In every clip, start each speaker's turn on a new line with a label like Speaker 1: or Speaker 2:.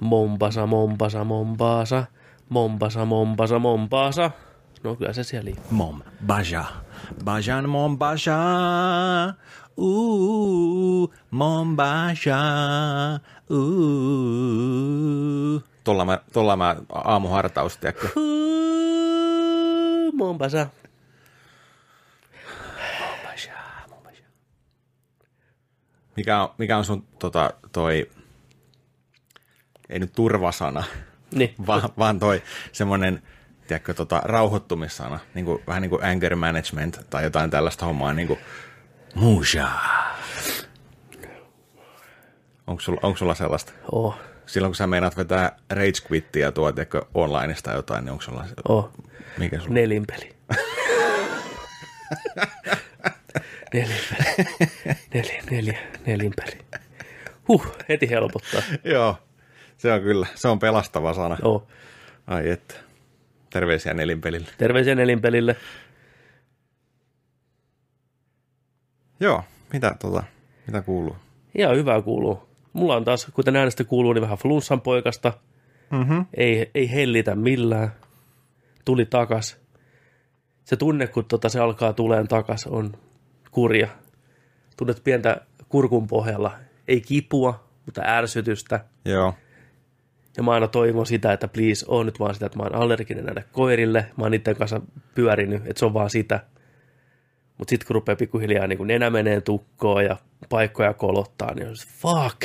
Speaker 1: Mompasa, Mompasa, Mompasa, Mompasa, Mompasa, Mompasa. No kyllä se siellä liikkuu.
Speaker 2: Mom, Baja. Bajan mom, Baja. Uuu, mom, Baja. Uuu.
Speaker 3: Tuolla mä, tuolla mä aamuhartaus, tiedätkö?
Speaker 1: Huu, Mompasa.
Speaker 3: Mikä on, mikä on sun tota, toi, ei nyt turvasana,
Speaker 1: Niin.
Speaker 3: vaan, vaan toi semmoinen, tiedätkö, tota, rauhoittumissana, niin kuin, vähän niin kuin anger management tai jotain tällaista hommaa, niin kuin
Speaker 2: Muja.
Speaker 3: Onko sulla, onko sulla sellaista?
Speaker 1: Oo,
Speaker 3: Silloin kun sä meinaat vetää rage quittiä tuo, tiedätkö, onlineista jotain, niin onko sulla,
Speaker 1: oo.
Speaker 3: mikä sulla?
Speaker 1: Nelinpeli. Nelinpeli. Neljä, neljä, nelinpeli. Huh, heti helpottaa.
Speaker 3: Joo, se on kyllä, se on pelastava sana.
Speaker 1: Joo.
Speaker 3: Ai että. Terveisiä nelinpelille.
Speaker 1: Terveisiä nelinpelille.
Speaker 3: Joo, mitä, tota, mitä kuuluu?
Speaker 1: Ihan hyvää kuuluu. Mulla on taas, kuten äänestä kuuluu, niin vähän flunssan poikasta. Mm-hmm. Ei, ei hellitä millään. Tuli takas. Se tunne, kun tota se alkaa tuleen takas, on kurja. Tunnet pientä kurkun pohjalla. Ei kipua, mutta ärsytystä.
Speaker 3: Joo,
Speaker 1: Ja mä aina toivon sitä, että please, on nyt vaan sitä, että mä oon allerginen näille koirille. Mä oon niiden kanssa pyörinyt, että se on vaan sitä. Mutta sitten kun rupeaa pikkuhiljaa niin kun nenä menee tukkoon ja paikkoja kolottaa, niin on se, fuck.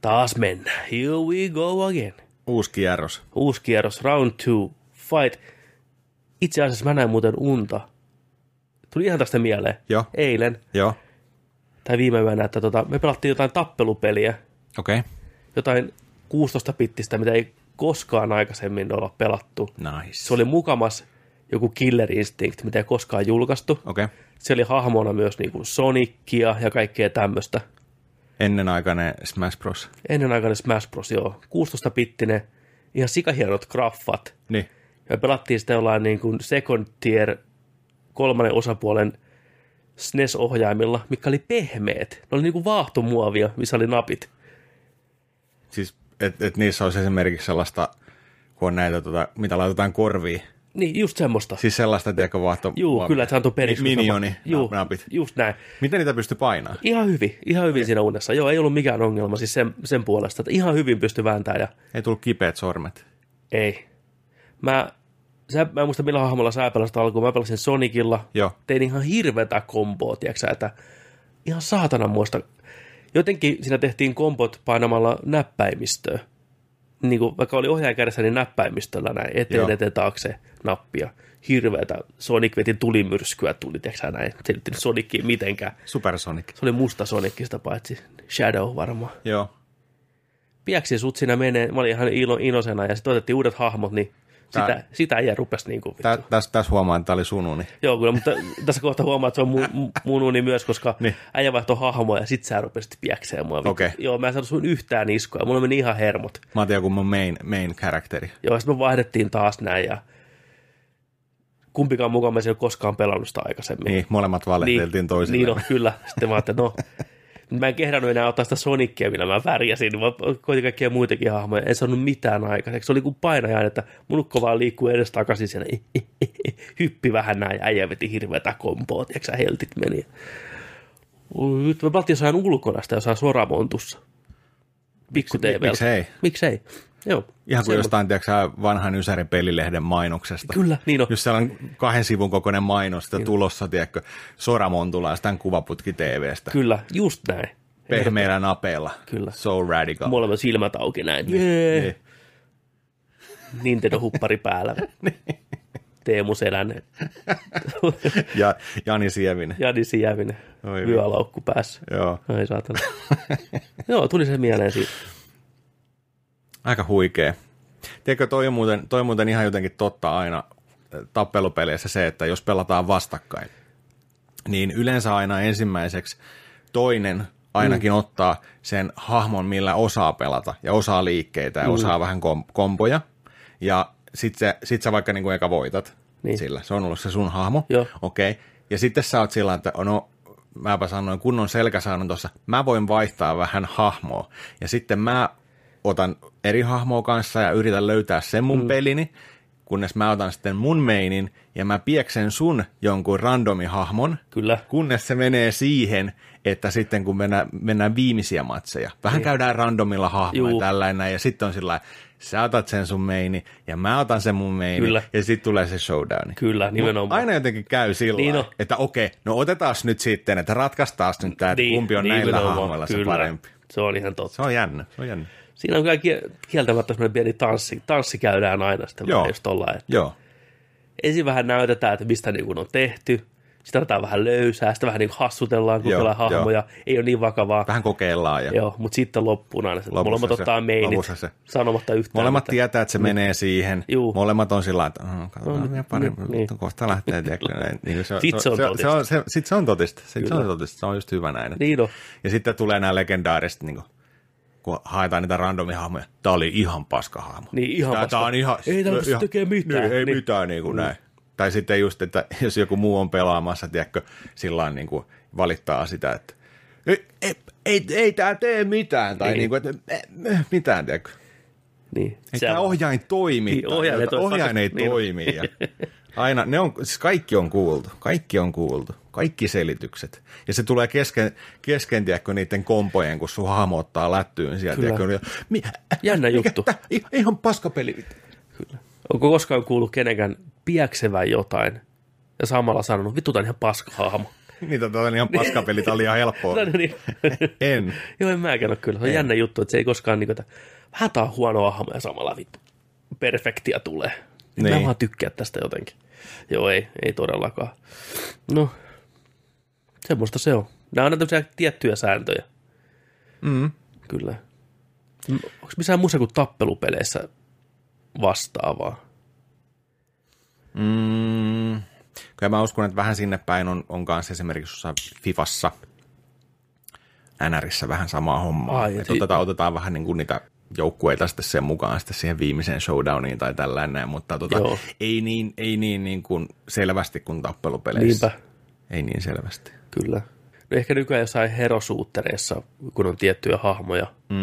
Speaker 1: Taas mennään. Here we go again.
Speaker 3: uusi kierros.
Speaker 1: Uusi kierros, round two, fight. Itse asiassa mä näin muuten unta. Tuli ihan tästä mieleen.
Speaker 3: Joo.
Speaker 1: Eilen
Speaker 3: Joo,
Speaker 1: tai viime yönä, että tota, me pelattiin jotain tappelupeliä.
Speaker 3: okei. Okay.
Speaker 1: jotain 16 pittistä, mitä ei koskaan aikaisemmin olla pelattu.
Speaker 3: Nice.
Speaker 1: Se oli mukamas joku Killer Instinct, mitä ei koskaan julkaistu.
Speaker 3: Okei. Okay.
Speaker 1: Se oli hahmona myös niin kuin Sonicia ja kaikkea tämmöistä.
Speaker 3: Ennenaikainen Smash Bros.
Speaker 1: Ennenaikainen Smash Bros. joo, 16-pittinen, ihan sikahienot graffat.
Speaker 3: Niin.
Speaker 1: Ja pelattiin sitä jollain niin kuin second tier kolmannen osapuolen SNES-ohjaimilla, mikä oli pehmeet. Ne oli niin kuin vaahtomuovia, missä oli napit.
Speaker 3: Siis, että et niissä olisi esimerkiksi sellaista, kun on näitä, tota, mitä laitetaan korviin.
Speaker 1: Niin, just semmoista.
Speaker 3: Siis sellaista, tiedätkö, vaahto...
Speaker 1: Juu,
Speaker 3: vaan-
Speaker 1: kyllä, että se antoi periksi. kun se-
Speaker 3: Minioni,
Speaker 1: Juu,
Speaker 3: napit.
Speaker 1: Just näin.
Speaker 3: Miten niitä pystyy painamaan?
Speaker 1: Ihan hyvin, ihan hyvin siinä unessa. Joo, ei ollut mikään ongelma siis sen, sen puolesta, että ihan hyvin pysty vääntämään ja
Speaker 3: Ei tullut kipeät sormet.
Speaker 1: ei. Mä, sä, mä en muista millä hahmolla sä pelasit alkuun, mä pelasin Sonicilla.
Speaker 3: Joo.
Speaker 1: Tein ihan hirvetä komboa, tiiäksä, että ihan saatanan muista. Jotenkin siinä tehtiin kompot painamalla näppäimistöä. Niin kuin vaikka oli ohjaajan kädessä, niin näppäimistöllä näin
Speaker 3: Joo.
Speaker 1: eteen, eteen, taakse nappia. Hirveätä Sonic veti tulimyrskyä tuli, tiiäksä, näin. Se ei liittynyt Soniciin mitenkään.
Speaker 3: Supersonic.
Speaker 1: Se oli musta Sonicista paitsi. Shadow varmaan.
Speaker 3: Joo.
Speaker 1: Piäksi sut siinä menee. Mä olin ihan ilo, inosena ja sitten otettiin uudet hahmot, niin
Speaker 3: Tää-
Speaker 1: sitä, sitä ei rupes niinku vittu.
Speaker 3: Tä, tässä täs huomaan, että tämä oli niin sun uni.
Speaker 1: Joo, kyllä, mutta tässä kohtaa huomaa, että se on mun, mun uni myös, koska
Speaker 3: Niin.
Speaker 1: niin. äijä vaihtoi hahmoa ja sit sä rupesit piäkseen mua. vittu.
Speaker 3: Okei.
Speaker 1: Joo, mä en saanut sun yhtään iskoa. Mulla meni ihan hermot.
Speaker 3: Mä otin joku mun main, main characteri.
Speaker 1: Joo, sitten me vaihdettiin taas näin ja kumpikaan mukaan mä en ole koskaan pelannut sitä aikaisemmin.
Speaker 3: Niin, molemmat valehdeltiin niin, toisilleen.
Speaker 1: Niin no, kyllä. Sitten mä ajattelin, no, mä en kehdannut enää ottaa sitä Sonicia, millä mä värjäsin. Mä koitin kaikkia muitakin hahmoja. En saanut mitään aikaiseksi. Se oli kuin painajainen, että munukko vaan liikkuu edes takaisin siellä. Hyppi vähän näin ja äijä veti hirveätä komboa. Tiedätkö sä, heltit meni. Nyt me pelattiin jossain ulkona sitä jossain soramontussa. Pikku TV.
Speaker 3: miksei?
Speaker 1: Miksei? Joo.
Speaker 3: Ihan kuin
Speaker 1: Semmo-
Speaker 3: jostain, tiedätkö, sä, vanhan Ysärin pelilehden mainoksesta.
Speaker 1: Kyllä, niin on.
Speaker 3: Jos siellä on kahden sivun kokoinen mainos, sitä tulossa, tiedätkö, Sora Montula ja sitten kuvaputki TVstä.
Speaker 1: Kyllä, just näin.
Speaker 3: Pehmeillä napeilla.
Speaker 1: Kyllä.
Speaker 3: So radical.
Speaker 1: Molemmat silmät auki näin. Jee.
Speaker 3: Niin.
Speaker 1: Nintendo-huppari päällä.
Speaker 3: Niin.
Speaker 1: Teemu Selän,
Speaker 3: Ja Jani Sievinen.
Speaker 1: Jani Sijävinen,
Speaker 3: Oi
Speaker 1: vyölaukku päässä.
Speaker 3: Joo.
Speaker 1: Ai saatana. Joo, tuli se mieleen siitä.
Speaker 3: Aika huikea. Tiedätkö, toi on, muuten, toi on muuten ihan jotenkin totta aina äh, tappelupeleissä se, että jos pelataan vastakkain, niin yleensä aina ensimmäiseksi toinen ainakin mm. ottaa sen hahmon, millä osaa pelata ja osaa liikkeitä ja mm. osaa vähän kom- kompoja. Ja sit, se, sit sä vaikka niinku eka voitat niin.
Speaker 1: Niin.
Speaker 3: sillä. Se on ollut se sun hahmo.
Speaker 1: Joo.
Speaker 3: Okei. Okay. Ja sitten sä oot sillä lailla, että no mäpä sanoin kunnon selkäsaanon tuossa, mä voin vaihtaa vähän hahmoa. Ja sitten mä otan eri hahmoa kanssa ja yritän löytää sen mun mm. pelini, kunnes mä otan sitten mun meinin ja mä pieksen sun jonkun randomihahmon,
Speaker 1: Kyllä.
Speaker 3: kunnes se menee siihen, että sitten kun mennään, mennään viimeisiä matseja, vähän niin. käydään randomilla hahmoilla
Speaker 1: Juu.
Speaker 3: ja tällainen, näin, ja sitten on sillä lailla, sä otat sen sun meini, ja mä otan sen mun meini,
Speaker 1: Kyllä.
Speaker 3: ja sitten tulee se showdowni.
Speaker 1: Kyllä, nimenomaan.
Speaker 3: Aina jotenkin käy sillä
Speaker 1: Niin
Speaker 3: niin
Speaker 1: on.
Speaker 3: että okei, no otetaan nyt sitten, että ratkaistaas nyt tämä, että kumpi on näillä
Speaker 1: Niin, nimenomaan,
Speaker 3: hahmoilla se
Speaker 1: kyllä.
Speaker 3: parempi.
Speaker 1: Se on ihan totta.
Speaker 3: Se on jännä, se on jännä.
Speaker 1: Siinä on kyllä kie- kieltämättä semmoinen pieni tanssi. Tanssi käydään aina sitten
Speaker 3: Joo.
Speaker 1: vähän just ollaan. että
Speaker 3: Joo,
Speaker 1: Ensin vähän näytetään, että mistä niin kuin on tehty. Sitten otetaan vähän löysää, sitten vähän niin kuin hassutellaan, kokeillaan
Speaker 3: Joo,
Speaker 1: hahmoja. Ei ole niin vakavaa.
Speaker 3: vähän kokeillaan ja
Speaker 1: Joo, mutta sitten loppuun aina se, että
Speaker 3: Lopussa
Speaker 1: molemmat
Speaker 3: se-
Speaker 1: ottaa meinit
Speaker 3: lopussa se.
Speaker 1: sanomatta yhtään.
Speaker 3: Molemmat
Speaker 1: mitään. Niin.
Speaker 3: tietää, että se menee siihen.
Speaker 1: Juu.
Speaker 3: Molemmat on sillä lailla, että "Mm,
Speaker 1: No
Speaker 3: katsotaan
Speaker 1: niin,
Speaker 3: vielä parempi,
Speaker 1: niin,
Speaker 3: niin, kohta lähtee Declan. Niin, se,
Speaker 1: Sit se on
Speaker 3: se, se, on, se, sit se on totista. Sit se
Speaker 1: Kyllä.
Speaker 3: on totista. Se on just hyvä näin.
Speaker 1: Niin on.
Speaker 3: Ja sitten tulee nämä legendaariset, niin kuin, kun haetaan niitä randomihahmoja. Tämä oli ihan paska hahmo.
Speaker 1: Niin, ihan
Speaker 3: Tää-
Speaker 1: paska.
Speaker 3: tää on ihan,
Speaker 1: Ei tarvitse
Speaker 3: ihan-
Speaker 1: tekee mitään.
Speaker 3: Niin, ei
Speaker 1: Niin.
Speaker 3: mitään niin kuin näin. Tai sitten just, että jos joku muu on pelaamassa, tiedätkö, sillä niin kuin valittaa sitä, että ei, ei, ei, ei tämä tee mitään, tai
Speaker 1: Niin.
Speaker 3: niin. Niin kuin, että, eh, eh, mitään, tiedätkö.
Speaker 1: Niin.
Speaker 3: Ei
Speaker 1: Se
Speaker 3: tämä
Speaker 1: on-
Speaker 3: ohjain toimi.
Speaker 1: Niin, ohjain ei
Speaker 3: ei,
Speaker 1: toimi.
Speaker 3: ohjain ei
Speaker 1: Niin.
Speaker 3: toimi. Ja aina, ne on, siis kaikki on kuultu. Kaikki on kuultu. Kaikki selitykset. Ja se tulee kesken, kesken tiedätkö, niiden kompojen, kun sun hahmo ottaa lättyyn sieltä.
Speaker 1: Kyllä.
Speaker 3: Tiedätkö, ja, mi,
Speaker 1: Jännä
Speaker 3: mikä
Speaker 1: juttu.
Speaker 3: tää? Ihan, ihan paskapeli.
Speaker 1: Onko koskaan kuullut kenenkään piäksevän jotain ja samalla sanonut, vittu, tää on ihan paska hahmo.
Speaker 3: Niitä tämä oli ihan paskapeli, tämä oli ihan helppoa.
Speaker 1: Tää on niin-
Speaker 3: En.
Speaker 1: Joo, en mäkään ole kyllä. Se on jännä juttu, että se ei koskaan niin kuin, että vähän tää on huono hahmo ja samalla vittu perfektia tulee. Niin. Mä
Speaker 3: Niin.
Speaker 1: vaan tykkään tästä jotenkin. Joo, ei, ei todellakaan. No, semmoista se on. Nämä on aina tämmöisiä tiettyjä sääntöjä.
Speaker 3: Mm.
Speaker 1: Kyllä. Onko missään muussa kuin tappelupeleissä vastaavaa?
Speaker 3: Mm. Kyllä mä uskon, että vähän sinne päin on, on kanssa esimerkiksi jossain Fifassa, NRissä vähän samaa hommaa.
Speaker 1: Ai,
Speaker 3: Ai,
Speaker 1: et-
Speaker 3: et otetaan, otetaan vähän niin kuin niitä joukkueita sitten sen mukaan sitten siihen viimeiseen showdowniin tai tällainen, näin, mutta tota,
Speaker 1: Joo.
Speaker 3: ei niin, ei niin, niin kuin selvästi kuin tappelupeleissä.
Speaker 1: Niinpä.
Speaker 3: Ei niin selvästi.
Speaker 1: Kyllä. No ehkä nykyään jossain herosuuttereissa, kun on tiettyjä hahmoja,
Speaker 3: Mm.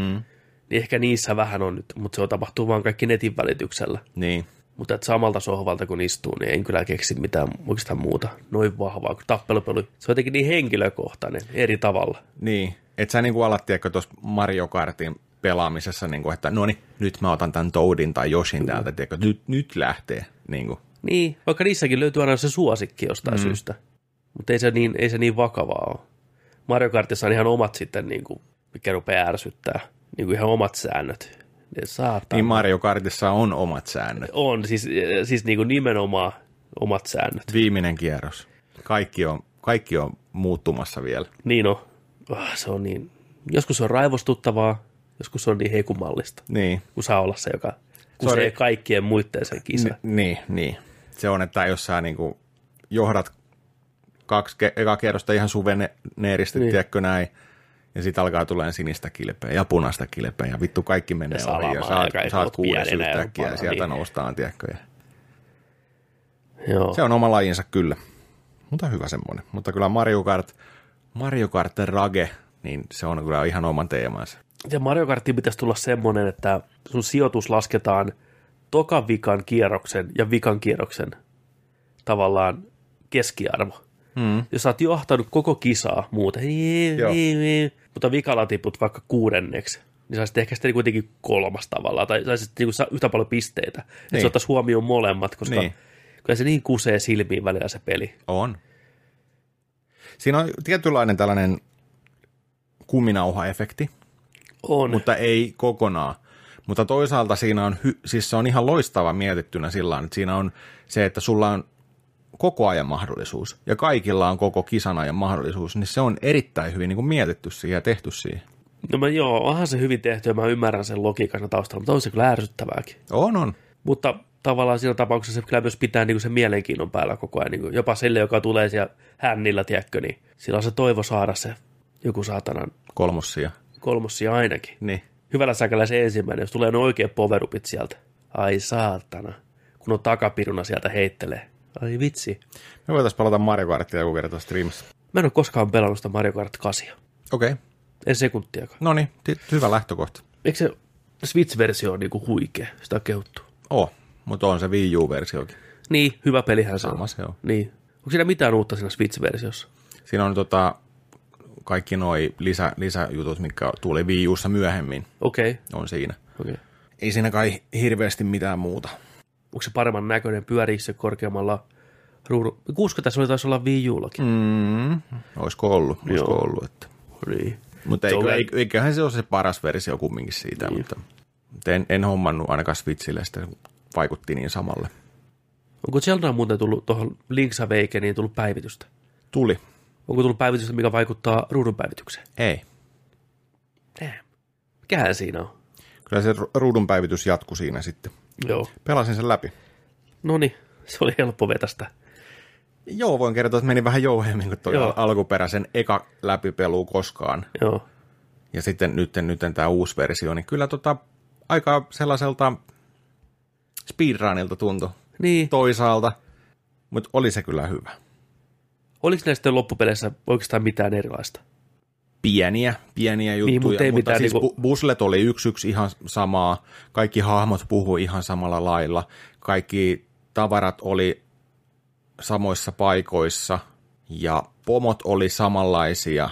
Speaker 1: niin ehkä niissä vähän on nyt, mutta se on tapahtuu vaan kaikki netin välityksellä.
Speaker 3: Niin.
Speaker 1: Mutta et samalta sohvalta kun istuu, niin en kyllä keksi mitään oikeastaan muuta. Noin vahvaa kuin tappelupeli. Se on jotenkin niin henkilökohtainen eri tavalla.
Speaker 3: Niin, et sä niinku alat, tiedätkö, tuossa Mario Kartin pelaamisessa, niinku, että no niin, nyt mä otan tämän Toadin tai Joshin täältä, tiedätkö, nyt, nyt lähtee. Niinku.
Speaker 1: Niin, vaikka niissäkin löytyy aina se suosikki jostain mm. syystä. Mutta ei, se niin, ei se niin vakavaa ole. Mario Kartissa on ihan omat sitten, niin kuin, mikä rupeaa ärsyttää. Niin kuin ihan omat säännöt. Ne saattaa.
Speaker 3: Niin Mario Kartissa on omat säännöt.
Speaker 1: on, siis, siis niin kuin nimenomaan omat säännöt.
Speaker 3: Viimeinen kierros. Kaikki on, kaikki on muuttumassa vielä.
Speaker 1: Niin on. Ah, Se on niin, joskus se on raivostuttavaa, joskus se on niin heikumallista.
Speaker 3: Niin.
Speaker 1: kun saa olla se, joka
Speaker 3: Sori.
Speaker 1: kusee kaikkien muitteen sen kisa.
Speaker 3: N- niin, niin. Se on, että jos sä niinku johdat kaksi ke- eka kierrosta ihan suveneeristi,
Speaker 1: Niin.
Speaker 3: niin. tiedätkö näin, ja sitten alkaa tulemaan sinistä kilpeä ja punaista kilpeä ja vittu kaikki menee
Speaker 1: Ja
Speaker 3: ohi ja
Speaker 1: salamaa
Speaker 3: saat,
Speaker 1: ja kaikki oot
Speaker 3: saat kuudes
Speaker 1: pienenä ja
Speaker 3: yhtäkkiä ja
Speaker 1: parani.
Speaker 3: sieltä noustaan, tiedätkö. Ja
Speaker 1: Joo. Oh.
Speaker 3: se on oma lajinsa kyllä, mutta hyvä semmoinen. Mutta kyllä Mario Kart, Mario Kart Rage, niin se on kyllä ihan oma teemansa.
Speaker 1: Ja Mario Kartin pitäisi tulla semmoinen, että sun sijoitus lasketaan toka vikan kierroksen ja vikan kierroksen tavallaan keskiarvo. Mm. Jos sä oot johtanut koko kisaa muuten, niin,
Speaker 3: Hmm. Joo.
Speaker 1: niin, niin, mutta vikalla tiput vaikka kuudenneksi, niin saisit ehkä sitten kuitenkin kolmas tavallaan, tai saisit niinku sa- yhtä paljon pisteitä, niin. että
Speaker 3: Niin.
Speaker 1: se ottaisi huomioon molemmat, koska niin.
Speaker 3: Niin.
Speaker 1: kyllä se niin kusee silmiin välillä se peli.
Speaker 3: On. Siinä on tietynlainen tällainen kuminauha-efekti,
Speaker 1: On.
Speaker 3: mutta ei kokonaan. Mutta toisaalta siinä on, hy- siis se on ihan loistava mietittynä sillä lailla, että siinä on se, että sulla on koko ajan mahdollisuus ja kaikilla on koko kisan ajan mahdollisuus, niin se on erittäin hyvin niin kuin mietitty siihen ja tehty siihen.
Speaker 1: No mä, joo, onhan se hyvin tehty ja mä ymmärrän sen logiikan siinä taustalla, mutta on se kyllä ärsyttävääkin.
Speaker 3: On, on.
Speaker 1: Mutta tavallaan siinä tapauksessa se kyllä myös pitää niin kuin sen mielenkiinnon päällä koko ajan. Niin kuin, jopa sille, joka tulee siellä hännillä, tiedätkö, niin sillä on se toivo saada se joku saatanan
Speaker 3: Kolmossia.
Speaker 1: kolmossia ainakin.
Speaker 3: Niin.
Speaker 1: Hyvällä säkällä se ensimmäinen, jos tulee ne oikeat poverupit sieltä. Ai saatana, kun on takapiruna sieltä heittelee. Ai vitsi.
Speaker 3: Me voitaisiin palata Mario Kartia joku kerta streamissa.
Speaker 1: Mä en ole koskaan pelannut sitä Mario Kart 8.
Speaker 3: Okei. Okay.
Speaker 1: En sekuntiakaan.
Speaker 3: No niin, ty- hyvä lähtökohta.
Speaker 1: Eikö se Switch-versio on niinku huikea, sitä on kehuttu.
Speaker 3: Oh, mutta on se Wii U-versiokin.
Speaker 1: Niin, hyvä pelihän se
Speaker 3: Sama
Speaker 1: on.
Speaker 3: se on.
Speaker 1: Niin. Onko siinä mitään uutta siinä Switch-versiossa?
Speaker 3: Siinä on tota, kaikki noi lisä, lisäjutut, mitkä tuli Wii Ussa myöhemmin,
Speaker 1: Okei, okay.
Speaker 3: on siinä.
Speaker 1: okei. Okay.
Speaker 3: Ei siinä kai hirveästi mitään muuta.
Speaker 1: Onko se paremman näköinen, pyöriikö se korkeammalla ruudu? 60 se oli taisi olla Wii Ullakin.
Speaker 3: Mm, olisiko ollut, olisiko
Speaker 1: Joo.
Speaker 3: ollut. Että.
Speaker 1: Mm. Niin.
Speaker 3: Mutta
Speaker 1: Se on
Speaker 3: eikö,
Speaker 1: vähän-
Speaker 3: eikö, eiköhän se ole se paras versio kumminkin siitä, niin. mutta, mutta en, en hommannut ainakaan Switchille sitä, kun vaikutti niin samalle.
Speaker 1: Onko Zelda muuten tullut tuohon Link's Awakeniin tullut päivitystä?
Speaker 3: Tuli.
Speaker 1: Onko tullut päivitystä, mikä vaikuttaa ruudun päivitykseen?
Speaker 3: Ei.
Speaker 1: Damn. Mikähän siinä on?
Speaker 3: Kyllä se ru- ruudun päivitys jatkui siinä sitten.
Speaker 1: Joo.
Speaker 3: Pelasin sen läpi.
Speaker 1: No niin, se oli helppo vetästä.
Speaker 3: Joo, voin kertoa, että meni vähän jouhemmin kuin tuo
Speaker 1: Joo.
Speaker 3: al- alkuperäisen eka läpipelu koskaan.
Speaker 1: Joo.
Speaker 3: Ja sitten nytten, nytten tämä uusi versio, niin kyllä tota, aika sellaiselta speedrunilta tuntui
Speaker 1: Niin.
Speaker 3: toisaalta, mutta oli se kyllä hyvä.
Speaker 1: Oliko näistä sitten loppupeleissä oikeastaan mitään erilaista?
Speaker 3: pieniä, pieniä juttuja,
Speaker 1: Niin, mutta
Speaker 3: mutta,
Speaker 1: ei
Speaker 3: mutta
Speaker 1: mitään
Speaker 3: siis
Speaker 1: niinku-
Speaker 3: niinku... buslet oli yksi yksi ihan samaa, kaikki hahmot puhui ihan samalla lailla, kaikki tavarat oli samoissa paikoissa ja pomot oli samanlaisia.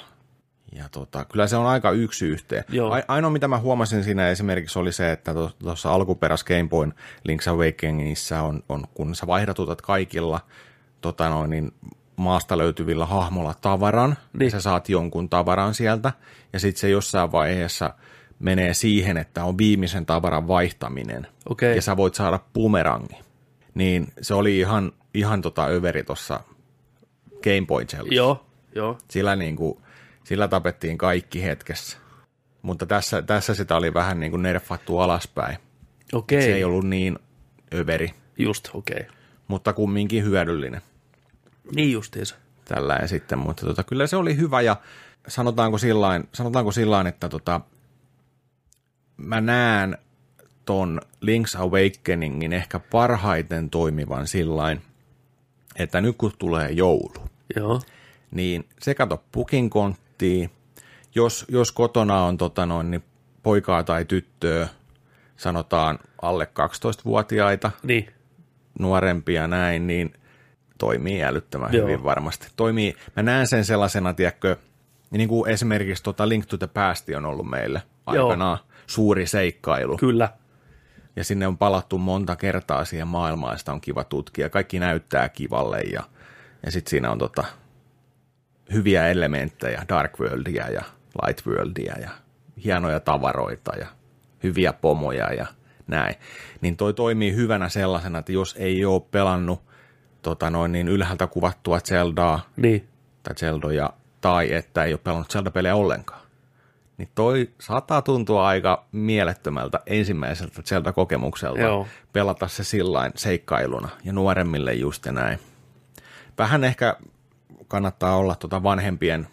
Speaker 3: Ja tota, kyllä se on aika yksi yhteen.
Speaker 1: Joo.
Speaker 3: A- ainoa mitä mä huomasin siinä esimerkiksi oli se, että tu- tuossa alkuperäis Game Boyn Link's Awakeningissa on, on, kun sä vaihdotutat kaikilla tota noin, niin maasta löytyvillä hahmolla tavaran,
Speaker 1: Niin.
Speaker 3: niin. sä saat jonkun tavaran sieltä, ja sitten se jossain vaiheessa menee siihen, että on viimeisen tavaran vaihtaminen,
Speaker 1: Okei.
Speaker 3: ja sä voit saada bumerangi. Niin se oli ihan, ihan tota överi tuossa Game Boy Challenge.
Speaker 1: Joo, joo.
Speaker 3: Sillä, niin kuin, sillä tapettiin kaikki hetkessä. Mutta tässä, tässä sitä oli vähän niin kuin nerfattu alaspäin.
Speaker 1: Okei.
Speaker 3: Se ei ollut niin överi,
Speaker 1: Just, okei. Okay.
Speaker 3: mutta kumminkin hyödyllinen
Speaker 1: Niin justiinsa.
Speaker 3: tällä sitten. Mutta tota, kyllä se oli hyvä ja sanotaanko sillain, sanotaanko sillain että tota, mä näen ton Link's Awakeningin ehkä parhaiten toimivan sillain, että nyt kun tulee joulu,
Speaker 1: Joo.
Speaker 3: niin se kato pukin konttiin. Jos, jos kotona on tota noin, niin poikaa tai tyttöä, sanotaan alle 12-vuotiaita,
Speaker 1: Niin.
Speaker 3: nuorempia näin, niin toimii älyttömän
Speaker 1: Joo.
Speaker 3: Joo. hyvin varmasti. Toimii, mä näen sen sellaisena, tiedätkö, niin kuin esimerkiksi tota Link to the Past on ollut meille
Speaker 1: Joo.
Speaker 3: aikanaan suuri seikkailu.
Speaker 1: Kyllä.
Speaker 3: Ja sinne on palattu monta kertaa siihen maailmaan, ja sitä on kiva tutkia. Kaikki näyttää kivalle ja, ja sitten siinä on tota, hyviä elementtejä, Dark Worldia ja Light Worldia ja hienoja tavaroita ja hyviä pomoja ja näin. Niin toi toimii hyvänä sellaisena, että jos ei ole pelannut tota noin, niin ylhäältä kuvattua Zeldaa,
Speaker 1: Niin.
Speaker 3: tai Zeldoja, tai että ei ole pelannut Zelda-pelejä ollenkaan. Niin toi saattaa tuntua aika mielettömältä ensimmäiseltä Zelda-kokemukselta
Speaker 1: Joo.
Speaker 3: pelata se sillain seikkailuna ja nuoremmille just ja näin. Vähän ehkä kannattaa olla tota vanhempien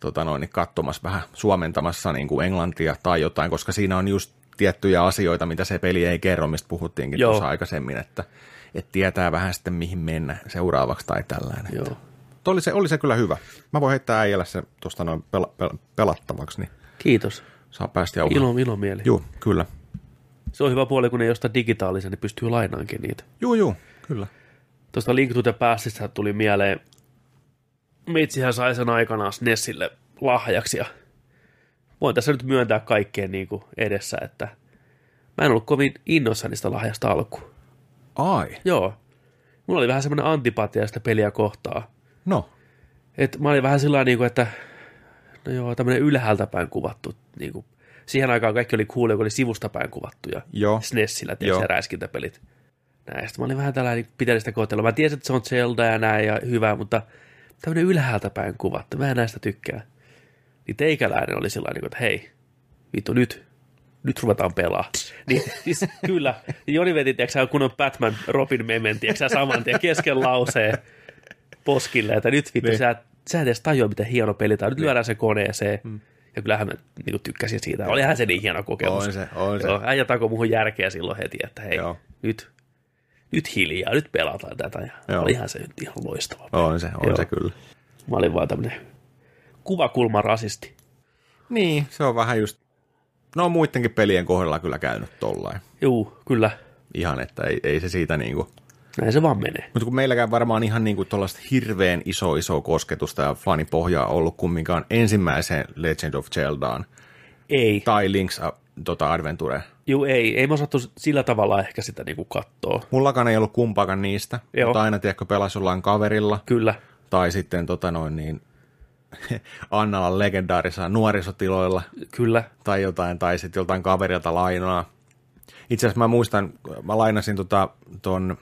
Speaker 3: tota noin, niin katsomassa vähän suomentamassa niin kuin englantia tai jotain, koska siinä on just tiettyjä asioita, mitä se peli ei kerro, mistä puhuttiinkin
Speaker 1: Joo.
Speaker 3: tuossa aikaisemmin, että, että tietää vähän sitten mihin mennä seuraavaksi tai tällainen.
Speaker 1: Joo.
Speaker 3: Mutta oli se, oli se kyllä hyvä. Mä voin heittää äijälle se tuosta noin pel, pel, pelattavaksi, niin
Speaker 1: Kiitos.
Speaker 3: saa päästä jauhaan.
Speaker 1: Ilo, ilo mieli.
Speaker 3: Joo, kyllä.
Speaker 1: Se on hyvä puoli, kun ne jostain digitaalisen, niin pystyy lainaankin niitä.
Speaker 3: Joo, joo, kyllä.
Speaker 1: Tuosta Link to the Pastista tuli mieleen, Mitsihän sai sen aikanaan Nessille lahjaksi ja voin tässä nyt myöntää kaikkeen niin kuin edessä, että mä en ollut kovin innoissani niistä lahjasta alkuun.
Speaker 3: Ai,
Speaker 1: Joo. Mulla oli vähän semmoinen antipatia sitä peliä kohtaa.
Speaker 3: no,
Speaker 1: Et mä olin vähän sillä niin kuin, että no joo, tämmöinen ylhäältä päin kuvattu. Niin kuin. Siihen aikaan kaikki oli cool, kun oli sivusta päin kuvattuja.
Speaker 3: joo,
Speaker 1: SNESillä, tiedätkö,
Speaker 3: Joo.
Speaker 1: se räiskintäpelit. Näin, sitten mä olin vähän tällainen pitellistä kohtelua. Mä tiesin, että se on Zelda ja näin ja hyvä, mutta tämmöinen ylhäältä päin kuvattu, mä en näistä tykkää. Niin teikäläinen oli sillä että hei, vittu nyt, nyt ruvetaan pelaa. Niin siis kyllä, Joni veti, tiedätkö, kun on Batman Robin memen, tiedätkö, saman tien kesken lauseen poskille, että nyt vittu,
Speaker 3: Niin.
Speaker 1: sä, et- sä et edes tajua, miten hieno peli tämä on. Nyt lyödään se koneeseen.
Speaker 3: Mm.
Speaker 1: Ja kyllähän mä niin tykkäsin siitä. Olihan se niin hieno kokemus.
Speaker 3: On se, on se.
Speaker 1: Joo, äijä takoi muuhun järkeä silloin heti, että hei, Joo.
Speaker 3: Joo.
Speaker 1: nyt, nyt hiljaa, nyt pelataan tätä. Ja
Speaker 3: Joo.
Speaker 1: olihan se nyt ihan loistava.
Speaker 3: on se, on
Speaker 1: Joo.
Speaker 3: joo. se kyllä.
Speaker 1: Mä olin vaan tämmönen kuvakulmarasisti.
Speaker 3: Niin, se on vähän just No on muidenkin pelien kohdalla kyllä käynyt tollain.
Speaker 1: Juu, kyllä.
Speaker 3: Ihan, että ei, ei se siitä niinku...
Speaker 1: Näin se vaan menee.
Speaker 3: Mutta kun meilläkään varmaan ihan niinku tuollaista hirveän iso iso kosketusta ja fanipohjaa ollut kumminkaan ensimmäiseen Legend of Zeldaan
Speaker 1: Ei. Ta-
Speaker 3: tai Link's a, tota Adventure.
Speaker 1: Juu, ei. Ei me osattu sillä tavalla ehkä sitä niinku katsoa.
Speaker 3: Mullakaan ei ollut kumpaakaan niistä,
Speaker 1: Joo.
Speaker 3: Joo. mutta aina tiedätkö pelasi jollain kaverilla
Speaker 1: Kyllä.
Speaker 3: tai sitten tota noin niin Annalan legendaarisilla nuorisotiloilla
Speaker 1: Kyllä.
Speaker 3: tai jotain, tai sitten joltain kaverilta lainaa. Itse asiassa mä muistan, mä lainasin tota, ton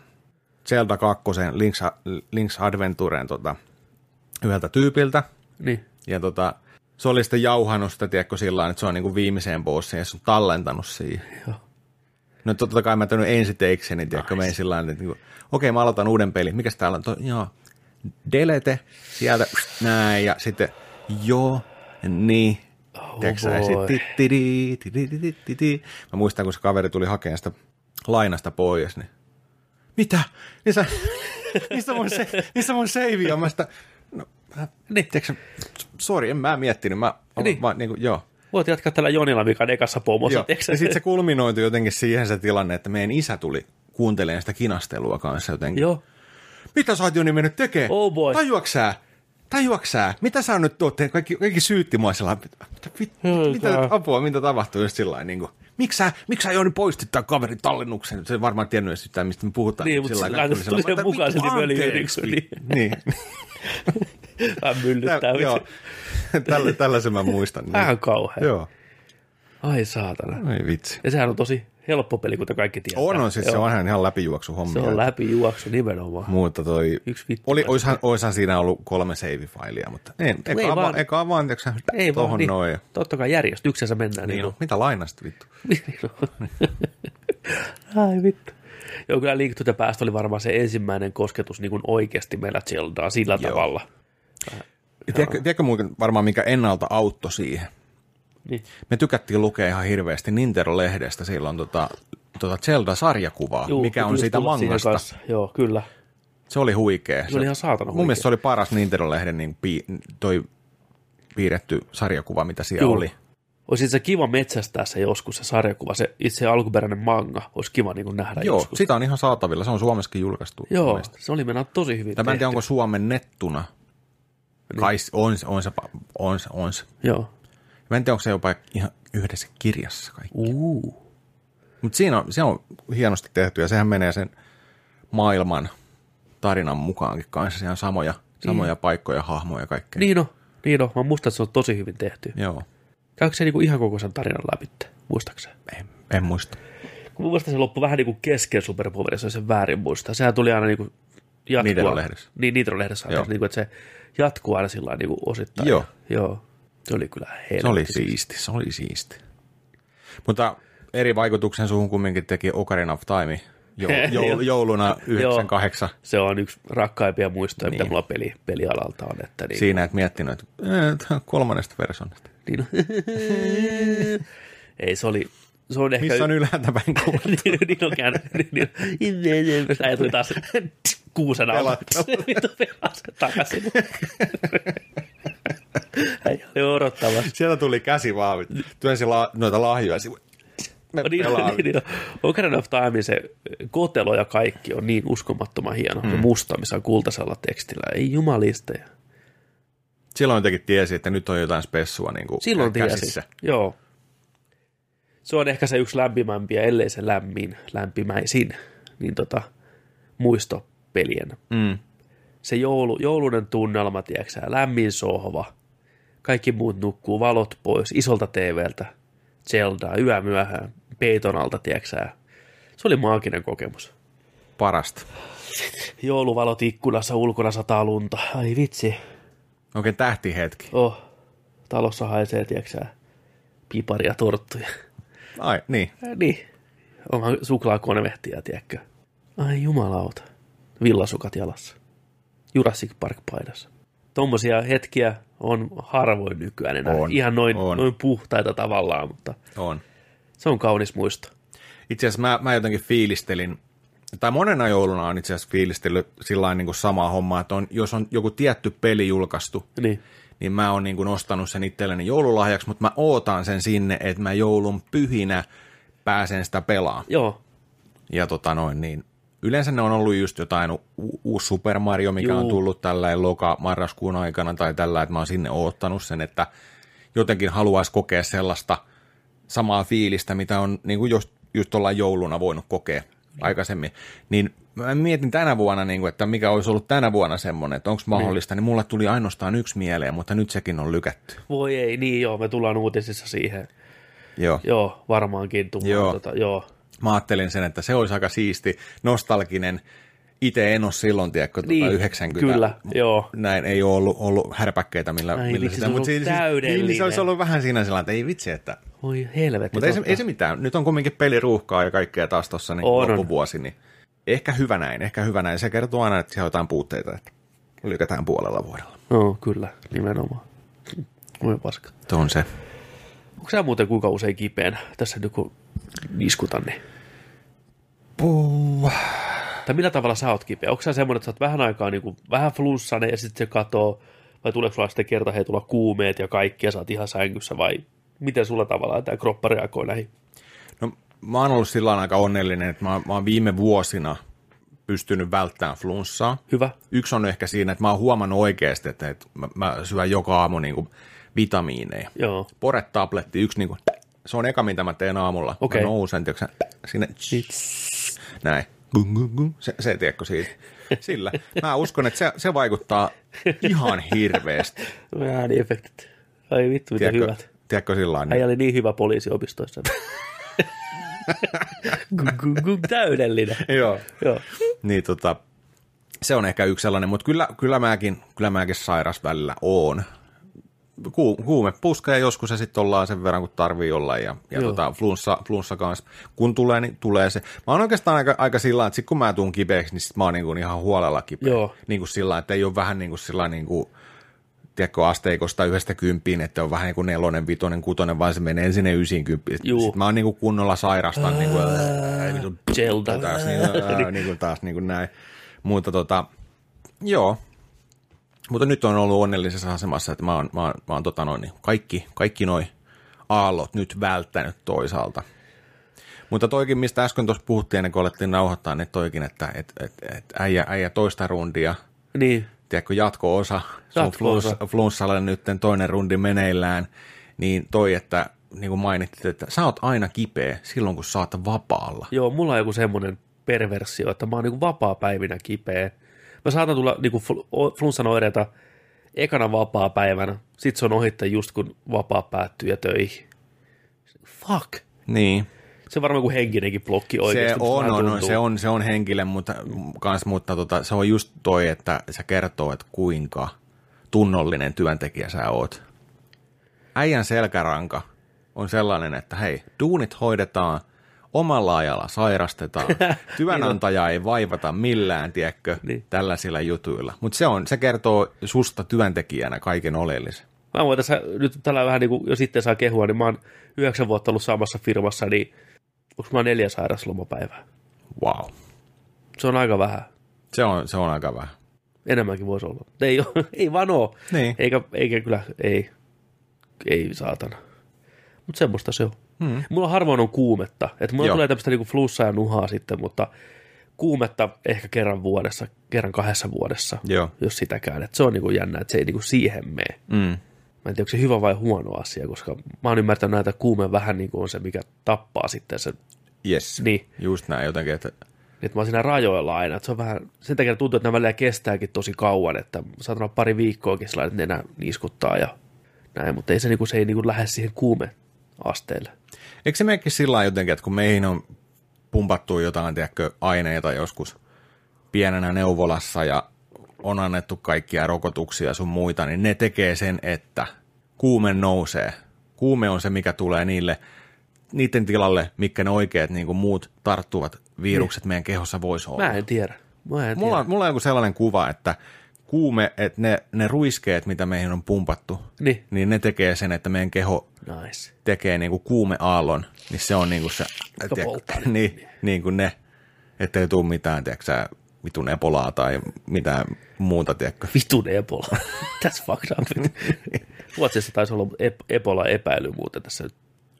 Speaker 3: Zelda 2, Link's, Link's Adventuren tota, yhdeltä tyypiltä,
Speaker 1: Niin.
Speaker 3: ja tota, se oli sitten jauhannut sitä, tiedätkö, sillä lailla, että se on niinku viimeiseen bossiin, ja se on tallentanut siihen.
Speaker 1: Joo.
Speaker 3: No totta kai mä tehnyt ensi teikseni, tiedätkö, nice. sillä lailla, että niinku, okei, mä aloitan uuden pelin. Mikäs täällä on? To, joo, delete, sieltä, pst, näin, ja sitten, joo, niin,
Speaker 1: Oh
Speaker 3: Tiedätkö sä, ja sit
Speaker 1: boy.
Speaker 3: ti- ti- ti- ti- ti- ti- ti- ti- ti. Mä muistan, kun se kaveri tuli hakemaan sitä lainasta pois, niin mitä? Niin sä, missä mun, se, missä mun save on? Mä sitä, no, mä-
Speaker 1: Niin.
Speaker 3: tiedätkö, sori, en mä miettinyt. Mä,
Speaker 1: Niin.
Speaker 3: niin. mä, niin kuin, joo.
Speaker 1: Voit jatkaa tällä Jonilla Mikan ekassa pomossa,
Speaker 3: joo. Ja
Speaker 1: tiedätkö sä?
Speaker 3: sitten se kulminoitui jotenkin siihen se tilanne, että meidän isä tuli kuuntelemaan sitä kinastelua kanssa jotenkin.
Speaker 1: Joo.
Speaker 3: Mitä sä oot Joni mennyt tekemään?
Speaker 1: Oh boy.
Speaker 3: Tajuaksää? Tajuaksää? Mitä sä nyt tuot? Kaikki, kaikki syytti mua sillä lailla, mitä, mit,
Speaker 1: Joo,
Speaker 3: mitä
Speaker 1: kyllä.
Speaker 3: nyt apua, mitä tapahtuu just sillä lailla, niin kuin, miksi sä, miksi sä Joni poistit tämän kaverin tallennuksen? Se ei varmaan tiennyt edes yhtään, mistä me puhutaan.
Speaker 1: Niin, mutta sillä
Speaker 3: kaikki
Speaker 1: lailla
Speaker 3: oli
Speaker 1: tuli
Speaker 3: sillä lailla,
Speaker 1: mukaan
Speaker 3: "Mitä
Speaker 1: silti
Speaker 3: vittu,
Speaker 1: möljy
Speaker 3: anteeksi,
Speaker 1: yli,
Speaker 3: vi-" Niin.
Speaker 1: Vähän myllyttää.
Speaker 3: Tää- joo. Tällä, tällaisen mä muistan. niin.
Speaker 1: Vähän kauhea.
Speaker 3: Joo.
Speaker 1: Ai saatana.
Speaker 3: Ei vitsi.
Speaker 1: Ja sehän on tosi helppo peli, kuten kaikki tietää.
Speaker 3: On, on siis se
Speaker 1: Joo.
Speaker 3: onhan ihan läpijuoksu hommia.
Speaker 1: Se on läpijuoksu nimenomaan.
Speaker 3: Mutta toi,
Speaker 1: Yksi vittu.
Speaker 3: oli, oishan, oishan siinä ollut kolme save-failia, mutta ei, eka, ei
Speaker 1: vaan.
Speaker 3: vaan, vaan, eka vaan, tiiäksä,
Speaker 1: Ei
Speaker 3: tohon
Speaker 1: vaan, niin,
Speaker 3: noin.
Speaker 1: totta kai järjestyksessä mennään.
Speaker 3: Niin,
Speaker 1: Niin,
Speaker 3: no, mitä lainasta vittu?
Speaker 1: Ai vittu. Joo, kyllä Link to the Past oli varmaan se ensimmäinen kosketus niin kuin oikeasti meillä Zeldaan sillä Joo.
Speaker 3: Joo.
Speaker 1: tavalla.
Speaker 3: Ja Tiedätkö, tiedätkö muuten varmaan, mikä ennalta auttoi siihen?
Speaker 1: Niin.
Speaker 3: Me tykättiin lukea ihan hirveästi Nintendo-lehdestä silloin tota, tota Zelda-sarjakuvaa,
Speaker 1: Juu,
Speaker 3: mikä on
Speaker 1: just
Speaker 3: siitä
Speaker 1: tullut siihen
Speaker 3: mangasta.
Speaker 1: kanssa. Joo, kyllä.
Speaker 3: Se oli huikea.
Speaker 1: Se oli ihan saatana
Speaker 3: Mun
Speaker 1: huikea.
Speaker 3: mielestä se oli paras Nintendo-lehden niin pi, toi piirretty sarjakuva, mitä siellä
Speaker 1: Juu.
Speaker 3: Juu. oli.
Speaker 1: Olisi se kiva metsästää se joskus, se sarjakuva, se itse alkuperäinen manga. Olisi kiva niin kuin nähdä
Speaker 3: Joo,
Speaker 1: joskus.
Speaker 3: sitä on ihan saatavilla. Se on Suomessakin julkaistu. mun
Speaker 1: Joo,
Speaker 3: mielestä.
Speaker 1: se oli mennä tosi hyvin
Speaker 3: Tai mä en
Speaker 1: tehty. Niin.
Speaker 3: tiedä, onko Suomen nettuna. Kai se- on, se- on, se, pa- on, se- on, se.
Speaker 1: Joo.
Speaker 3: Mä en tiedä, onko se jopa ihan yhdessä kirjassa kaikki.
Speaker 1: Uu.
Speaker 3: Mutta siinä on, se on hienosti tehty ja sehän menee sen maailman tarinan mukaankin kanssa. Siellä on samoja, samoja paikkoja, hahmoja ja kaikkea.
Speaker 1: Niin on, niin on. Mä muistan, että se on tosi hyvin tehty.
Speaker 3: Joo,
Speaker 1: Käykö se niin kuin ihan koko sen tarinan läpi? Muistaakseni?
Speaker 3: en, en muista.
Speaker 1: Kun mun mielestä se loppui vähän niin kuin kesken superpoverissa, jos sen väärin muistaa. Sehän tuli aina niin kuin jatkua.
Speaker 3: Niitero-lehdessä.
Speaker 1: Niin, Niitero-lehdessä.
Speaker 3: Joo.
Speaker 1: Anteeksi, niin kuin, että se jatkuu aina sillä lailla niin kuin osittain.
Speaker 3: Joo.
Speaker 1: Joo. Se oli kyllä helvetti.
Speaker 3: Se oli siisti, se oli siisti. Mutta eri vaikutuksen suhun kumminkin teki Ocarina of Time jo, jo, jouluna 98.
Speaker 1: Se on yksi rakkaimpia muistoja, niin. mitä mulla peli, pelialalta on. Että niin,
Speaker 3: Siinä et miettinyt, että eh, tää on kolmannesta persoonasta.
Speaker 1: niin, ei, se oli... Se on ehkä...
Speaker 3: Missä on ylhäältäpäin kuva?
Speaker 1: niin, niin on käynyt. Niin, niin, niin, niin, Äijä tuli taas kuusena.
Speaker 3: Pelaat.
Speaker 1: Vittu pelaa sen takaisin. Äijä oli odottamassa.
Speaker 3: Sieltä tuli käsi vaan, työnsi la, noita lahjoja. sivu- Me
Speaker 1: Niin,
Speaker 3: pelaamme.
Speaker 1: niin, niin, on. Ocarina of Time, se kotelo ja kaikki on niin uskomattoman hieno. Mm. Musta, missä on kultaisella tekstillä. Ei jumalista. Ja
Speaker 3: Silloin jotenkin tiesi, että nyt on jotain spessua niin kuin
Speaker 1: Silloin
Speaker 3: käsissä.
Speaker 1: tiesi. Joo. Se on ehkä se yksi lämpimämpiä, ellei se lämmin, lämpimäisin, niin tota, muistopelien
Speaker 3: Mm.
Speaker 1: se joulu, joulunen tunnelma, tiedätkö sä, lämmin sohva, kaikki muut nukkuu, valot pois, isolta TVltä, Zeldaa, yömyöhään, peiton alta, tiedätkö sä. Se oli maaginen kokemus.
Speaker 3: Parasta.
Speaker 1: Jouluvalot ikkunassa, ulkona sataa lunta, ai vitsi,
Speaker 3: Oikein tähtihetki.
Speaker 1: oh, talossa haisee, tiedätkö sä, piparia, torttuja.
Speaker 3: Ai, niin.
Speaker 1: Äh, Niin, onhan suklaakonvehtia, tiedätkö. Ai jumalauta, villasukat jalassa, Jurassic Park paidassa. Tuommoisia hetkiä on harvoin nykyään enää.
Speaker 3: On,
Speaker 1: Ihan noin,
Speaker 3: on.
Speaker 1: noin puhtaita tavallaan, mutta
Speaker 3: On.
Speaker 1: se on kaunis muisto.
Speaker 3: Itse asiassa mä, mä jotenkin fiilistelin, tai monena jouluna on itse asiassa fiilistellyt sillä niin kuin samaa hommaa, että on, jos on joku tietty peli julkaistu,
Speaker 1: Niin,
Speaker 3: niin mä oon niin kuin ostanut sen itselleni joululahjaksi, mutta mä ootan sen sinne, että mä joulun pyhinä pääsen sitä pelaamaan.
Speaker 1: Joo,
Speaker 3: Ja tota noin, niin yleensä ne on ollut just jotain u- uusi Super Mario, mikä
Speaker 1: Juu.
Speaker 3: on tullut tällä loka-marraskuun aikana tai tällä, että mä oon sinne oottanut sen, että jotenkin haluaisi kokea sellaista samaa fiilistä, mitä on niin kuin just, just ollaan jouluna voinut kokea aikaisemmin. Niin mä mietin tänä vuonna, niin kuin, että mikä olisi ollut tänä vuonna semmoinen, että onko mahdollista, niin mulla tuli ainoastaan yksi mieleen, mutta nyt sekin on lykätty.
Speaker 1: voi ei, niin joo, me tullaan uutisissa siihen.
Speaker 3: Joo.
Speaker 1: Joo, varmaankin tullaan. Joo.
Speaker 3: Joo.
Speaker 1: Tota, joo.
Speaker 3: mä ajattelin sen, että se olisi aika siisti, nostalginen. Itse en ole silloin, tiedätkö, tuota
Speaker 1: Niin,
Speaker 3: 90.
Speaker 1: kyllä, joo.
Speaker 3: Näin ei ole ollut, ollut härpäkkeitä, millä,
Speaker 1: Ai
Speaker 3: millä
Speaker 1: vitsi, se on ollut
Speaker 3: siinä-
Speaker 1: täydellinen.
Speaker 3: Niin, niin se olisi ollut vähän siinä sellainen, että ei vitsi, että...
Speaker 1: Voi helvetti.
Speaker 3: Mutta ei se,
Speaker 1: totta.
Speaker 3: ei se mitään. Nyt on kumminkin peliruuhkaa ja kaikkea taas tuossa niin
Speaker 1: On, on.
Speaker 3: loppuvuosi, niin ehkä hyvä näin, ehkä hyvä näin. Se kertoo aina, että siellä on jotain puutteita, että lykätään puolella vuodella.
Speaker 1: Joo, kyllä, nimenomaan. Voi paska.
Speaker 3: Tuo on se.
Speaker 1: Onko sä muuten kuinka usein kipeänä tässä nyt kun niskutan? Niin?
Speaker 3: Puu.
Speaker 1: Tai millä tavalla sä oot kipeä? Onko sä semmoinen, että sä oot vähän aikaa niin kuin, vähän flunssainen ja sitten se katoo? Vai tuleeko sulla sitten kerta, hei tulla kuumeet ja kaikki ja sä oot ihan sängyssä vai miten sulla tavallaan tämä kroppa reagoi näihin?
Speaker 3: No, mä oon ollut sillä lailla aika onnellinen, että mä, oon- mä oon viime vuosina pystynyt välttämään flunssaa.
Speaker 1: Hyvä.
Speaker 3: Yksi on ehkä siinä, että mä oon huomannut oikeasti, että, että mä, mä syön joka aamu niin kuin vitamiineja.
Speaker 1: Joo.
Speaker 3: Pore-tabletti, yksi niin kuin, se on eka, mitä mä teen aamulla.
Speaker 1: Okei.
Speaker 3: Mä nousen, tiiäksä, sinne, näin. Gung, gung, gung. Se, se tiedätkö siitä? Sillä. Mä uskon, että se, se vaikuttaa ihan hirveästi.
Speaker 1: Vähän niin efektit. Ai vittu, mitä
Speaker 3: Tiedätkö,
Speaker 1: hyvät.
Speaker 3: tiedätkö sillä lailla?
Speaker 1: Äijä oli niin hyvä poliisiopistoissa. Gung, gung, gung, Täydellinen.
Speaker 3: Joo.
Speaker 1: Joo.
Speaker 3: niin tota, se on ehkä yksi sellainen, mutta kyllä, kyllä, mäkin, kyllä mäkin sairas välillä oon. Ku, kuume puskee joskus ja sitten ollaan sen verran, kun tarvii olla ja, ja
Speaker 1: Joo.
Speaker 3: tota, flunssa, flunssa kanssa. Kun tulee, niin tulee se. Mä oon oikeastaan aika, aika sillä lailla, että sit kun mä tuun kipeäksi, niin sit mä oon niinku ihan huolella kipeä.
Speaker 1: Joo.
Speaker 3: Niinku sillä lailla, että ei ole vähän niinku sillä lailla niinku, tiedätkö, asteikosta yhdestä kymppiin, että on vähän niin kuin nelonen, vitonen, kutonen, vaan se menee sinne ysiin kymppiin.
Speaker 1: Juu.
Speaker 3: Sitten mä oon niin kuin kunnolla sairastan. Niin kuin, ää, niin kuin,
Speaker 1: Zelda.
Speaker 3: Taas, niin, ää, niin kuin, taas niin kuin näin. Mutta tota, joo. Mutta nyt on ollut onnellisessa asemassa, että mä oon, mä oon, mä oon tota noin, niin kaikki, kaikki noi aallot nyt välttänyt toisaalta. Mutta toikin, mistä äsken tuossa puhuttiin, ennen kuin olettiin nauhoittaa, niin toikin, että et, et, et äijä, äijä toista rundia –
Speaker 1: Niin.
Speaker 3: tiedätkö, jatko-osa, se on
Speaker 1: Jatko-osa.
Speaker 3: flunss- flunssalle nyt toinen rundi meneillään, niin toi, että niin kuin mainitsit, että sä oot aina kipeä silloin, kun sä oot vapaalla.
Speaker 1: Joo, mulla on joku semmoinen perversio, että mä oon niinku vapaa-päivinä kipeä. Mä saatan tulla niinku fl- o- flunssan oireita ekana vapaa-päivänä, sit se on ohitte just kun vapaa päättyy ja töihin. Fuck!
Speaker 3: Niin.
Speaker 1: Se on varmaan joku henkinenkin blokki oikeasti.
Speaker 3: Se
Speaker 1: musta
Speaker 3: on,
Speaker 1: vähän
Speaker 3: on, on,
Speaker 1: tuntuu.
Speaker 3: se on, se on henkilö, mutta, kans, mutta tota, se on just toi, että se kertoo, että kuinka tunnollinen työntekijä sä oot. Äijän selkäranka on sellainen, että hei, duunit hoidetaan, omalla ajalla sairastetaan, työnantaja ei vaivata millään, tiedätkö,
Speaker 1: Niin.
Speaker 3: tällaisilla jutuilla. Mutta se, on, se kertoo susta työntekijänä kaiken oleellisen.
Speaker 1: Mä voin tässä nyt tällä vähän niin kuin, jos sitten saa kehua, niin mä oon yhdeksän vuotta ollut samassa firmassa, niin onks mä neljä sairaslomapäivää?
Speaker 3: Wow.
Speaker 1: Se on aika vähän.
Speaker 3: Se on, se on aika vähän.
Speaker 1: Enemmänkin voisi olla. Ei, oo- ei vaan oo.
Speaker 3: Niin.
Speaker 1: Eikä, eikä kyllä, ei. Ei saatana. Mutta semmoista se on. Hmm. Mulla harvoin on kuumetta. Et mulla Joo.
Speaker 3: Joo.
Speaker 1: tulee tämmöistä niinku flussaa ja nuhaa sitten, mutta kuumetta ehkä kerran vuodessa, kerran kahdessa vuodessa,
Speaker 3: Joo.
Speaker 1: jos sitäkään. Et se on niinku jännä, että se ei niinku siihen mene.
Speaker 3: Mm.
Speaker 1: Mä en tiedä, onko se hyvä vai huono asia, koska mä oon ymmärtänyt näitä kuume vähän niinku on se, mikä tappaa sitten sen.
Speaker 3: Yes.
Speaker 1: Niin.
Speaker 3: Just näin jotenkin, että
Speaker 1: Että mä oon siinä rajoilla aina. Et se on vähän, sen takia tuntuu, että nämä välillä kestääkin tosi kauan, että saatan olla pari viikkoakin sillä lailla, että nenä niiskuttaa ja näin, mutta ei se, niinku, se ei niinku lähde siihen kuume asteelle.
Speaker 3: Eikö se menekin sillä lailla jotenkin, että kun meihin on pumpattu jotain, tiedätkö, aineita joskus pienenä neuvolassa ja on annettu kaikkia rokotuksia sun muita, niin ne tekee sen, että kuume nousee. Kuume on se, mikä tulee niille, niiden tilalle, mikä ne oikeat niin kuin muut tarttuvat virukset meidän kehossa voisi olla.
Speaker 1: Mä en tiedä. Mä en
Speaker 3: Mulla
Speaker 1: tiedä.
Speaker 3: on, mulla on joku sellainen kuva, että kuume, että ne, ne ruiskeet, mitä meihin on pumpattu,
Speaker 1: Niin.
Speaker 3: niin ne tekee sen, että meidän keho
Speaker 1: Nice.
Speaker 3: tekee niinku kuumeaallon, niin se on niinku se, tiedätkö,
Speaker 1: polttaa
Speaker 3: niin, niinku ne, ettei tuu mitään, tiedätkö, sä, vitun epolaa tai mitään muuta, tiedätkö?
Speaker 1: Vitun Ebola. That's fucked up. Ruotsissa taisi olla ep- Ebola-epäily muuten tässä nyt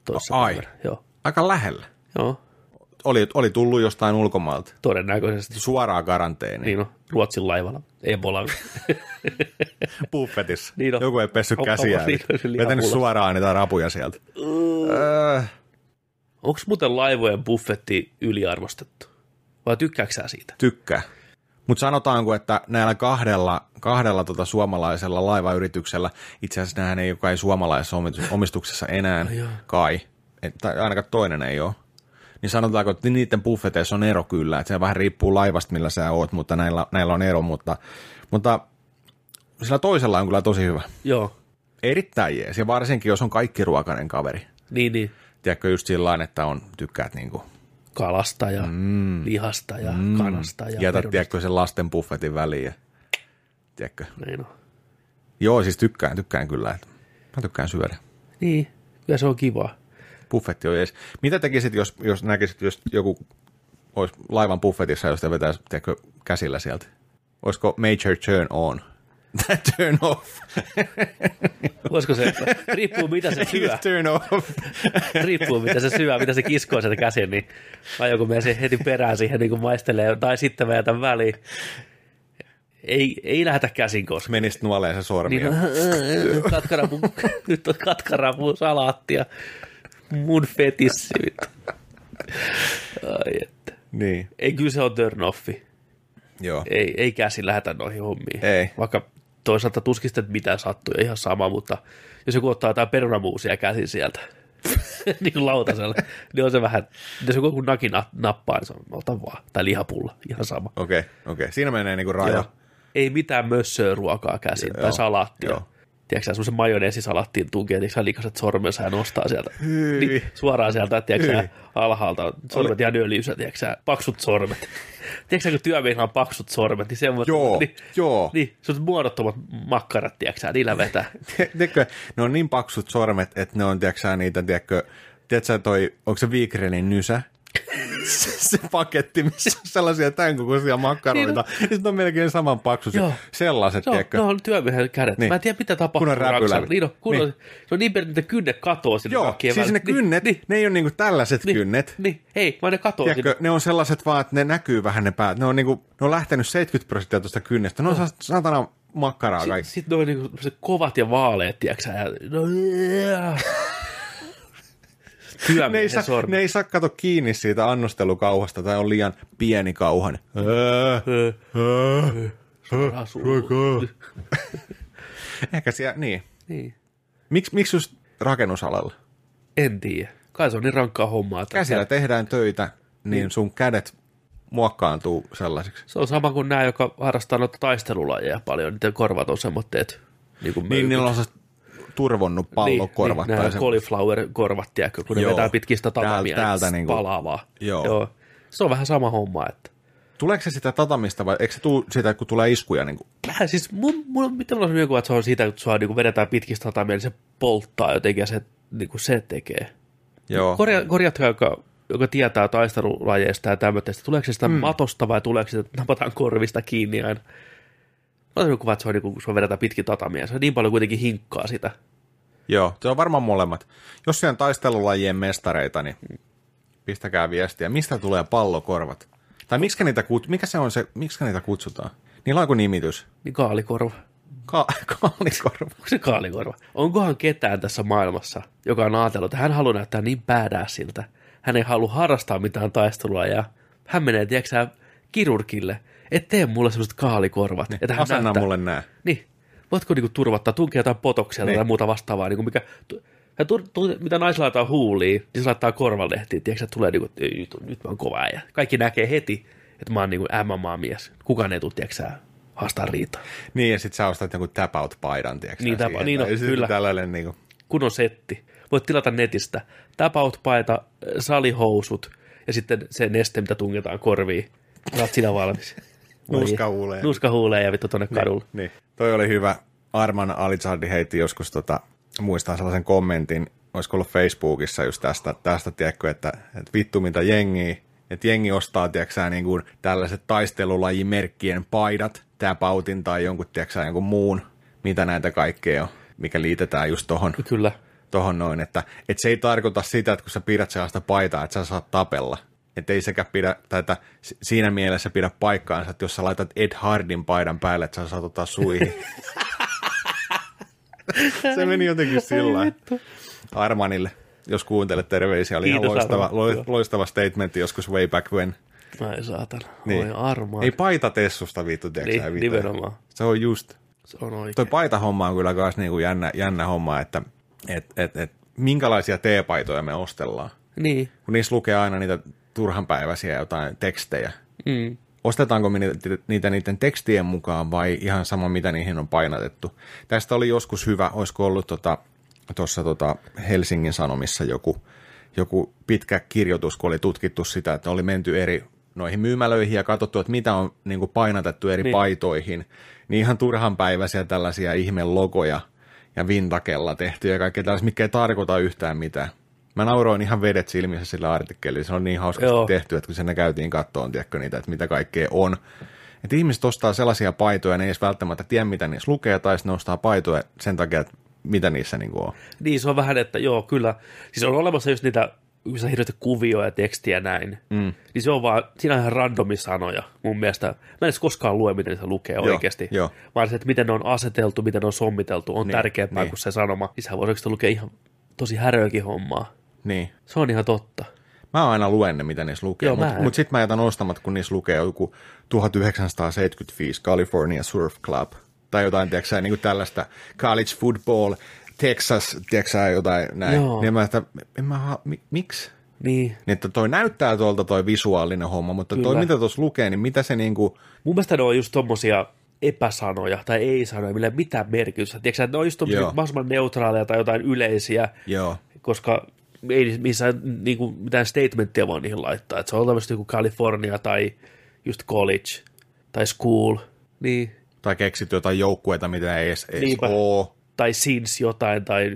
Speaker 1: toisessa
Speaker 3: Ai.
Speaker 1: päivänä. Joo.
Speaker 3: Aika lähellä.
Speaker 1: Joo,
Speaker 3: Oli, oli tullut jostain ulkomaalta.
Speaker 1: todennäköisesti.
Speaker 3: Suoraan karanteeniin.
Speaker 1: Niin on, Ruotsin laivalla. Ebola.
Speaker 3: Buffetissa.
Speaker 1: Niin on.
Speaker 3: Joku ei pessy
Speaker 1: Onpa-
Speaker 3: käsiään.
Speaker 1: onpa- niin on se Mm.
Speaker 3: Vetänyt
Speaker 1: lihapulla.
Speaker 3: suoraan niitä rapuja sieltä. Öö,
Speaker 1: Onko muuten laivojen buffetti yliarvostettu? Vai tykkääksä sä siitä?
Speaker 3: tykkää. Mutta sanotaanko, että näillä kahdella, kahdella tota suomalaisella laivayrityksellä, itse asiassa nämähän ei ole kai suomalaisessa omi- omistuksessa enää,
Speaker 1: No joo.
Speaker 3: kai, Et, tai ainakaan toinen ei ole, niin sanotaanko, että niiden buffeteissa on ero kyllä, että se vähän riippuu laivasta, millä sä oot, mutta näillä, näillä on ero, mutta, mutta sillä toisella on kyllä tosi hyvä.
Speaker 1: Joo,
Speaker 3: Erittäin jees, ja varsinkin jos on kaikki ruokainen kaveri.
Speaker 1: niin, niin.
Speaker 3: Tiedätkö, just sillä lailla, että on, tykkäät niinku,
Speaker 1: Kalasta ja mm. lihasta ja mm. kanasta ja
Speaker 3: jätät,
Speaker 1: perunasta.
Speaker 3: tiedätkö, sen lasten buffetin väliin ja, tiedätkö,
Speaker 1: Niin on.
Speaker 3: Joo, siis tykkään, tykkään kyllä. Että mä tykkään syödä.
Speaker 1: Niin, kyllä se on kivaa.
Speaker 3: Buffetti on edes. Mitä tekisit, jos, jos näkisit, jos joku olisi laivan buffetissa, jos te vetäisi tiedätkö, käsillä sieltä? Olisiko major turn on? Tai turn off.
Speaker 1: Voisiko se, riippuu mitä se syö,
Speaker 3: turn off.
Speaker 1: riippuu mitä se syö, mitä se kiskoo sieltä käsin, niin vai joku menee siihen heti perään siihen niin kuin maistelee, tai sitten mä jätän väliin. Ei, ei lähdetä käsin koskaan.
Speaker 3: Menisit nuoleen se sormi.
Speaker 1: Niin, katkarapu, nyt on katkarapu salaattia. Mun fetissi. vittu. Ai että.
Speaker 3: niin.
Speaker 1: Ei kyllä se on turn offi.
Speaker 3: Joo.
Speaker 1: Ei, ei käsi lähetä noihin hommiin.
Speaker 3: Ei.
Speaker 1: Vaikka toisaalta tuskin sitten mitään sattuu, ihan sama, mutta jos joku ottaa jotain perunamuusia käsin sieltä, niin kuin lautaselle, niin on se vähän, jos joku joku naki na- nappaa, niin se on, ota vaan, tai lihapulla, ihan sama.
Speaker 3: Okei, okay, okei. Okay. Siinä menee niinku raja.
Speaker 1: Joo. Ei mitään mössöä ruokaa käsin
Speaker 3: Joo,
Speaker 1: tai salaattia.
Speaker 3: joo.
Speaker 1: Joo. Tiedätkö sä, semmoisen majoneesisalaattiin tunkee, tiedätkö sä likaset sormensa ja nostaa sieltä.
Speaker 3: Hyi.
Speaker 1: Niin, suoraan sieltä, tiedätkö sä,
Speaker 3: Hyi.
Speaker 1: alhaalta. Sormet ihan öljyssä, tiedätkö sä, paksut sormet. tiedätkö sä, kun työmiehillä on paksut sormet, niin semmoiset.
Speaker 3: Joo,
Speaker 1: niin,
Speaker 3: joo.
Speaker 1: Niin, sun muodottomat makkarat, tiedätkö sä, niillä vetää.
Speaker 3: Tiedätkö, ne on niin paksut sormet, että ne on, tiedätkö sä, niitä, tiedätkö, tiedätkö sä toi, onko se Wigrenin nysä? se, se paketti, missä on sellaisia tämän kokoisia makkaroita. Niin. Sitten on melkein saman paksuisia.
Speaker 1: no. Joo. no.
Speaker 3: Sellaiset,
Speaker 1: Se on,
Speaker 3: tiedätkö?
Speaker 1: ne on työmiehen kädet.
Speaker 3: Niin.
Speaker 1: Niin. Mä en tiedä, mitä tapahtuu.
Speaker 3: Kun on räpylä.
Speaker 1: Raksalla. Niin, on, kun
Speaker 3: Niin.
Speaker 1: niin. On, se on niin pieni, että ne kynnet katoo sinne
Speaker 3: Joo,
Speaker 1: kaikkien
Speaker 3: siis ne
Speaker 1: väliin.
Speaker 3: kynnet, niin,
Speaker 1: Niin,
Speaker 3: ne ei ole niinku tällaiset
Speaker 1: niin,
Speaker 3: kynnet.
Speaker 1: Niin, ei, vaan ne katoo sinne
Speaker 3: Tiedätkö, ne on sellaiset vaan, että ne näkyy vähän ne päät. Ne on, niinku, ne on lähtenyt 70 prosenttia tuosta kynnestä. Ne on sa- satana makkaraa kaikki.
Speaker 1: Sitten sit noin niinku se kovat ja vaaleet, tiiäksä, ja no,
Speaker 3: ne Niin ei, saa,
Speaker 1: Työmiehen
Speaker 3: ne
Speaker 1: sormi.
Speaker 3: ei saa kato kiinni siitä annostelukauhasta tai on liian pieni kauhan. Öö,
Speaker 1: Öö,
Speaker 3: öö,
Speaker 1: suoraan suuhun.
Speaker 3: ruokaa. Ehkä siellä, niin.
Speaker 1: Niin.
Speaker 3: Miks, miksi just rakennusalalla?
Speaker 1: En tiedä. Kai se on niin rankkaa hommaa. että-
Speaker 3: Käsillä tehdään töitä, niin sun kädet muokkaantuu sellaisiksi.
Speaker 1: Se on sama kuin nämä, jotka harrastaa noita taistelulajeja paljon. Niiden korvat on semmoitteet. Niin, kuin
Speaker 3: Niin
Speaker 1: möykyt.
Speaker 3: niillä on sellaiset turvonnut pallokorvat.
Speaker 1: Niin,
Speaker 3: tai
Speaker 1: niin,
Speaker 3: se-
Speaker 1: nämä cauliflower-korvat, tiedätkö, kun ne
Speaker 3: Joo.
Speaker 1: vetää pitkistä tatamia.
Speaker 3: Täältä-
Speaker 1: Täältä,
Speaker 3: täältä
Speaker 1: täältä
Speaker 3: niinku.
Speaker 1: Palaavaa.
Speaker 3: Joo.
Speaker 1: Joo. Se on vähän sama homma, että
Speaker 3: Tuleeko se sitä tatamista vai eikö se tule sitä, kun tulee iskuja? Niin kuin?
Speaker 1: Vähän siis, mun, mun, mitä mulla on joku, että se on siitä, kun sua niin vedetään pitkistä satamia, niin se polttaa jotenkin ja se, niin kuin se tekee.
Speaker 3: Joo.
Speaker 1: Korja, korjatkaa, joka, joka tietää taistelulajeista ja tämmöistä. Tuleeko se sitä mm. matosta vai tuleeko se, että napataan korvista kiinni aina? Mä olen kuva, että se on niin kuin, kun sua vedetään pitkin tatamia. Se on niin paljon kuitenkin hinkkaa sitä.
Speaker 3: Joo, se on varmaan molemmat. Jos siellä on taistelulajien mestareita, niin pistäkää viestiä. Mistä tulee pallokorvat? Tai miksi niitä, kut- mikä se on se, miksi niitä kutsutaan? Niillä on joku nimitys.
Speaker 1: Niin kaalikorva.
Speaker 3: Ka- kaalikorva.
Speaker 1: Onko se kaalikorva? Onkohan ketään tässä maailmassa, joka on ajatellut, että hän haluaa näyttää niin päädää siltä. Hän ei halua harrastaa mitään taistelua ja hän menee, tiedätkö sä, kirurgille, et tee mulle semmoiset kaalikorvat. Niin, että hän
Speaker 3: Asenna
Speaker 1: näyttää.
Speaker 3: mulle nää.
Speaker 1: Niin. Voitko niinku turvattaa, tunkea jotain potoksia niin. tai muuta vastaavaa, niinku mikä, tu, ja tu, tu, mitä naisilla laittaa huuliin, niin se laittaa korvalehtiin, tiedätkö sä, tulee niinku, että ei, nyt, on- nyt mä oon kova äijä. Kaikki näkee heti, että mä oon niinku MMA-mies. Kukaan ei tule, tiedätkö sä, haastaa riitaa.
Speaker 3: Niin, ja sit sä ostat jonkun tap out paidan, tiedätkö?
Speaker 1: Niin,
Speaker 3: sä,
Speaker 1: tap-
Speaker 3: siihen.
Speaker 1: niin on,
Speaker 3: Tai sit
Speaker 1: kyllä.
Speaker 3: Tällainen niin kuin,
Speaker 1: kunnon setti. Voit tilata netistä tapautpaita, äh, salihousut ja sitten se neste, mitä tungetaan korviin. Olet sinä valmis. Voi
Speaker 3: Nuskahuuleen.
Speaker 1: je- Nuskahuuleen ja vittu tonne kadulle.
Speaker 3: Niin. Toi oli hyvä. Arman Alizardi heitti joskus, tota, muistan sellaisen kommentin, olisiko ollut Facebookissa just tästä, tästä tiedätkö, että, että vittu mitä jengiä, että jengi ostaa, tiedätkö niin kuin tällaiset taistelulajimerkkien paidat, täpautin tai jonkun, tiedätkö jonkun muun, mitä näitä kaikkea on, mikä liitetään just tohon,
Speaker 1: Kyllä.
Speaker 3: tohon noin, että et se ei tarkoita sitä, että kun sä pidät sellaista paitaa, että sä saat tapella. Että ei sekä pidä, tai että si- siinä mielessä pidä paikkaansa, että jos sä laitat Ed Hardin paidan päälle, että sä saat ottaa suihin. se meni jotenkin sillä lailla. Armanille, jos kuuntelet terveisiä, oli ihan
Speaker 1: Kiitos,
Speaker 3: loistava,
Speaker 1: Arman.
Speaker 3: lo,
Speaker 1: Joo.
Speaker 3: loistava statementti joskus way back when.
Speaker 1: Ai saatana. Niin.
Speaker 3: Niin.
Speaker 1: Oi armaa.
Speaker 3: Ei paita tessusta vittu, tiedätkö
Speaker 1: Niin,
Speaker 3: sä, vittu.
Speaker 1: nimenomaan.
Speaker 3: Se on just.
Speaker 1: Se on oikein.
Speaker 3: Toi paitahomma on kyllä myös niinku jännä, jännä homma, että et, et, et, minkälaisia teepaitoja me ostellaan.
Speaker 1: Niin.
Speaker 3: Kun niissä lukee aina niitä turhanpäiväisiä jotain tekstejä.
Speaker 1: Mm.
Speaker 3: Ostetaanko me niitä, niitä niiden tekstien mukaan vai ihan sama, mitä niihin on painatettu? Tästä oli joskus hyvä, olisiko ollut tuossa tota, tossa tota Helsingin Sanomissa joku, joku pitkä kirjoitus, kun oli tutkittu sitä, että oli menty eri noihin myymälöihin ja katsottu, että mitä on niin kuin painatettu eri
Speaker 1: Niin.
Speaker 3: niin. paitoihin. Niin ihan turhanpäiväisiä tällaisia ihmelogoja ja vintakella tehtyjä ja kaikkea tällaisia, mikä ei tarkoita yhtään mitään. Mä nauroin ihan vedet silmissä sillä artikkelilla, se on niin hauska
Speaker 1: Joo.
Speaker 3: Joo. tehty, että kun sinne käytiin kattoon, tiedätkö niitä, että mitä kaikkea on. Että ihmiset ostaa sellaisia paitoja, ne ei edes välttämättä tiedä, mitä niissä lukee, tai sitten ne ostaa paitoja sen takia, että mitä niissä niin on.
Speaker 1: Niin, se on vähän, että joo, kyllä. Siis on olemassa just niitä just hirveästi kuvioja, tekstiä ja näin. Mm. Niin se on vaan, siinä on ihan randomi sanoja mun mielestä. Mä en edes koskaan lue, miten se lukee
Speaker 3: Joo,
Speaker 1: oikeasti.
Speaker 3: joo.
Speaker 1: Vaan se, että miten ne on aseteltu, miten ne on sommiteltu, on niin, tärkeämpää niin.
Speaker 3: niin.
Speaker 1: kuin se sanoma. Niin sehän voi oikeasti lukea ihan tosi häröäkin hommaa.
Speaker 3: Niin.
Speaker 1: Se on ihan totta.
Speaker 3: Mä aina luen ne, mitä niissä lukee,
Speaker 1: Joo, mä
Speaker 3: mutta
Speaker 1: en.
Speaker 3: mut sitten mä jätän ostamatta, kun niissä lukee joku 1975 California Surf Club tai jotain, tiedätkö niin tällaista college football, Texas, tiedätkö sä, jotain näin.
Speaker 1: Joo.
Speaker 3: Niin mä, että en mä, ha- mi, miksi?
Speaker 1: Niin.
Speaker 3: Niin, että toi näyttää tuolta toi visuaalinen homma, mutta
Speaker 1: Kyllä.
Speaker 3: toi mitä tuossa lukee, niin mitä se niinku,
Speaker 1: Mun mielestä ne on just tommosia epäsanoja tai ei-sanoja, millä ei mitään merkitystä. Tiedätkö, sä, että ne on just tommosia
Speaker 3: Joo.
Speaker 1: mahdollisimman neutraaleja tai jotain yleisiä,
Speaker 3: joo,
Speaker 1: koska ei missään niin kuin, mitään statementtia voi niihin laittaa. Että se on tämmöistä joku California tai just college tai school, niin,
Speaker 3: tai keksit jotain joukkueita, mitä ei edes, edes
Speaker 1: Niinpä.
Speaker 3: oo.
Speaker 1: tai sins jotain tai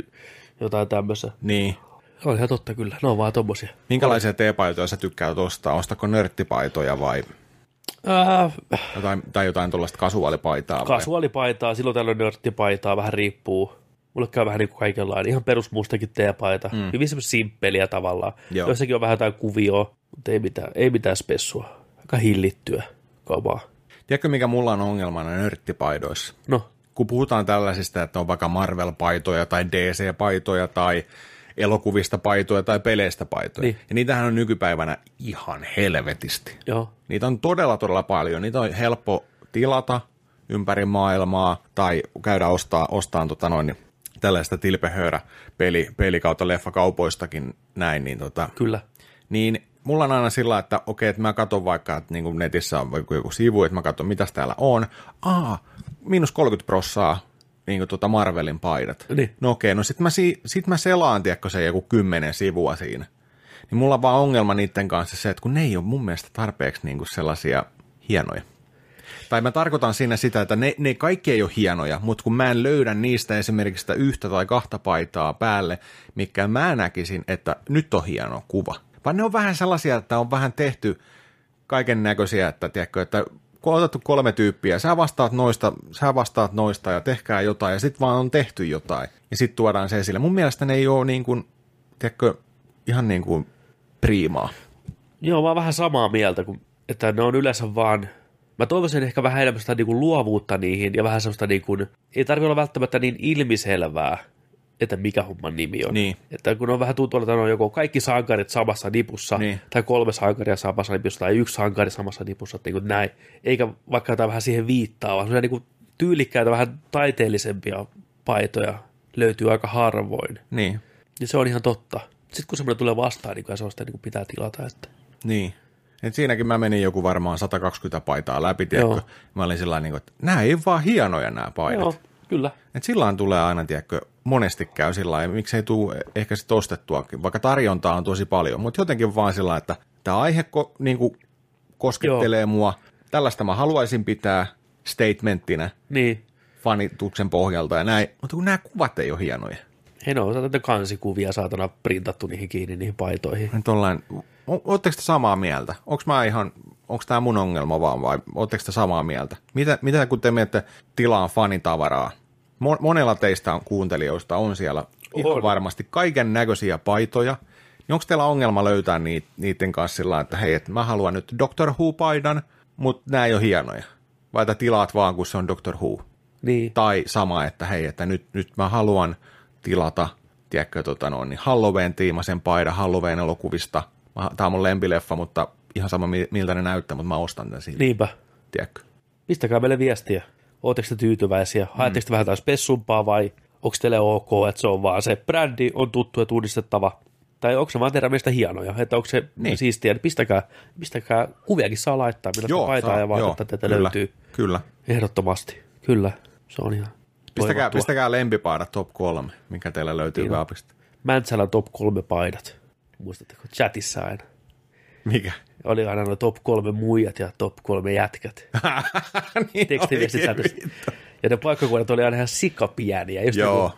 Speaker 1: jotain tämmöistä.
Speaker 3: Niin.
Speaker 1: On ihan totta kyllä, ne on vaan tommosia.
Speaker 3: Minkälaisia teepaitoja sä tykkäät ostaa? Ostako nörttipaitoja vai
Speaker 1: Äh,
Speaker 3: jotain, tai jotain tuollaista kasuaalipaitaa? vai?
Speaker 1: kasuaalipaitaa, silloin tällöin nörttipaitaa, vähän riippuu. Mulle käy vähän niin kuin kaikenlainen, ihan perusmustakin teepaita. Mm. Hyvin semmoista simppeliä tavallaan. Joo.
Speaker 3: Joo.
Speaker 1: Joissakin on vähän jotain kuvioa, mutta ei mitään, ei mitään spessua. Aika hillittyä kamaa.
Speaker 3: Tiedätkö, mikä mulla on ongelmana nörttipaidoissa?
Speaker 1: No,
Speaker 3: Kun puhutaan tällaisista, että on vaikka Marvel-paitoja tai DC-paitoja tai elokuvista paitoja tai peleistä paitoja.
Speaker 1: Niin.
Speaker 3: Niin. Ja niitähän on nykypäivänä ihan helvetisti.
Speaker 1: joo.
Speaker 3: Niitä on todella, todella paljon. Niitä on helppo tilata ympäri maailmaa tai käydä ostaa, ostaa tota noin, niin tällaista tilpehöörä peli, peli kautta leffakaupoistakin näin, niin tota,
Speaker 1: Kyllä.
Speaker 3: niin mulla on aina sillä, että okei, että mä katson vaikka, että niin kuin netissä on joku, joku sivu, että mä katson, mitäs täällä on. Aa, miinus 30 prossaa niin kuin tuota Marvelin paidat.
Speaker 1: Niin.
Speaker 3: No okei, no sit mä, si- sit mä selaan, tiedätkö se joku kymmenen sivua siinä. Niin mulla on vaan ongelma niiden kanssa se, että kun ne ei ole mun mielestä tarpeeksi niin kuin sellaisia hienoja. Tai mä tarkoitan siinä sitä, että ne, ne kaikki ei ole hienoja, mutta kun mä en löydä niistä esimerkiksi sitä yhtä tai kahta paitaa päälle, mikä mä näkisin, että nyt on hieno kuva. Vaan ne on vähän sellaisia, että on vähän tehty kaiken näköisiä, että tiedätkö, että kun on otettu kolme tyyppiä, sä vastaat noista, sä vastaat noista ja tehkää jotain ja sitten vaan on tehty jotain ja sitten tuodaan se esille. Mun mielestä ne ei ole niin kuin, tiedätkö, ihan niin kuin priimaa.
Speaker 1: Joo, mä oon vähän samaa mieltä, kun, että ne on yleensä vaan... Mä toivoisin ehkä vähän enemmän sitä niin kuin luovuutta niihin ja vähän semmoista niin kuin, ei tarvitse olla välttämättä niin ilmiselvää, että mikä homman nimi on.
Speaker 3: Niin.
Speaker 1: Että kun on vähän tuntuu, että ne on joko kaikki sankarit samassa nipussa,
Speaker 3: Niin.
Speaker 1: tai kolme sankaria samassa nipussa, tai yksi sankari samassa nipussa, että niin kuin näin. Eikä vaikka jotain vähän siihen viittaa, vaan semmoisia niin kuin tyylikkäitä, vähän taiteellisempia paitoja löytyy aika harvoin.
Speaker 3: Niin.
Speaker 1: Ja se on ihan totta. Sitten kun semmoinen tulee vastaan, niin kyllä se on sitä niin kuin pitää tilata, että
Speaker 3: Niin. Et siinäkin mä menin joku varmaan 120 paitaa läpi,
Speaker 1: Joo.
Speaker 3: tiedätkö? Mä olin sillä niin että nämä ei ole vaan hienoja nämä paidat.
Speaker 1: joo,
Speaker 3: Joo.
Speaker 1: kyllä.
Speaker 3: Et silloin tulee aina, tiedätkö, monesti käy sillä lailla, miksei tuu ehkä sit ostettuakin, vaikka tarjontaa on tosi paljon, mutta jotenkin vaan sillä lailla, että tämä aihe ko, niin kuin koskettelee Joo. mua, tällaista mä haluaisin pitää statementtina
Speaker 1: Niin.
Speaker 3: fanituksen pohjalta ja näin, mutta kun nämä kuvat ei ole hienoja.
Speaker 1: He no, osa tätä kansikuvia saatana printattu niihin kiinni niihin paitoihin.
Speaker 3: Tollain, o- ootteko te samaa mieltä? Onko mä ihan, onko tämä mun ongelma vaan vai ootteko te samaa mieltä? Mitä, mitä kun te menette tilaan fanitavaraa? Mo- monella teistä on kuuntelijoista on siellä ihan
Speaker 1: On.
Speaker 3: varmasti kaiken näköisiä paitoja. Niin onko teillä ongelma löytää niit, niiden kanssa sillä lailla, että hei, et mä haluan nyt Doctor Who-paidan, mutta nämä ei ole hienoja? Vai että tilaat vaan, kun se on Doctor Who?
Speaker 1: Niin.
Speaker 3: tai sama, että hei, että nyt, nyt mä haluan tilata, tiedätkö, tota noin, niin Halloween-tiimaisen paidan Halloween-elokuvista. Mä- Tää on mun lempileffa, mutta ihan sama mi- miltä ne näyttää, mutta mä ostan tän siitä, niin.
Speaker 1: Niinpä.
Speaker 3: tiedätkö.
Speaker 1: Pistäkää meille viestiä. Oletteko te tyytyväisiä? Haetteko te vähän taas pessumpaa vai onko teille ok, että se on vaan se brändi on tuttu ja tunnistettava? Tai onko se vaan teidän mielestä hienoja? Että onko se
Speaker 3: Niin.
Speaker 1: niin. siistiä? Niin Pistäkää, pistäkää, kuviakin saa laittaa, millaista joo, paitaa
Speaker 3: saa-
Speaker 1: ja vaatetta teitä
Speaker 3: kyllä,
Speaker 1: löytyy.
Speaker 3: Kyllä.
Speaker 1: Ehdottomasti. Kyllä, se on ihan
Speaker 3: Pistäkää,
Speaker 1: toivottua.
Speaker 3: pistäkää lempipaidat top 3, mikä teillä löytyy niin. kaapista.
Speaker 1: Mäntsälän top kolme paidat. Muistatteko chatissa aina?
Speaker 3: Mikä?
Speaker 1: Oli aina ne top kolme muijat ja top kolme jätkät.
Speaker 3: niin,
Speaker 1: Tekstiviestisäätössä.
Speaker 3: oikein.
Speaker 1: Ja ne paikkakunnat oli aina ihan sikapieniä. Just
Speaker 3: Joo.
Speaker 1: Joo.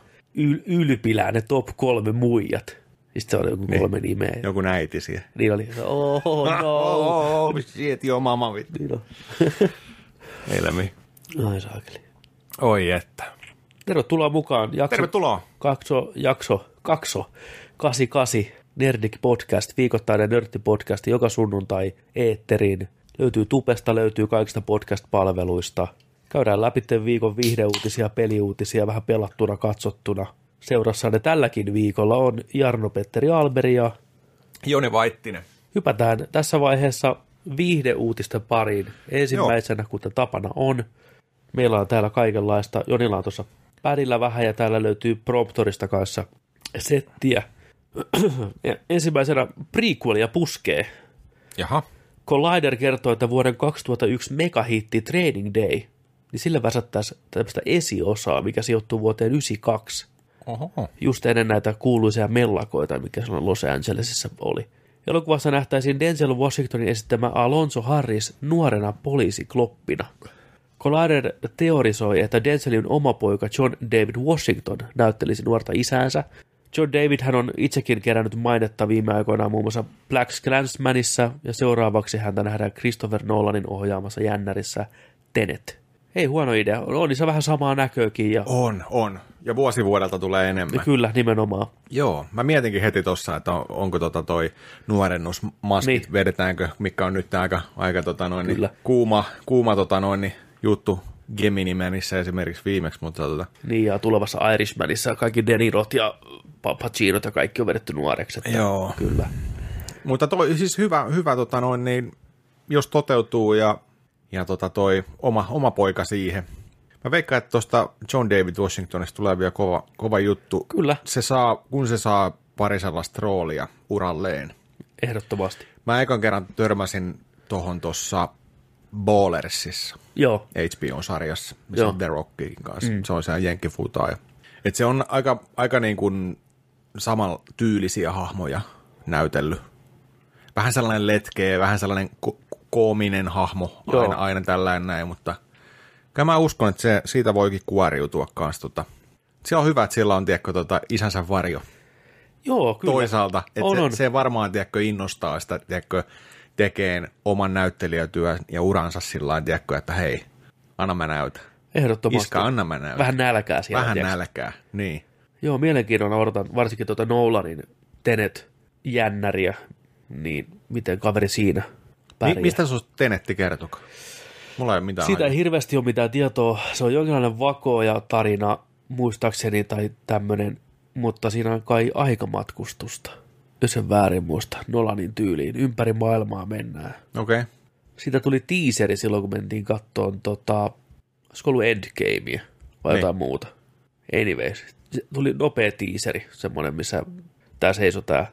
Speaker 1: Yl- ylpilää ne top kolme muijat. Ja sitten se oli joku kolme niin. nimeä. Joo.
Speaker 3: Joku näiti siellä.
Speaker 1: Niin oli, oh no.
Speaker 3: Oh, oh, shit, joo, mama vittu.
Speaker 1: Niin on.
Speaker 3: Elämi.
Speaker 1: Ai saakeli.
Speaker 3: Oi että.
Speaker 1: Tervetuloa mukaan. Jakso,
Speaker 3: Tervetuloa.
Speaker 1: Kakso, jakso, kakso, 88, Nerdik Podcast, viikoittainen nörttipodcast, joka sunnuntai eetteriin. Löytyy Tupesta, löytyy kaikista podcast-palveluista. Käydään läpi tämän viikon viihdeuutisia, peliuutisia, vähän pelattuna, katsottuna. Seurassanne tälläkin viikolla on Jarno-Petteri Alberi ja
Speaker 3: Joni Vaittinen.
Speaker 1: hypätään tässä vaiheessa viihdeuutisten pariin. Ensimmäisenä, Joo. kuten tapana on, meillä on täällä kaikenlaista. Jonilla on tuossa pärillä vähän ja täällä löytyy promptorista kanssa settiä. Ja ensimmäisenä prequelia puskee.
Speaker 3: Jaha.
Speaker 1: Collider kertoo, että vuoden 2001 megahitti Training Day, niin sillä väsättäisiin tämmöistä esiosaa, mikä sijoittuu vuoteen 92
Speaker 3: Oho.
Speaker 1: just ennen näitä kuuluisia mellakoita, mikä silloin Los Angelesissa oli. Elokuvassa nähtäisiin Denzel Washingtonin esittämä Alonso Harris nuorena poliisikloppina. Collider teorisoi, että Denzelin oma poika John David Washington näyttelisi nuorta isäänsä. John David hän on itsekin kerännyt mainetta viime aikoina muun muassa Black Clansmanissa ja seuraavaksi häntä nähdään Christopher Nolanin ohjaamassa jännärissä Tenet. Ei huono idea, on niissä vähän samaa näköäkin ja
Speaker 3: On, on. Ja vuosi vuodelta tulee enemmän.
Speaker 1: kyllä nimenomaan.
Speaker 3: Joo, mä mietinkin heti tuossa, että on, onko tota toi nuorennusmaskit, niin.
Speaker 1: Niin.
Speaker 3: vedetäänkö, mikä on nyt aika, aika tota noin, niin,
Speaker 1: Kyllä.
Speaker 3: kuuma, kuuma tota noin, niin, juttu Gemini Manissä esimerkiksi viimeksi, mutta tota,
Speaker 1: Niin, ja tulevassa Irishmanissa kaikki De Nirot ja Pa- Pacinot ja kaikki on vedetty nuoreksi. Että
Speaker 3: Joo.
Speaker 1: Kyllä.
Speaker 3: Mutta toi siis hyvä, hyvä tota noin, niin, jos toteutuu ja, ja tota toi oma, oma poika siihen. Mä veikkaan, että tuosta John David Washingtonista tulee vielä kova, kova juttu.
Speaker 1: Kyllä.
Speaker 3: Se saa, kun se saa pari sellaista roolia uralleen.
Speaker 1: Ehdottomasti.
Speaker 3: Mä ekan kerran törmäsin tohon tuossa Ballersissa,
Speaker 1: Joo,
Speaker 3: HBO-sarjassa, missä
Speaker 1: Joo.
Speaker 3: on The Rockin kanssa. Mm. Se on se jenkkifutaa. Et se on aika, aika niin kuin samantyylisiä hahmoja näytellyt. Vähän sellainen letkeä, vähän sellainen ko- ko- koominen hahmo,
Speaker 1: Joo.
Speaker 3: aina, aina tällainen näin, mutta kyllä mä uskon, että se, siitä voikin kuoriutua kanssa. Tota. Se on hyvä, että sillä on tiedätkö, tota, isänsä varjo
Speaker 1: joo, kyllä.
Speaker 3: toisaalta. Että
Speaker 1: on,
Speaker 3: se,
Speaker 1: on.
Speaker 3: se varmaan tiedätkö, innostaa sitä tiedätkö, tekeen oman näyttelijätyön ja uransa sillä lailla, tiedätkö, että hei, anna mä näytä.
Speaker 1: Ehdottomasti.
Speaker 3: Iska, anna mä näytä.
Speaker 1: Vähän nälkää siellä.
Speaker 3: Vähän
Speaker 1: tiedätkö?
Speaker 3: nälkää, niin.
Speaker 1: Joo, mielenkiinnolla odotan varsinkin tuota Nolanin Tenet jännäriä, niin miten kaveri siinä pärjää.
Speaker 3: Mi- mistä sinusta Tenetti kertoo? Mulla ei ole mitään.
Speaker 1: Siitä
Speaker 3: hajua.
Speaker 1: ei hirveästi ole mitään tietoa. Se on jonkinlainen vakoja tarina, muistaakseni, tai tämmöinen, mutta siinä on kai aikamatkustusta. Jos en väärin muista, Nolanin tyyliin. Ympäri maailmaa mennään.
Speaker 3: Okei. Okay.
Speaker 1: Siitä tuli tiiseri silloin, kun mentiin kattoon, tota, olisiko ollut Endgamea vai
Speaker 3: Niin.
Speaker 1: jotain muuta. Anyways, se tuli nopea tiiseri, semmoinen, missä tämä seisoi tämä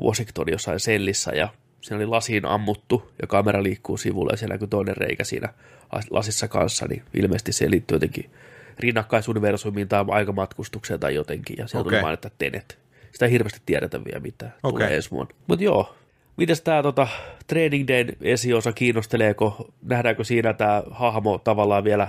Speaker 1: Washington jossain sellissä ja siinä oli lasiin ammuttu ja kamera liikkuu sivulla ja siellä näkyy toinen reikä siinä las- lasissa kanssa, niin ilmeisesti se liittyy jotenkin rinnakkaisuniversumiin tai aikamatkustukseen tai jotenkin ja siellä okay.
Speaker 3: Okei.
Speaker 1: tuli vain, että tenet. Sitä ei hirveästi tiedetä vielä mitään. Okay.
Speaker 3: Okei.
Speaker 1: Tulee ensi vuonna. Mutta joo, mitäs tämä tota, Training Dayn esiosa kiinnosteleeko? Nähdäänkö siinä tämä hahmo tavallaan vielä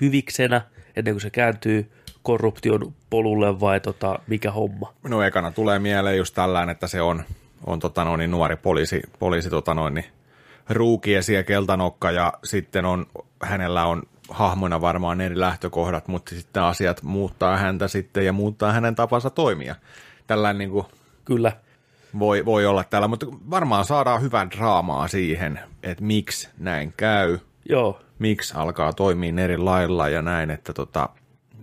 Speaker 1: hyviksenä ennen kuin se kääntyy korruption polulle vai tota, mikä homma?
Speaker 3: Minun ekana tulee mieleen just tällään, että se on, on tota noin, niin nuori poliisi, poliisi tota noin, niin ruukiesi ja keltanokka ja sitten on, hänellä on hahmona varmaan eri lähtökohdat, mutta sitten asiat muuttaa häntä sitten ja muuttaa hänen tapansa toimia. Tällään niin kuin
Speaker 1: Kyllä.
Speaker 3: voi, voi olla täällä, mutta varmaan saadaan hyvää draamaa siihen, että miksi näin käy,
Speaker 1: Joo,
Speaker 3: miksi alkaa toimia eri lailla ja näin, että tota,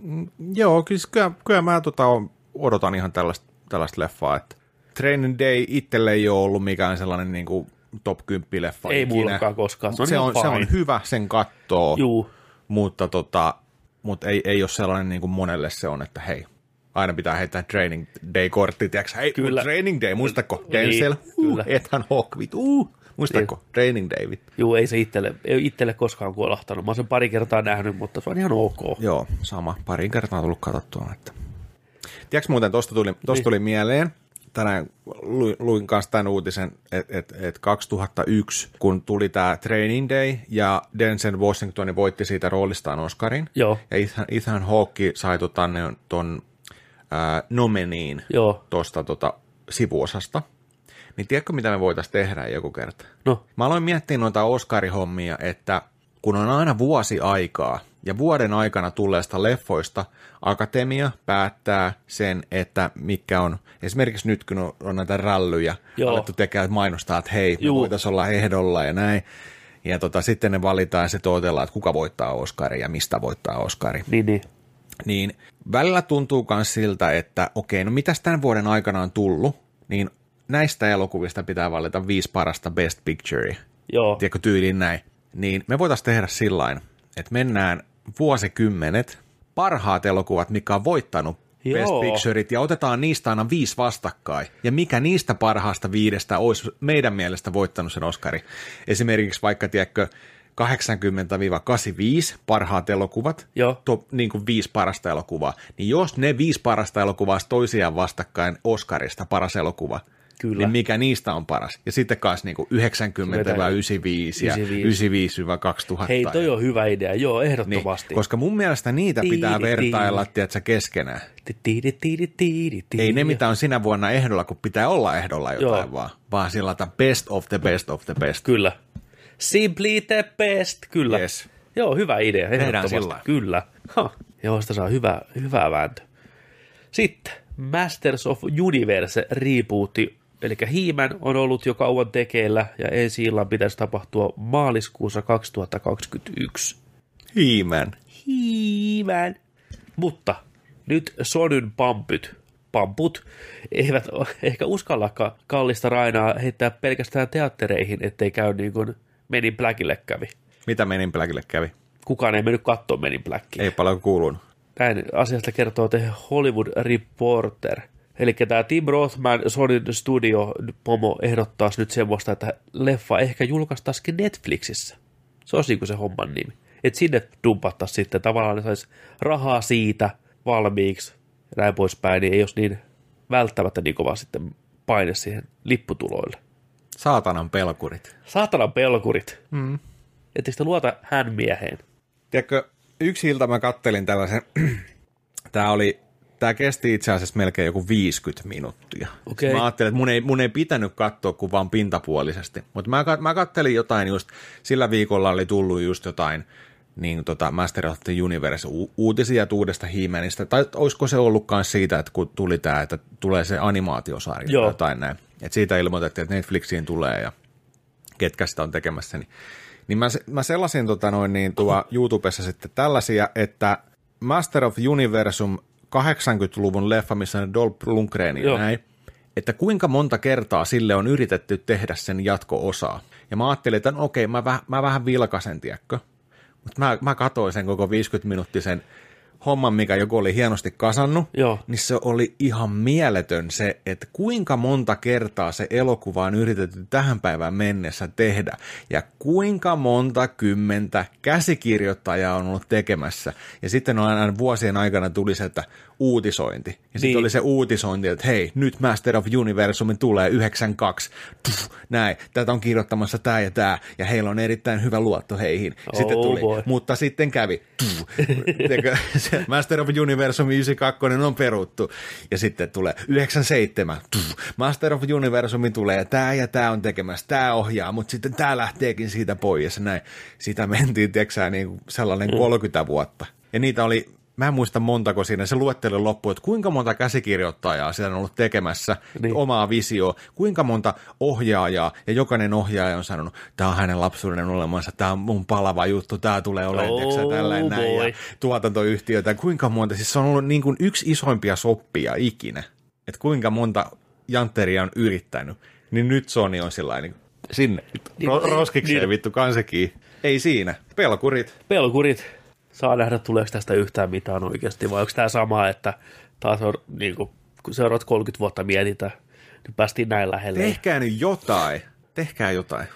Speaker 3: mm, joo, siis kyllä, kyllä mä tota, on- odotan ihan tällaista, tällaista leffaa, että Training Day itselle ei ole ollut mikään sellainen niin kuin top 10 leffa
Speaker 1: Ei
Speaker 3: ikinä.
Speaker 1: mullakaan koskaan, se on
Speaker 3: se,
Speaker 1: ihan
Speaker 3: on, se on
Speaker 1: fine.
Speaker 3: hyvä, sen kattoo,
Speaker 1: juu.
Speaker 3: mutta, tota, mutta ei, ei ole sellainen niin kuin monelle se on, että hei, aina pitää heittää training day-kortti, tiiäks, hei,
Speaker 1: Kyllä.
Speaker 3: Kyllä. training day, muistako, Denzel,
Speaker 1: Niin,
Speaker 3: uh,
Speaker 1: kyllä. Niin.
Speaker 3: Ethan Hawke, vit, uh, muistako, training day, vit.
Speaker 1: Juu, ei se itselle, ei itselle koskaan kuolahtanut. Mä oon sen pari kertaa nähnyt, mutta se on ihan ok.
Speaker 3: Joo, sama. Pariin kertaan tullut katsottua. Että. Niin. Tiedätkö muuten, tuosta tuli, tosta tuli mieleen, tänään luin, luin kanssa tämän uutisen, että et, et 2001, kun tuli tämä Training Day ja Denzel Washington voitti siitä roolistaan Oscarin.
Speaker 1: Joo.
Speaker 3: Ja Ethan, Ethan Hawke sai tota, ne on- ton ää, nomeniin
Speaker 1: Joo,
Speaker 3: tuosta tota, sivuosasta. Niin tiedätkö, mitä me voitaisiin tehdä joku kerta?
Speaker 1: no,
Speaker 3: Mä aloin miettiä noita Oscar-hommia, että kun on aina vuosi aikaa ja vuoden aikana tulleesta leffoista, akatemia päättää sen, että mikä on, esimerkiksi nyt kun on, on näitä rallyjä,
Speaker 1: Joo.
Speaker 3: Joo. alettu tekemään mainostaa, että hei, me
Speaker 1: Juu.
Speaker 3: voitaisiin olla ehdolla ja näin. Ja tota, sitten ne valitaan ja sitten odotellaan, että kuka voittaa Oscarin ja mistä voittaa Oscarin
Speaker 1: niin, niin.
Speaker 3: niin välillä tuntuu myös siltä, että okei, no mitäs tämän vuoden aikana on tullut, niin näistä elokuvista pitää valita viisi parasta best picture,
Speaker 1: Joo,
Speaker 3: tiedätkö tyyliin näin, niin me voitaisiin tehdä sillain, että mennään vuosikymmenet, parhaat elokuvat, mikä on voittanut Joo. best
Speaker 1: Joo.
Speaker 3: pictureit, ja otetaan niistä aina viisi vastakkain, ja mikä niistä parhaasta viidestä olisi meidän mielestä voittanut sen Oscari. Esimerkiksi vaikka, tiedätkö, 80-85 parhaat elokuvat,
Speaker 1: Joo.
Speaker 3: top niin kuin viisi parasta elokuvaa, niin jos ne viisi parasta elokuvaa olisi toisiaan vastakkain Oscarista paras elokuva,
Speaker 1: Kyllä.
Speaker 3: niin mikä niistä on paras? Ja sitten kanssa niin kuin 90-95 ja 95-2000.
Speaker 1: hei, toi on hyvä idea. Joo,
Speaker 3: niin,
Speaker 1: ehdottomasti.
Speaker 3: koska mun mielestä niitä pitää
Speaker 1: Tiidi,
Speaker 3: vertailla, tiedätkö, keskenään.
Speaker 1: Tiidi, tiidi, tiidi, tiidi.
Speaker 3: Ei ne, mitä on sinä vuonna ehdolla, kun pitää olla ehdolla jotain
Speaker 1: Joo.
Speaker 3: vaan, vaan sillä lailla, että best of the best of the best.
Speaker 1: Kyllä. Simply the best, kyllä.
Speaker 3: Yes.
Speaker 1: Joo, hyvä idea, ehdottomasti.
Speaker 3: sillä lailla.
Speaker 1: Kyllä. Ha. Joo, sitä saa hyvää, hyvää vääntö. Sitten Masters of Universe rebootti, eli hiiman on ollut jo kauan tekeillä ja ensi illan pitäisi tapahtua maaliskuussa 2021.
Speaker 3: Hiimän.
Speaker 1: Hiivän. Mutta nyt Sonyn pampyt, pamput, eivät o- ehkä uskallakaan kallista Rainaa heittää pelkästään teattereihin, ettei käy niin kuin Menin Blackille kävi.
Speaker 3: Mitä menin pelkille kävi?
Speaker 1: Kukaan ei mennyt katsomaan Menin Blackia.
Speaker 3: Ei paljon kuulunut.
Speaker 1: Näin asiasta kertoo The Hollywood Reporter. Eli tämä Tim Rothman Sonyn studio pomo ehdottaa nyt semmoista, että leffa ehkä julkaistaisikin Netflixissä. Se olisi niinku se homman nimi. Et sinne dumpattaisiin sitten. Tavallaan ne saisi rahaa siitä valmiiksi ja näin poispäin, niin ei olisi niin välttämättä niin kova sitten paine siihen lipputuloille.
Speaker 3: Saatanan pelkurit.
Speaker 1: Saatanan pelkurit. Mm. Ettekö te luota hän mieheen?
Speaker 3: Tiedätkö, yksi ilta mä kattelin tällaisen, tämä oli, tämä kesti itse asiassa melkein joku 50 minuuttia.
Speaker 1: Okei.
Speaker 3: Mä ajattelin, että mun ei, mun ei pitänyt katsoa kuin vaan pintapuolisesti, mutta mä, kat- mä kattelin jotain just, sillä viikolla oli tullut just jotain, niin tota Master of the Universe u- uutisia että uudesta He-Manista, tai olisiko se ollutkaan siitä, että kun tuli tämä, että tulee se animaatiosarja
Speaker 1: Joo.
Speaker 3: tai jotain näin, että siitä ilmoitettiin, että Netflixiin tulee ja ketkä sitä on tekemässä, niin, niin mä, se- mä sellaisin tota noin, niin tuo YouTubessa sitten tällaisia, että Master of Universum 80-luvun leffa, missä on Dolph Lundgren
Speaker 1: Joo.
Speaker 3: ja näin, että kuinka monta kertaa sille on yritetty tehdä sen jatko-osaa. Ja mä ajattelin, että no okei, mä, väh, mä vähän vilkasen, tiedätkö? Mutta mä, mä katsoin sen koko 50-minuuttisen homman, mikä joku oli hienosti kasannut,
Speaker 1: Joo.
Speaker 3: niin se oli ihan mieletön se, että kuinka monta kertaa se elokuva on yritetty tähän päivään mennessä tehdä ja kuinka monta kymmentä käsikirjoittajaa on ollut tekemässä. Ja sitten on aina vuosien aikana tuli se, että uutisointi. Ja sitten
Speaker 1: Niin.
Speaker 3: oli se uutisointi, että hei, nyt Master of Universum tulee 92. Tuff, näin, tätä on kirjoittamassa tämä ja tämä, ja heillä on erittäin hyvä luotto heihin. Sitten
Speaker 1: Oh
Speaker 3: tuli,
Speaker 1: boy.
Speaker 3: mutta sitten kävi. Tuff, Tiedätkö, se Master of Universe 92 on peruttu. Ja sitten tulee 97. tuff, Master of Universe tulee, tää ja tää on tekemässä, tää ohjaa, mutta sitten tää lähteekin siitä pois. Ja näin. Sitä mentiin, tiedätkö niin kuin sellainen
Speaker 1: Mm.
Speaker 3: 30 vuotta. Ja niitä oli Mä en muista montako siinä, se luetteli loppu, että kuinka monta käsikirjoittajaa siellä on ollut tekemässä niin.
Speaker 1: Niin.
Speaker 3: omaa visioa, kuinka monta ohjaajaa, ja jokainen ohjaaja on sanonut, tämä on hänen lapsuuden olemansa, tämä on mun palava juttu, tämä tulee olemaan,
Speaker 1: Oh
Speaker 3: oh, tällainen näin, ja
Speaker 1: boy.
Speaker 3: tuotantoyhtiötä, kuinka monta, siis se on ollut niin kuin yksi isoimpia soppia ikinä, että kuinka monta jantteria on yrittänyt, niin nyt Sony on sellainen, sinne, ro-
Speaker 1: Niin.
Speaker 3: roskikseen
Speaker 1: Niin.
Speaker 3: vittu kansekin, ei siinä, pelkurit.
Speaker 1: Pelkurit. Saa nähdä, tuleeko tästä yhtään mitään oikeasti, vai onko tämä sama, että taas on, niin kuin, kun seuraat 30 vuotta mietitään, niin päästiin näin lähelle.
Speaker 3: Tehkää nyt jotain, tehkää jotain.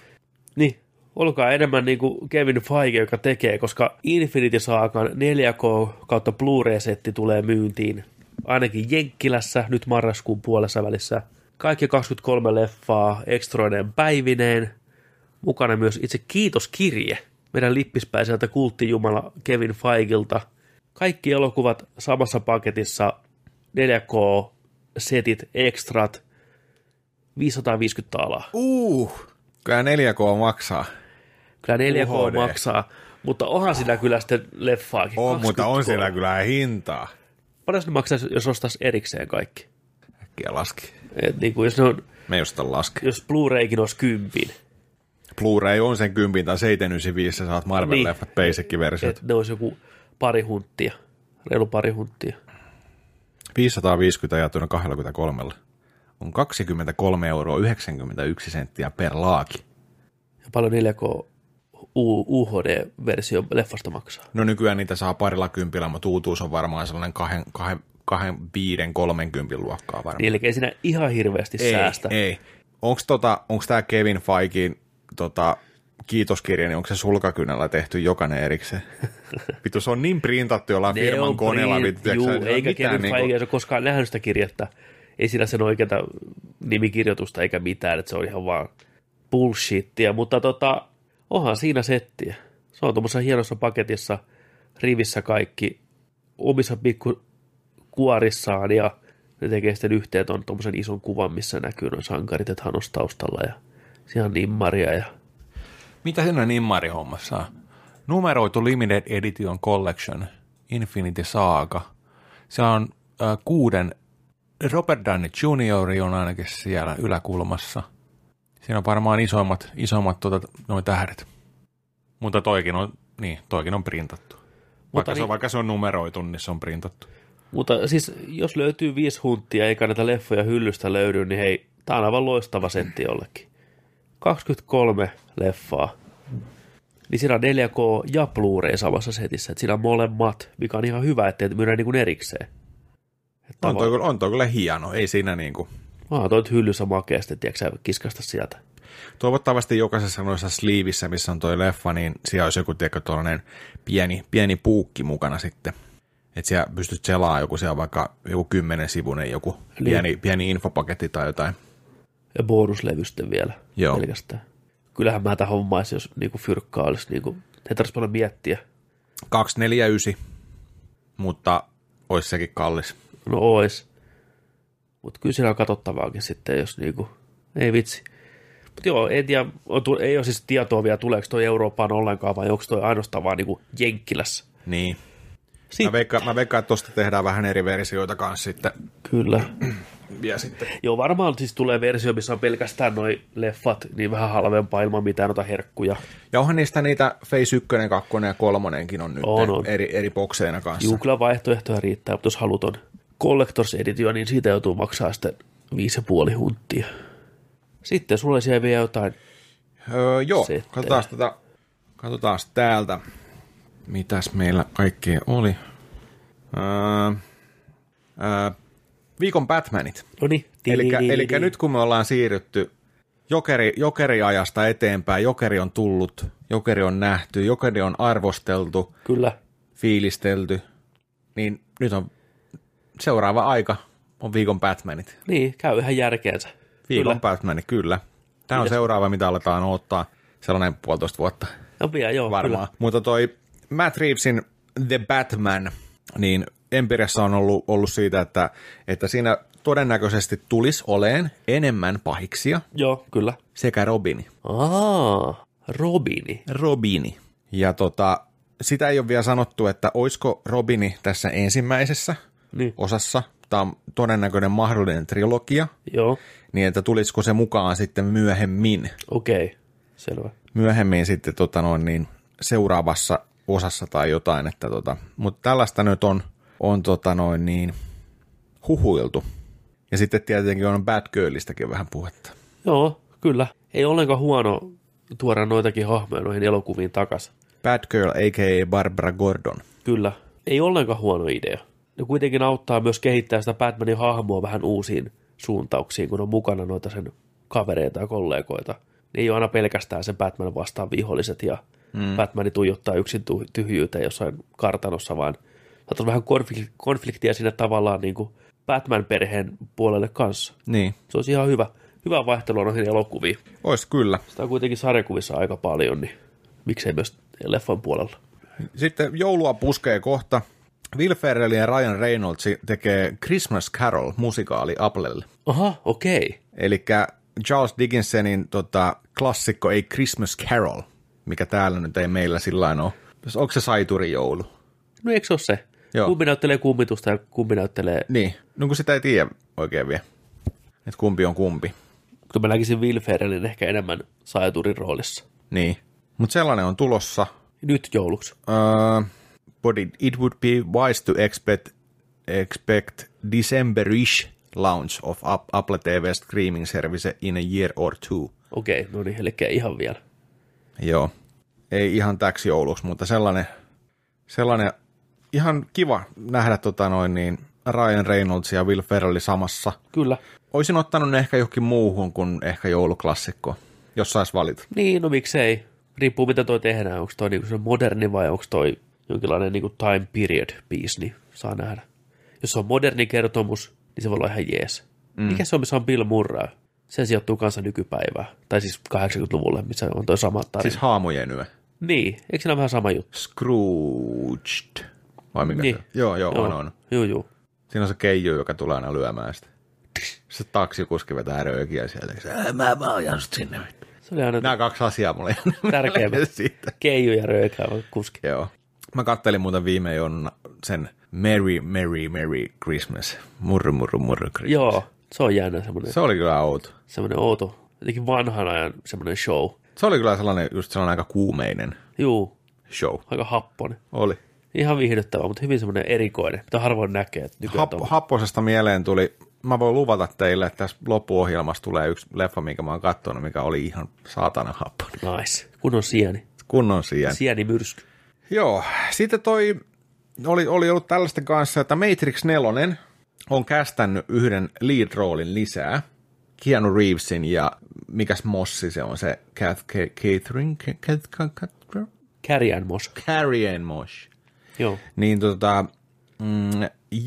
Speaker 1: Niin, olkaa enemmän niin kuin Kevin Feige, joka tekee, koska Infinity Saakan 4K kautta Blu-ray-setti tulee myyntiin ainakin Jenkkilässä nyt marraskuun puolessa välissä. Kaikki 23 leffaa ekstroineen päivineen. Mukana myös itse kiitoskirje meidän lippispäiseltä kulttijumala Kevin Feigilta. Kaikki elokuvat samassa paketissa, 4K-setit, ekstrat, 550 alaa.
Speaker 3: Uh, kyllä 4K maksaa.
Speaker 1: Kyllä 4K
Speaker 3: UHD.
Speaker 1: maksaa, mutta onhan siinä kyllä sitten leffaakin.
Speaker 3: On, mutta on
Speaker 1: 23.
Speaker 3: siellä kyllä hintaa.
Speaker 1: Paljon ne maksaisi, jos ostaisi erikseen kaikki?
Speaker 3: Äkkiä laski.
Speaker 1: Et niin kuin jos, ne on,
Speaker 3: Me just on laske.
Speaker 1: jos Blu-raykin olisi kympin,
Speaker 3: Blu-ray on sen 10 tai 795, sä saat
Speaker 1: Niin.
Speaker 3: Marvel-leffat, niin. basic-versiot.
Speaker 1: että ne olisi joku pari hunttia, reilu pari hunttia.
Speaker 3: 550 jaettuna 23 on 23 euroa 91 senttiä per laaki.
Speaker 1: Ja paljon 4K U- UHD-versio leffasta maksaa.
Speaker 3: No nykyään niitä saa parilla kympillä, mutta uutuus on varmaan sellainen kahden, kahden, kahden viiden, kolmen kympin luokkaa varmaan.
Speaker 1: Niin, Eli ei siinä ihan hirveästi
Speaker 3: ei,
Speaker 1: säästä.
Speaker 3: Ei. Onko tota, onks tämä Kevin Feigein tota, kiitoskirja, niin onko se sulkakynällä tehty jokainen erikseen? Vittu, se on niin printattu jollain
Speaker 1: Ne
Speaker 3: firman
Speaker 1: on
Speaker 3: koneella.
Speaker 1: print-
Speaker 3: Vittu, tiiäks,
Speaker 1: juu,
Speaker 3: ei ole
Speaker 1: eikä
Speaker 3: mitään
Speaker 1: Kevin
Speaker 3: niinku-
Speaker 1: Feige ei ole koskaan nähnyt sitä kirjettä. Ei sillä sen oikeata nimikirjoitusta eikä mitään, että se on ihan vaan bullshittia, mutta tota, onhan siinä settiä. Se on tuommoisessa hienossa paketissa, rivissä kaikki, omissa pikku kuorissaan ja ne tekee sitten yhteen ton tuommoisen ison kuvan, missä näkyy noin sankarit ja Thanos taustalla ja siellä on nimmaria ja
Speaker 3: Mitä siinä nimmarihommassa on? Numeroitu Limited Edition Collection, Infinity Saaga. Se on äh, kuuden, Robert Downey Jr. on ainakin siellä yläkulmassa. Siinä on varmaan isoimmat, isoimmat tuota, noin tähdet. Mutta toikin on, niin, toikin on printattu. Vaikka, se on,
Speaker 1: niin-
Speaker 3: vaikka se on numeroitu, niin se on printattu.
Speaker 1: Mutta siis jos löytyy viisi hunttia eikä näitä leffoja hyllystä löydy, niin hei, tää on aivan loistava sentti jollekin. 23 leffaa. Niin siinä on 4K ja Blu-ray samassa setissä, että siinä on molemmat, mikä on ihan hyvä, ettei myydä niin kuin erikseen. Että
Speaker 3: On toi, kyllä- on toi kyllä hieno, ei siinä niinku.
Speaker 1: Vaan toi nyt hyllyssä makeasti, tiedätkö sä, kiskasta sieltä.
Speaker 3: Toivottavasti jokaisessa noissa sliivissä, missä on toi leffa, niin siellä olisi joku tiedätkö, tuollainen pieni, pieni puukki mukana sitten. Että siellä pystyt selaamaan joku siellä vaikka joku kymmenen sivunen joku
Speaker 1: Niin.
Speaker 3: pieni, pieni infopaketti tai jotain.
Speaker 1: Ja bonuslevy sitten vielä
Speaker 3: Joo.
Speaker 1: pelkästään. Kyllähän mä tämän hommaisin, jos niinku fyrkkaa olisi, niinku, ei tarvitsisi paljon miettiä.
Speaker 3: 249, mutta olisi sekin kallis.
Speaker 1: No ois. Mutta kyllä siellä on katsottavaakin sitten, jos niinku, ei vitsi. Mutta joo, en tiedä, on, tu- ei ole siis tietoa vielä, tuleeko toi Eurooppaan ollenkaan vai onko toi ainoastaan vaan niinku Jenkkilässä.
Speaker 3: Niin. Mä
Speaker 1: Sitten,
Speaker 3: veikkaan, mä veikkaan, että tuosta tehdään vähän eri versioita kanssa sitten.
Speaker 1: kyllä.
Speaker 3: Vielä sitten.
Speaker 1: Joo, varmaan siis tulee versio, missä on pelkästään noi leffat, niin vähän halvempaa ilman mitään noita herkkuja.
Speaker 3: Ja onhan niistä niitä Phase 1, 2 ja 3 on nyt
Speaker 1: On, on.
Speaker 3: Eri, eri bokseina kanssa.
Speaker 1: Juu, kyllä vaihtoehtoja riittää, mutta jos haluton Collectors Edition, niin siitä joutuu maksaa sitten 5,5 hunttia. Sitten sulle siellä vielä jotain
Speaker 3: Öö, joo,
Speaker 1: Sitten.
Speaker 3: katsotaan tätä. Katsotaan täältä. Mitäs meillä kaikkea oli? Öö, öö, viikon Batmanit.
Speaker 1: No niin.
Speaker 3: Eli nyt kun me ollaan siirrytty jokeri, jokeriajasta eteenpäin, jokeri on tullut, jokeri on nähty, jokeri on arvosteltu,
Speaker 1: Kyllä.
Speaker 3: fiilistelty, niin nyt on seuraava aika on viikon Batmanit.
Speaker 1: Niin, käy ihan järkeensä.
Speaker 3: Viikon
Speaker 1: Kyllä.
Speaker 3: kyllä. Batmanit, kyllä. Tämä on seuraava, mitä aletaan odottaa sellainen puolitoista vuotta
Speaker 1: No vielä, joo,
Speaker 3: varmaan.
Speaker 1: Kyllä.
Speaker 3: Mutta toi Matt Reevesin The Batman niin Empiressä on ollut, ollut siitä, että, että siinä todennäköisesti tulisi oleen enemmän pahiksia
Speaker 1: Joo, kyllä.
Speaker 3: sekä Robini.
Speaker 1: Aa, Robini.
Speaker 3: Robini. Ja tota, sitä ei ole vielä sanottu, että olisiko Robini tässä ensimmäisessä
Speaker 1: Niin.
Speaker 3: osassa, tämä on todennäköinen mahdollinen trilogia,
Speaker 1: Joo,
Speaker 3: niin että tulisiko se mukaan sitten myöhemmin,
Speaker 1: okei. Okay. Selvä.
Speaker 3: myöhemmin sitten tota noin, niin seuraavassa osassa tai jotain, että tota, mutta tällaista nyt on, on tota noin niin huhuiltu. Ja sitten tietenkin on Bad Girlistäkin vähän puhetta.
Speaker 1: Joo, kyllä. Ei ollenkaan huono tuoda noitakin hahmoja noihin elokuviin takas.
Speaker 3: Bad Girl a.k.a. Barbara Gordon.
Speaker 1: Kyllä. Ei ollenkaan huono idea. Ne kuitenkin auttaa myös kehittää sitä Batmanin hahmoa vähän uusiin suuntauksiin, kun on mukana noita sen kavereita ja kollegoita. Ne ei ole aina pelkästään se Batman vastaan viholliset ja mm. Batman tuijottaa yksin tu- tyhjyyteen jossain kartanossa, vaan saattaa olla vähän konflik- konfliktia siinä tavallaan niin kuin Batman-perheen puolelle kanssa.
Speaker 3: Niin,
Speaker 1: Se olisi ihan hyvä, hyvä vaihtelu noihin elokuviin.
Speaker 3: ois kyllä.
Speaker 1: Sitä on kuitenkin sarjakuvissa aika paljon, niin miksei myös leffan puolella.
Speaker 3: Sitten joulua puskee kohta. Will Ferrell ja Ryan Reynolds tekee Christmas Carol musikaali Applelle.
Speaker 1: Aha, okei. Okay.
Speaker 3: Eli Charles Dickinsonin tota, klassikko ei Christmas Carol, mikä täällä nyt ei meillä sillä lailla ole. Onko se saituri joulu?
Speaker 1: No eikö se ole se?
Speaker 3: Joo.
Speaker 1: Joo. Kumpi näyttelee kummitusta ja kumpi näyttelee...
Speaker 3: Niin, no kun sitä ei tiedä oikein vielä, että kumpi on kumpi.
Speaker 1: Kun mä näkisin Will Ferrellin ehkä enemmän saiturin roolissa.
Speaker 3: Niin, mutta sellainen on tulossa.
Speaker 1: Nyt jouluksi.
Speaker 3: Uh, but it, it would be wise to expect, expect Decemberish launch of App- Apple TV streaming service in a year or two.
Speaker 1: Okei, okay, no niin, eli ei ihan vielä.
Speaker 3: Joo. Ei ihan täksi jouluksi, mutta sellainen, sellainen ihan kiva nähdä tota noin niin Ryan Reynolds ja Will Ferrell samassa.
Speaker 1: Kyllä.
Speaker 3: Olisin ottanut ne ehkä johonkin muuhun kuin ehkä jouluklassikko, jos sais valita.
Speaker 1: Niin, no miksei. Riippuu mitä toi tehdään. Onko toi niinku se moderni vai onko toi jonkinlainen niinku time period biisi, niin saa nähdä. Jos se on moderni kertomus, niin se voi olla ihan jees. Mm. Mikä se on, missä on Bill Murray? Se sijoittuu kanssa nykypäivään. Tai siis 80-luvulle, missä on toi sama tarina.
Speaker 3: Siis
Speaker 1: Siis...
Speaker 3: haamujen yö.
Speaker 1: Niin, eikö siinä ole vähän sama juttu?
Speaker 3: Scrooged. Vai mikä niin.
Speaker 1: Niin.
Speaker 3: se on? Joo, joo, joo, on, on.
Speaker 1: Joo, joo.
Speaker 3: Siinä on se keiju, joka tulee aina lyömään sitä. Se taksikuski vetää röökiä sieltä. Se, "Ää, Mä, mä ajan sut sinne.
Speaker 1: Se oli aina
Speaker 3: Nämä kaksi asiaa mulle.
Speaker 1: Tärkeimmät.
Speaker 3: siitä.
Speaker 1: keiju ja röykää kuski.
Speaker 3: Joo. Mä kattelin muuten viime jonna sen Merry, Merry, Merry Christmas. Murru, murru, murru Christmas.
Speaker 1: Joo, se on jännä semmoinen,
Speaker 3: Se oli kyllä outo.
Speaker 1: semmoinen outo, jotenkin vanhan ajan semmoinen show.
Speaker 3: Se oli kyllä sellainen, just sellainen aika kuumeinen
Speaker 1: Juu,
Speaker 3: show.
Speaker 1: aika happonen.
Speaker 3: Oli. Ihan
Speaker 1: Ihan viihdyttävä, mutta hyvin semmoinen erikoinen, mitä harvoin näkee. Että nykyään
Speaker 3: Hap,
Speaker 1: Happo.
Speaker 3: happosesta mieleen tuli, mä voin luvata teille, että tässä loppuohjelmassa tulee yksi leffa, minkä mä oon kattonut, mikä oli ihan saatana happonen.
Speaker 1: Nice, kun on sieni.
Speaker 3: Kunnon sijaan.
Speaker 1: Sieni myrsky.
Speaker 3: Joo, sitten toi oli, oli ollut tällaista kanssa, että Matrix 4 on kästännyt yhden lead-roolin lisää. Keanu Reevesin ja mikäs mossi se on se, Kath, Ka- Catherine, Ka- Kath, Ka- Kath,
Speaker 1: Kärjän mos.
Speaker 3: Carrie Ann Mosh.
Speaker 1: Joo.
Speaker 3: Niin tota, mm,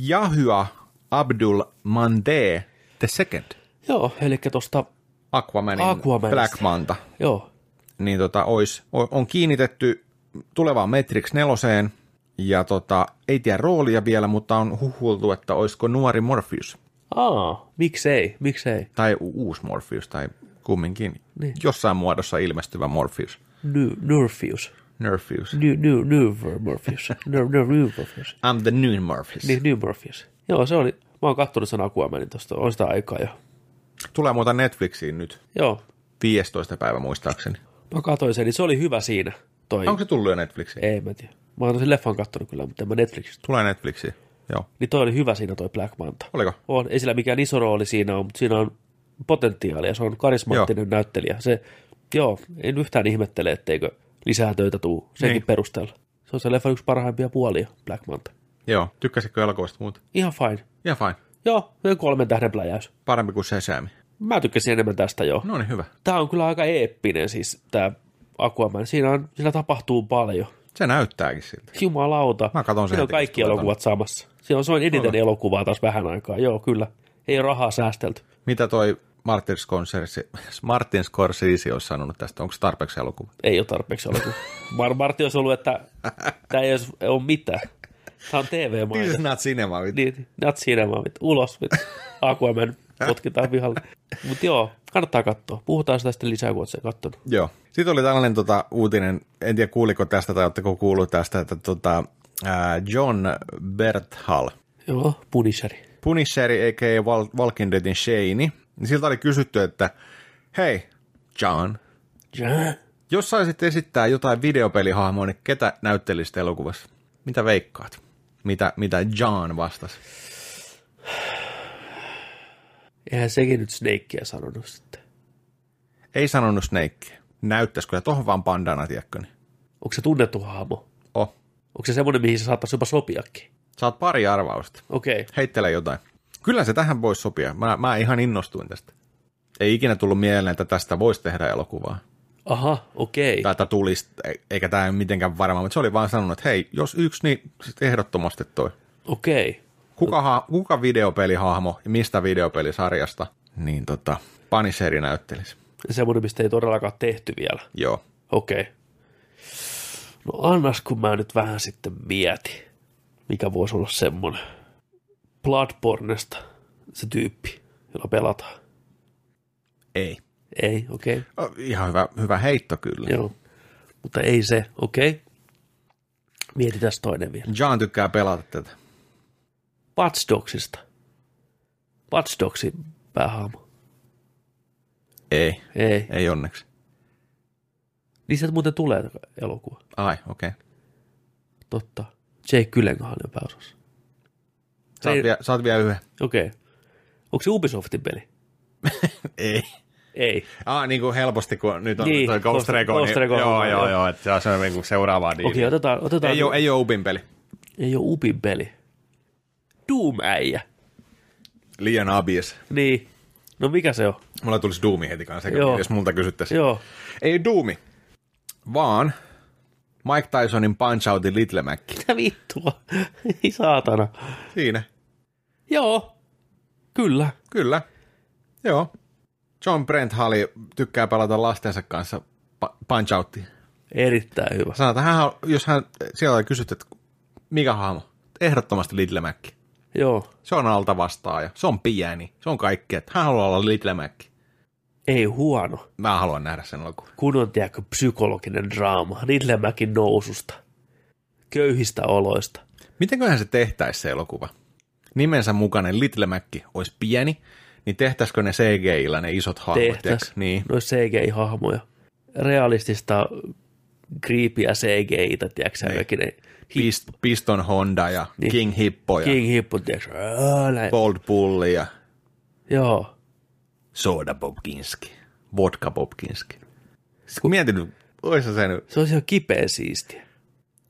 Speaker 3: Yahya Abdul Mande the second,
Speaker 1: Joo, eli tosta,
Speaker 3: Aquamanin
Speaker 1: Aquamanista.
Speaker 3: Black Manta,
Speaker 1: joo,
Speaker 3: niin tota, ois, o- on kiinnitetty tulevaan Matrix 4 ja tota, ei tiedä roolia vielä, mutta on huhuiltu, että olisiko nuori Morpheus
Speaker 1: aa, miksei, miksei,
Speaker 3: tai u- uusi Morpheus tai kumminkin niin. jossain muodossa ilmestyvä Morpheus.
Speaker 1: Ny- Nurfius,
Speaker 3: Nerfeus.
Speaker 1: Ny- Ny- Nyver Murphius, Nyr- Nyr- Nyrmorpheus.
Speaker 3: I'm the new Morpheus. Niin.
Speaker 1: Niin, Nymorpheus. Joo, se oli, mä oon kattonut sen Aquamanin tosta, on sitä aikaa jo.
Speaker 3: Tulee muuta Netflixiin nyt,
Speaker 1: Joo,
Speaker 3: 15. päivä muistaakseni.
Speaker 1: mä katsoin sen, niin se oli hyvä siinä. Toi.
Speaker 3: Onko se tullut jo Netflixiin?
Speaker 1: Ei, mä en tiedä. Mä oon sen leffan kattonut kyllä, mutta en mä Netflixistä.
Speaker 3: Tulee Netflixiin, joo.
Speaker 1: Niin toi oli hyvä siinä toi Black Manta.
Speaker 3: Oliko?
Speaker 1: On, ei sillä mikään iso rooli siinä on, mutta siinä on potentiaalia. Se on karismaattinen joo. näyttelijä. Se, joo, en yhtään ihmettele, etteikö lisää töitä tuu senkin
Speaker 3: Niin.
Speaker 1: niin. perusteella. Se on se leffan yksi parhaimpia puolia, Black Manta.
Speaker 3: Joo. Tykkäsitkö elokuvasta muuta?
Speaker 1: Ihan fine.
Speaker 3: Ihan fine.
Speaker 1: Joo, noin kolmen tähden pläjäys.
Speaker 3: Parempi kuin Sesame.
Speaker 1: Mä tykkäsin enemmän tästä, joo.
Speaker 3: No niin, hyvä.
Speaker 1: Tää on kyllä aika eeppinen siis tää Aquaman. Siinä, on, siinä tapahtuu paljon.
Speaker 3: Se näyttääkin siltä.
Speaker 1: Jumalauta.
Speaker 3: Mä katon sen
Speaker 1: Siinä on
Speaker 3: heti, kun
Speaker 1: kaikki
Speaker 3: tulee
Speaker 1: elokuvat samassa. Siinä on soin eniten
Speaker 3: Onko?
Speaker 1: elokuvaa taas vähän aikaa. Joo, kyllä. Ei ole rahaa säästelty.
Speaker 3: Mitä toi Martin Scorsese, Martin Scorsese olisi sanonut tästä? Onko se tarpeeksi elokuva?
Speaker 1: Ei ole tarpeeksi elokuvaa. Mar- Martti olisi ollut, että tämä ei olisi ole mitään. Tämä on
Speaker 3: This is
Speaker 1: TV-maita.
Speaker 3: not cinema. vittu.
Speaker 1: Niin, not siinä vaan, vittu. ulos, vittu. Aquaman potkitaan pihalle. Mutta joo, kannattaa katsoa. Puhutaan sitä sitten lisää, kun oot sen kattonut.
Speaker 3: Joo. Sitten oli tällainen tota, uutinen, en tiedä kuuliko tästä tai oletteko kuullut tästä, että tota, ää, John Berthal,
Speaker 1: Joo, Punisheri.
Speaker 3: Punisheri a.k.a. Wal- Walking Deadin Shane, niin siltä oli kysytty, että hei John,
Speaker 1: Ja.
Speaker 3: jos saisit esittää jotain videopelihahmoa, niin ketä näyttelisit elokuvassa? Mitä veikkaat? Mitä, mitä John vastasi?
Speaker 1: Eihän sekin nyt Snakeä sanonut sitten.
Speaker 3: Ei sanonut Snakea. Näyttäisi kyllä tohon vaan pandana, tiedätkö? Niin.
Speaker 1: Onko se tunnettu hahmo?
Speaker 3: Oh.
Speaker 1: Onko se semmoinen, mihin se saattaisi jopa sopiakin?
Speaker 3: Saat pari arvausta.
Speaker 1: Okei. Okay.
Speaker 3: heittele jotain. Kyllä se tähän voisi sopia. Mä, mä ihan innostuin tästä. Ei ikinä tullut mieleen, että tästä voisi tehdä elokuvaa.
Speaker 1: Aha, okei.
Speaker 3: Tai
Speaker 1: Okay.
Speaker 3: että tulisi, e- eikä tämä mitenkään varma, mutta se oli vaan sanonut, että hei, jos yksi, niin sit ehdottomasti toi.
Speaker 1: Okei. Okay.
Speaker 3: Kuka, ha, kuka videopelihahmo ja mistä videopelisarjasta, niin tota, Paniseri näyttelisi.
Speaker 1: Semmoinen, mistä ei todellakaan tehty vielä.
Speaker 3: Joo.
Speaker 1: Okei. Okay. No annas, kun mä nyt vähän sitten mietin, mikä voisi olla semmoinen. Bloodbornesta se tyyppi, jolla pelataan.
Speaker 3: Ei.
Speaker 1: Ei, okei. Okay.
Speaker 3: O, ihan hyvä, hyvä heitto kyllä. Joo.
Speaker 1: Joo. Mutta ei se, okei. Okay. Mietitään toinen vielä.
Speaker 3: John tykkää pelata tätä.
Speaker 1: Watch Dogsista. Watch Dogsin päähahmo.
Speaker 3: Ei,
Speaker 1: Ei.
Speaker 3: ei onneksi.
Speaker 1: Niistä muuten tulee elokuva.
Speaker 3: Ai, okei. Okay.
Speaker 1: Totta. Jake Gyllenhaal on pääosassa.
Speaker 3: Saat,
Speaker 1: Ei-
Speaker 3: vie, saat vielä yhden.
Speaker 1: Okei. Okay. Onko se Ubisoftin peli?
Speaker 3: Ei.
Speaker 1: Ei.
Speaker 3: Ah, niin kuin helposti, kun nyt on
Speaker 1: Niin,
Speaker 3: niin, toi Ghost
Speaker 1: Ghost-
Speaker 3: Recon.
Speaker 1: Ghost
Speaker 3: niin,
Speaker 1: Recon,
Speaker 3: joo,
Speaker 1: joo.
Speaker 3: joo, joo, että se on se niin kuin seuraavaa diiliä.
Speaker 1: Okei, okay, otetaan, otetaan.
Speaker 3: ei, ole, ei ole Upin peli.
Speaker 1: ei ole Upin peli. Doom-äijä.
Speaker 3: Liian obvious.
Speaker 1: Niin. No mikä se on?
Speaker 3: Mulla tulisi Doomi heti kanssa,
Speaker 1: Joo.
Speaker 3: jos multa kysyttäisiin.
Speaker 1: Joo.
Speaker 3: Ei Doomi, vaan Mike Tysonin Punch Outin Little Mac.
Speaker 1: Mitä vittua? Ei saatana.
Speaker 3: Siinä,
Speaker 1: Joo. Kyllä.
Speaker 3: kyllä. Joo. John Brent Halli tykkää pelata lastensa kanssa pa- Punch Outia.
Speaker 1: Erittäin hyvä.
Speaker 3: Sanotaan, että hän, jos hän siellä oli kysytty, että mikä hahmo? Ehdottomasti Little Mac.
Speaker 1: Joo.
Speaker 3: Se on alta vastaaja, se on pieni, se on kaikkea. Hän haluaa olla Little Mac.
Speaker 1: Ei huono.
Speaker 3: Mä haluan nähdä sen elokuvan.
Speaker 1: Kun on tiedätkö, psykologinen draama. Ridlemäkin noususta. Köyhistä oloista.
Speaker 3: Mitenköhän se tehtäisi se elokuva? Nimensä mukainen Little Mac olisi pieni, niin tehtäisikö ne CGI-llä ne isot hahmot?
Speaker 1: tehtäis.
Speaker 3: tiedätkö? Niin.
Speaker 1: Nois CGI-hahmoja. Realistista kriipiä CGI-tä, tiedätkö niin.
Speaker 3: Niin.
Speaker 1: ne hip,
Speaker 3: Pist, Piston Honda ja
Speaker 1: Niin.
Speaker 3: King Hippo ja
Speaker 1: King Hippo, tiedätkö, ää, näin.
Speaker 3: Bold Bulli ja
Speaker 1: Joo.
Speaker 3: Soda Bobkinski. Vodka Bobkinski. Mietin, ois se nyt
Speaker 1: Se on ihan kipeä siistiä.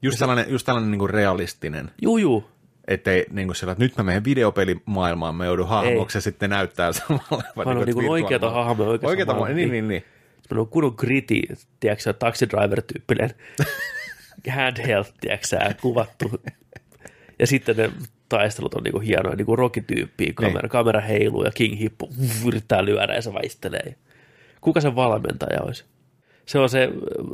Speaker 3: just tällainen, just tällainen niinku realistinen,
Speaker 1: Juju.
Speaker 3: ettei niinku sillä, että nyt mä menen videopelimaailmaan, mä joudun hahmoksi ja sitten näyttää samalle.
Speaker 1: Vaan on niinku oikeata hahmoja oikeassa
Speaker 3: Oikeata
Speaker 1: maailmassa.
Speaker 3: hahmoa, niin, niin, niin.
Speaker 1: Se on kunnon griti, tiedätkö, sä, taxi driver-tyyppinen handheld, tiedätkö, sä, kuvattu. Ja sitten ne taistelut on niinku hienoja, niinku rokityyppiä, kamera, niin. kamera heiluu ja King Hippo uff, yrittää lyödä ja se vaistelee. Kuka sen valmentaja olisi? Se on se äh,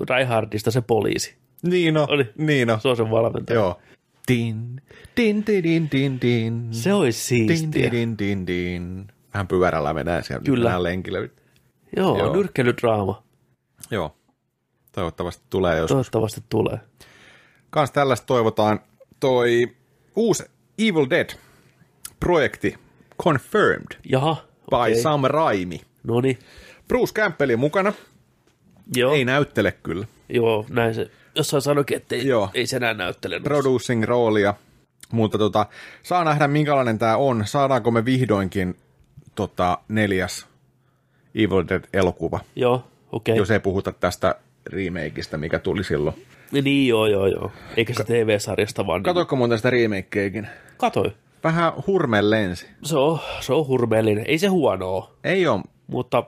Speaker 1: Raihardista se poliisi.
Speaker 3: Niino,
Speaker 1: Oli.
Speaker 3: Niino.
Speaker 1: Se on sen valmentaja.
Speaker 3: Joo. Din, din, din, din, din, din.
Speaker 1: Se olisi
Speaker 3: din,
Speaker 1: siistiä.
Speaker 3: din, din, din, din. Vähän pyörällä mennään siellä.
Speaker 1: Kyllä.
Speaker 3: Mennään lenkillä.
Speaker 1: Joo,
Speaker 3: Joo.
Speaker 1: Joo. nyrkkelydraama.
Speaker 3: Joo. Toivottavasti tulee jos.
Speaker 1: Toivottavasti tulee.
Speaker 3: Kans tällaista toivotaan. Toi uusi Evil Dead-projekti confirmed
Speaker 1: Jaha,
Speaker 3: by
Speaker 1: okei. Okay.
Speaker 3: Sam Raimi.
Speaker 1: No niin.
Speaker 3: Bruce Campbell mukana.
Speaker 1: Joo.
Speaker 3: Ei näyttele kyllä.
Speaker 1: Joo, näin se. Jossain sanoikin, että ei,
Speaker 3: Joo.
Speaker 1: ei se enää näyttele.
Speaker 3: producing roolia, mutta tota, saa nähdä minkälainen tämä on. Saadaanko me vihdoinkin tota, neljäs Evil Dead-elokuva,
Speaker 1: Joo, okei.
Speaker 3: jos ei puhuta tästä remakeista, mikä tuli silloin.
Speaker 1: Okay. Niin joo, joo, joo. Eikä se TV-sarjasta vaan. niin-
Speaker 3: Katoiko muuten sitä remakeäkin?
Speaker 1: Katoi.
Speaker 3: Vähän hurme lensi.
Speaker 1: Se on, se on hurmeellinen. Ei se huono oo,
Speaker 3: Ei ole.
Speaker 1: mutta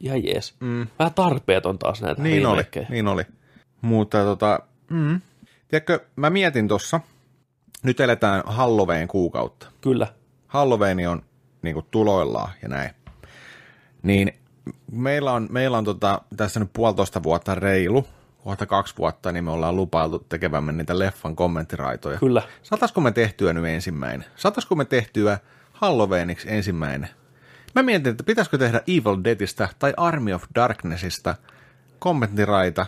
Speaker 1: ihan jees. Mm. Vähän tarpeeton taas näitä
Speaker 3: Niin oli,
Speaker 1: remakeja.
Speaker 3: niin oli. Mutta tota, mm. tiedätkö, mä mietin tuossa, nyt eletään Halloween kuukautta.
Speaker 1: Kyllä.
Speaker 3: Halloween on niinku tuloillaan ja näin. Niin meillä on, meillä on tota, tässä nyt puolitoista vuotta reilu, kohta kaksi vuotta, niin me ollaan lupailtu tekevämme niitä leffan kommenttiraitoja.
Speaker 1: Kyllä.
Speaker 3: Saataisiko me tehtyä nyt ensimmäinen? Saataisiko me tehtyä Halloweeniksi ensimmäinen? Mä mietin, että pitäisikö tehdä Evil Deadistä tai Army of Darknessista kommenttiraita.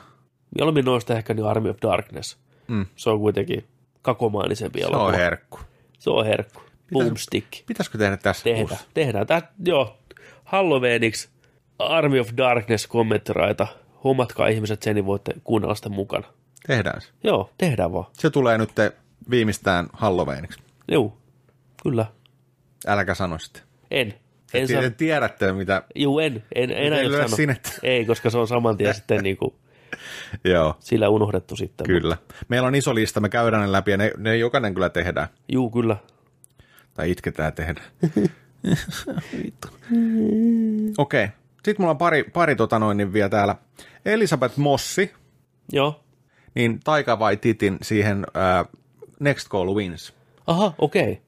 Speaker 1: Jolmin noista ehkä niin Army of Darkness.
Speaker 3: Mm.
Speaker 1: Se on kuitenkin kakomaanisempi
Speaker 3: Se on
Speaker 1: elokuva.
Speaker 3: herkku.
Speaker 1: Se on herkku. Boomstick.
Speaker 3: Pitäisikö tehdä tässä?
Speaker 1: Tehdään.
Speaker 3: uusi?
Speaker 1: Tehdään. Tää, joo. Halloweeniksi Army of Darkness kommenttiraita. Hommatkaa ihmiset sen, niin voitte kuunnella sitä mukana.
Speaker 3: Tehdään se.
Speaker 1: Joo, tehdään vaan.
Speaker 3: Se tulee nyt viimeistään Halloweeniksi.
Speaker 1: Joo, kyllä.
Speaker 3: Äläkä sano sitä.
Speaker 1: En. En
Speaker 3: Te
Speaker 1: saa.
Speaker 3: tiedätte, mitä...
Speaker 1: Juu, en. En, en
Speaker 3: ei
Speaker 1: aio
Speaker 3: lyödä
Speaker 1: sanoa.
Speaker 3: sinettä.
Speaker 1: Ei, koska se on saman tien sitten niin kuin,
Speaker 3: Joo,
Speaker 1: sillä unohdettu sitten.
Speaker 3: kyllä. Meillä on iso lista, me käydään ne läpi ja ne, ne jokainen kyllä tehdään.
Speaker 1: Juu, kyllä.
Speaker 3: Tai itketään tehdä. Vittu. Mm. Okei. Okay. Sitten mulla on pari, pari tota noin, niin vielä täällä. Elisabeth Mossi,
Speaker 1: Joo.
Speaker 3: niin Taika vai Titin siihen ää, Next Goal Wins.
Speaker 1: Aha, okei. Okay.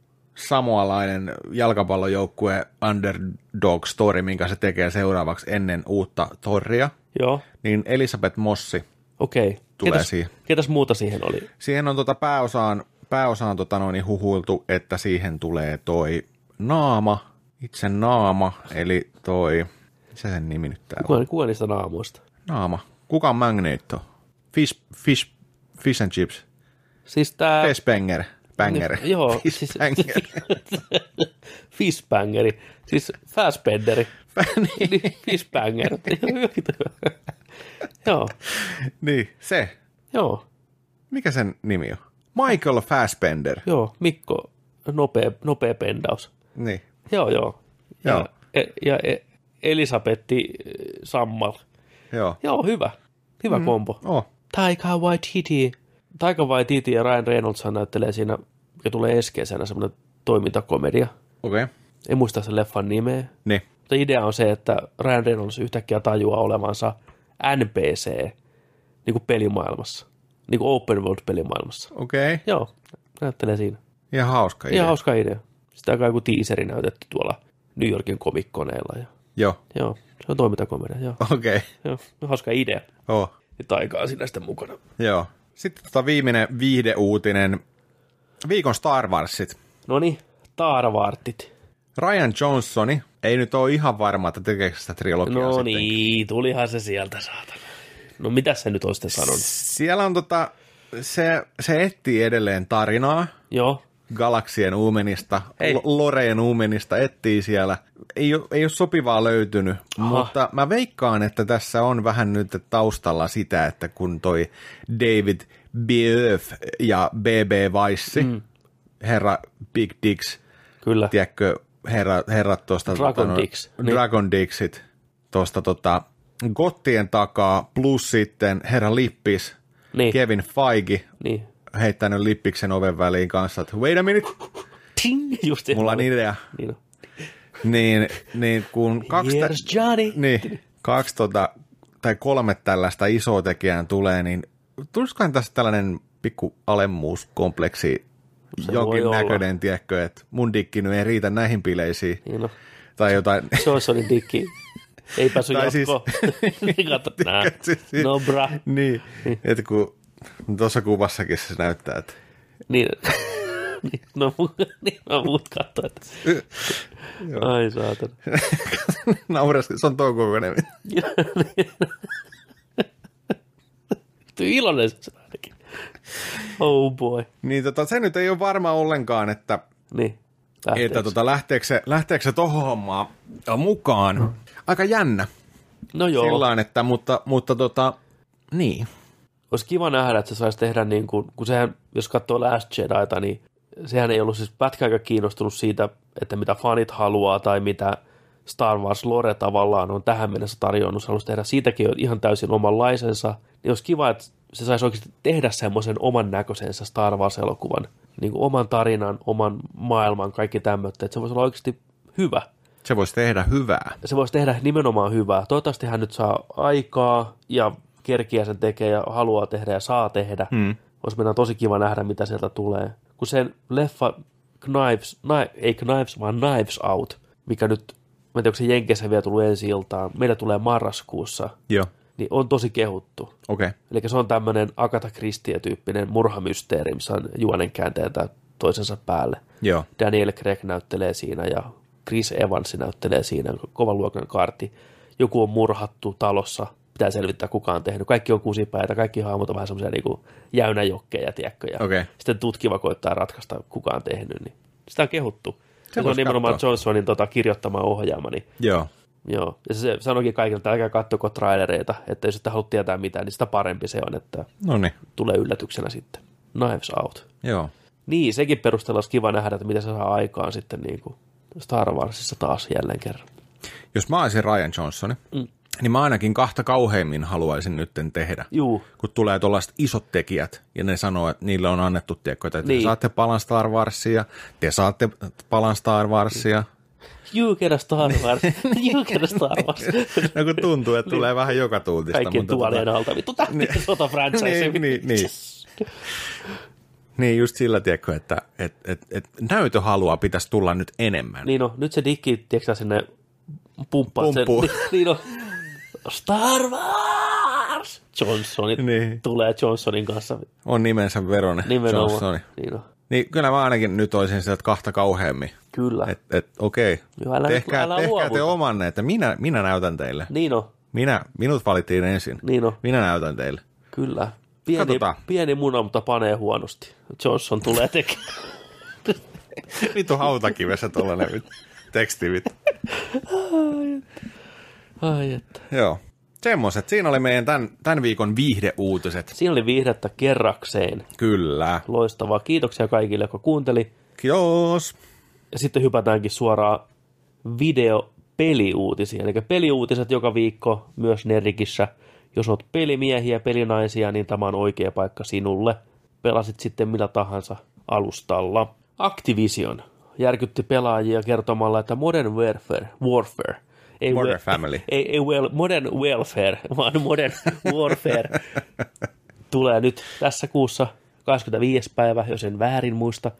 Speaker 3: Samoalainen jalkapallojoukkue Underdog Story, minkä se tekee seuraavaksi ennen uutta torria.
Speaker 1: Joo,
Speaker 3: Niin Elisabeth Mossi.
Speaker 1: okei. Okay.
Speaker 3: Tulee
Speaker 1: ketäs,
Speaker 3: siihen.
Speaker 1: ketäs muuta siihen oli?
Speaker 3: Siihen on tota pääosaan, pääosaan tota noin, niin huhuiltu, että siihen tulee toi naama, itse naama, eli toi, mikä sen nimi nyt täällä on?
Speaker 1: Kuka, kuka niistä naamoista?
Speaker 3: Naama. Kuka on Magneto? Fish, fish, fish and chips.
Speaker 1: Siis tää...
Speaker 3: Fish banger. Banger.
Speaker 1: Niin, joo,
Speaker 3: Fish
Speaker 1: siis-
Speaker 3: banger.
Speaker 1: Fishbangeri. Siis Fastbenderi.
Speaker 3: niin,
Speaker 1: Niin, Fishbanger. Joo,
Speaker 3: niin, se.
Speaker 1: joo,
Speaker 3: Mikä sen nimi on? Michael Fassbender.
Speaker 1: joo. Mikko, nopea, nopea pendaus.
Speaker 3: Niin.
Speaker 1: Joo, joo. Ja,
Speaker 3: Joo.
Speaker 1: ja, ja e- Elisabetti äh, Sammal.
Speaker 3: Joo.
Speaker 1: Joo, hyvä. Hyvä mm. kombo.
Speaker 3: Oh.
Speaker 1: Taika Waititi. Taika Waititi ja Ryan Reynolds näyttelee siinä, mikä tulee ensi kesänä, semmoinen toimintakomedia.
Speaker 3: Okei. Okay.
Speaker 1: En muista sen leffan nimeä.
Speaker 3: Niin.
Speaker 1: Mutta idea on se, että Ryan Reynolds yhtäkkiä tajuaa olevansa NPC niin kuin pelimaailmassa. Niin kuin open world pelimaailmassa.
Speaker 3: Okei. Okay.
Speaker 1: Joo, näyttelee siinä.
Speaker 3: Ihan hauska idea.
Speaker 1: Ihan hauska idea. Sitä on joku teaseri näytetty tuolla New Yorkin komikkoneilla. Ja,
Speaker 3: Joo.
Speaker 1: joo, se on toimintakomedia. Joo,
Speaker 3: Okei. Okay.
Speaker 1: joo, hauska idea.
Speaker 3: Oh.
Speaker 1: Ja taikaa siinä sitten mukana.
Speaker 3: Joo. Sitten tota viimeinen viihdeuutinen. Viikon Star Warsit.
Speaker 1: No niin, Taaravartit.
Speaker 3: Ryan Johnsoni, ei nyt ole ihan varma, että tekeekö sitä trilogiaa
Speaker 1: No
Speaker 3: sitten.
Speaker 1: niin, tulihan se sieltä, saatana. No mitä se nyt on sitten sanonut?
Speaker 3: Siellä on tota, se, se etsii edelleen tarinaa
Speaker 1: Joo,
Speaker 3: galaksien uumenista,
Speaker 1: Hei.
Speaker 3: L- Loreen uumenista etsii siellä. Ei ole, ei ole sopivaa löytynyt, Aha. mutta mä veikkaan, että tässä on vähän nyt taustalla sitä, että kun toi David Bioff ja BB Weissi, mm. herra Big Dicks,
Speaker 1: kyllä.
Speaker 3: tiedätkö, herra, herrat tuosta...
Speaker 1: Dragon
Speaker 3: tota, noin-
Speaker 1: Dicks, niin.
Speaker 3: Dragon Dixit tuosta tota, Gottien takaa, plus sitten herra Lippis,
Speaker 1: Niin,
Speaker 3: Kevin Feige
Speaker 1: niin.
Speaker 3: heittänyt Lippiksen oven väliin kanssa, että wait a minute,
Speaker 1: Ting, just se.
Speaker 3: mulla on idea.
Speaker 1: Niin on.
Speaker 3: Niin, niin kun kaksi, tä-
Speaker 1: Here's Johnny.
Speaker 3: niin, kaksi tota, tai kolme tällaista isoa tekijää tulee, niin tulisikohan tässä tällainen pikku alemmuuskompleksi,
Speaker 1: Se voi
Speaker 3: jonkin
Speaker 1: olla.
Speaker 3: näköinen, tiedätkö, että mun dikki nyt ei riitä näihin bileisiin.
Speaker 1: Niin on.
Speaker 3: Tai jotain.
Speaker 1: Se olisi ollut dikki. Ei päässyt
Speaker 3: Tai
Speaker 1: jatkoon. Niin kato, nää.
Speaker 3: Siis- siis-
Speaker 1: No bra.
Speaker 3: Niin, että kun tuossa kuvassakin se näyttää, että
Speaker 1: Niin. Niin, No, mu- niin mä muut katsoin. että- Ai saatana.
Speaker 3: naureski, se on tuon kokoinen.
Speaker 1: Vittu iloinen se on ainakin. Oh boy.
Speaker 3: Niin tota, se nyt ei ole varma ollenkaan, että,
Speaker 1: Niin.
Speaker 3: että
Speaker 1: Lähteekö?
Speaker 3: tota, lähteekö, se, lähteekö se tohon hommaan äh, mukaan. Aika jännä
Speaker 1: No joo.
Speaker 3: Joo. sillä että, mutta, mutta tota, niin.
Speaker 1: olisi kiva nähdä, että se saisi tehdä niin kuin, kun sehän, jos katsoo Last Jediita, niin sehän ei ollut siis pätkääkään kiinnostunut siitä, että mitä fanit haluaa tai mitä Star Wars Lore tavallaan on tähän mennessä tarjonnut. Se halusi tehdä siitäkin jo ihan täysin omanlaisensa. Niin olisi kiva, että se saisi oikeasti tehdä semmoisen oman näköisensä Star Wars-elokuvan. Niin kuin oman tarinan, oman maailman, kaikki tämmöistä. Että se voisi olla oikeasti hyvä
Speaker 3: Se voisi tehdä hyvää.
Speaker 1: se voisi tehdä nimenomaan hyvää. Toivottavasti hän nyt saa aikaa ja kerkiä sen tekee ja haluaa tehdä ja saa tehdä. Mm. Olisi meidän tosi kiva nähdä, mitä sieltä tulee. Kun sen leffa Knives, kni, ei Knives, vaan Knives Out, mikä nyt, mä en tiedä, onko se Jenkeissä vielä tullut ensi iltaan. Meillä tulee marraskuussa.
Speaker 3: Joo.
Speaker 1: niin on tosi kehuttu.
Speaker 3: Okei. Okay.
Speaker 1: Eli se on tämmöinen Agatha Christie-tyyppinen murhamysteeri, missä on juonen käänteitä toisensa päälle.
Speaker 3: Joo.
Speaker 1: Daniel Craig näyttelee siinä ja Chris Evans näyttelee siinä, kovan luokan kaarti. Joku on murhattu talossa, pitää selvittää kuka on tehnyt. Kaikki on kusipäitä, kaikki hahmot on vähän semmoisia niin jäynäjokkeja, tiedätkö. Ja
Speaker 3: Okei.
Speaker 1: Sitten tutkiva koittaa ratkaista, kuka on tehnyt, niin sitä on kehuttu. Ja Se, on
Speaker 3: voisi
Speaker 1: nimenomaan
Speaker 3: katsoa.
Speaker 1: Johnsonin tota, kirjoittama ohjaama, niin
Speaker 3: Joo.
Speaker 1: Joo, ja se sanoikin kaikille, että älkää kattoko trailereita, että jos ette halua tietää mitään, niin sitä parempi se on, että
Speaker 3: No niin.
Speaker 1: tulee yllätyksenä sitten. Knives Out.
Speaker 3: Joo.
Speaker 1: Niin, sekin perusteella olisi kiva nähdä, että mitä se saa aikaan sitten niin kuin Star Warsissa taas jälleen kerran.
Speaker 3: Jos mä olisin Ryan Johnson, mm. niin mä ainakin kahta kauheimmin haluaisin nytten tehdä.
Speaker 1: Juu,
Speaker 3: kun tulee tuollaiset isot tekijät, ja ne sanoo, että niille on annettu tiekkoja, että niin.
Speaker 1: Niin.
Speaker 3: te saatte palan Star Warsia, te saatte palan Star Warsia.
Speaker 1: you get a Star
Speaker 3: Niin.
Speaker 1: Wars, you get a Star Wars.
Speaker 3: No kun tuntuu, että tulee vähän joka tuutista.
Speaker 1: Kaikkien
Speaker 3: mutta
Speaker 1: tuolien
Speaker 3: tota-
Speaker 1: alta, vittu tähti sota franchise.
Speaker 3: Niin, niin, niin. Niin, just sillä tiekko, että et, et, et, näytöhalua pitäisi tulla nyt enemmän.
Speaker 1: Niin no, nyt se dikki, tiedätkö sinne pumppaa
Speaker 3: Pumppuu.
Speaker 1: sen. Niin no, Star Wars! Johnsonin
Speaker 3: Niin.
Speaker 1: niin. tulee Johnsonin kanssa
Speaker 3: On nimensä veronen
Speaker 1: nimenomaan.
Speaker 3: Johnsoni.
Speaker 1: Niin no,
Speaker 3: Niin kyllä mä ainakin nyt olisin sieltä kahta kauheammin.
Speaker 1: kyllä. Et,
Speaker 3: Että et, okei,
Speaker 1: Joo, älä nyt-
Speaker 3: tehkää,
Speaker 1: älä
Speaker 3: tehkää te
Speaker 1: luovuta.
Speaker 3: omanne, että minä, minä näytän teille.
Speaker 1: niin no,
Speaker 3: Minä, minut valittiin ensin.
Speaker 1: niin no,
Speaker 3: Minä näytän teille.
Speaker 1: kyllä. Pieni,
Speaker 3: Katsotaan.
Speaker 1: pieni muna, mutta panee huonosti. Johnson tulee tekemään.
Speaker 3: Vittu hautakivessä tuollainen vit- teksti. Vit.
Speaker 1: Ai että.
Speaker 3: Joo. Semmoiset. Siinä oli meidän tämän, tämän viikon viihdeuutiset.
Speaker 1: Siinä oli viihdettä kerrakseen.
Speaker 3: Kyllä.
Speaker 1: Loistavaa. Kiitoksia kaikille, jotka kuunteli.
Speaker 3: Kiitos.
Speaker 1: Ja sitten hypätäänkin suoraan video peliuutisiin. Eli peliuutiset joka viikko myös Nerikissä. Jos oot pelimiehiä, pelinaisia, niin tämä on oikea paikka sinulle. Pelasit sitten millä tahansa alustalla. Activision järkytti pelaajia kertomalla, että Modern Warfare, Warfare ei
Speaker 3: Modern
Speaker 1: wel-
Speaker 3: Family.
Speaker 1: Ei, ei well, Modern Welfare, vaan Modern Warfare tulee nyt tässä kuussa 25. päivä, jos en väärin muista.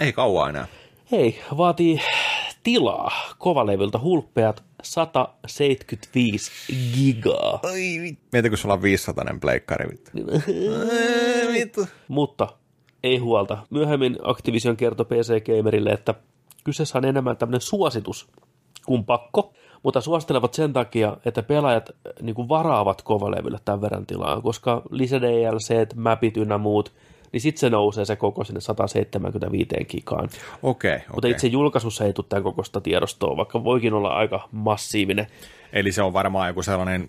Speaker 3: Ei kauan enää.
Speaker 1: Hei, vaatii tilaa kovalevyltä hulppeat 175 gigaa.
Speaker 3: Ai vittu. Mieti, kun sulla on 500 pleikkari. Vittu. Ei, vittu.
Speaker 1: Mutta ei huolta. Myöhemmin Activision kertoi PC Gamerille, että kyseessä on enemmän tämmöinen suositus kuin pakko, mutta suosittelevat sen takia, että pelaajat niin kuin varaavat kovalevylle tämän verran tilaa, koska lisä DLC, mapit ynnä muut, niin sitten se nousee se koko sinne 175 gigaan.
Speaker 3: Okei, okay,
Speaker 1: Mutta
Speaker 3: okay.
Speaker 1: itse julkaisussa ei tule tämän kokoista tiedostoa, vaikka voikin olla aika massiivinen.
Speaker 3: Eli se on varmaan joku sellainen 70-80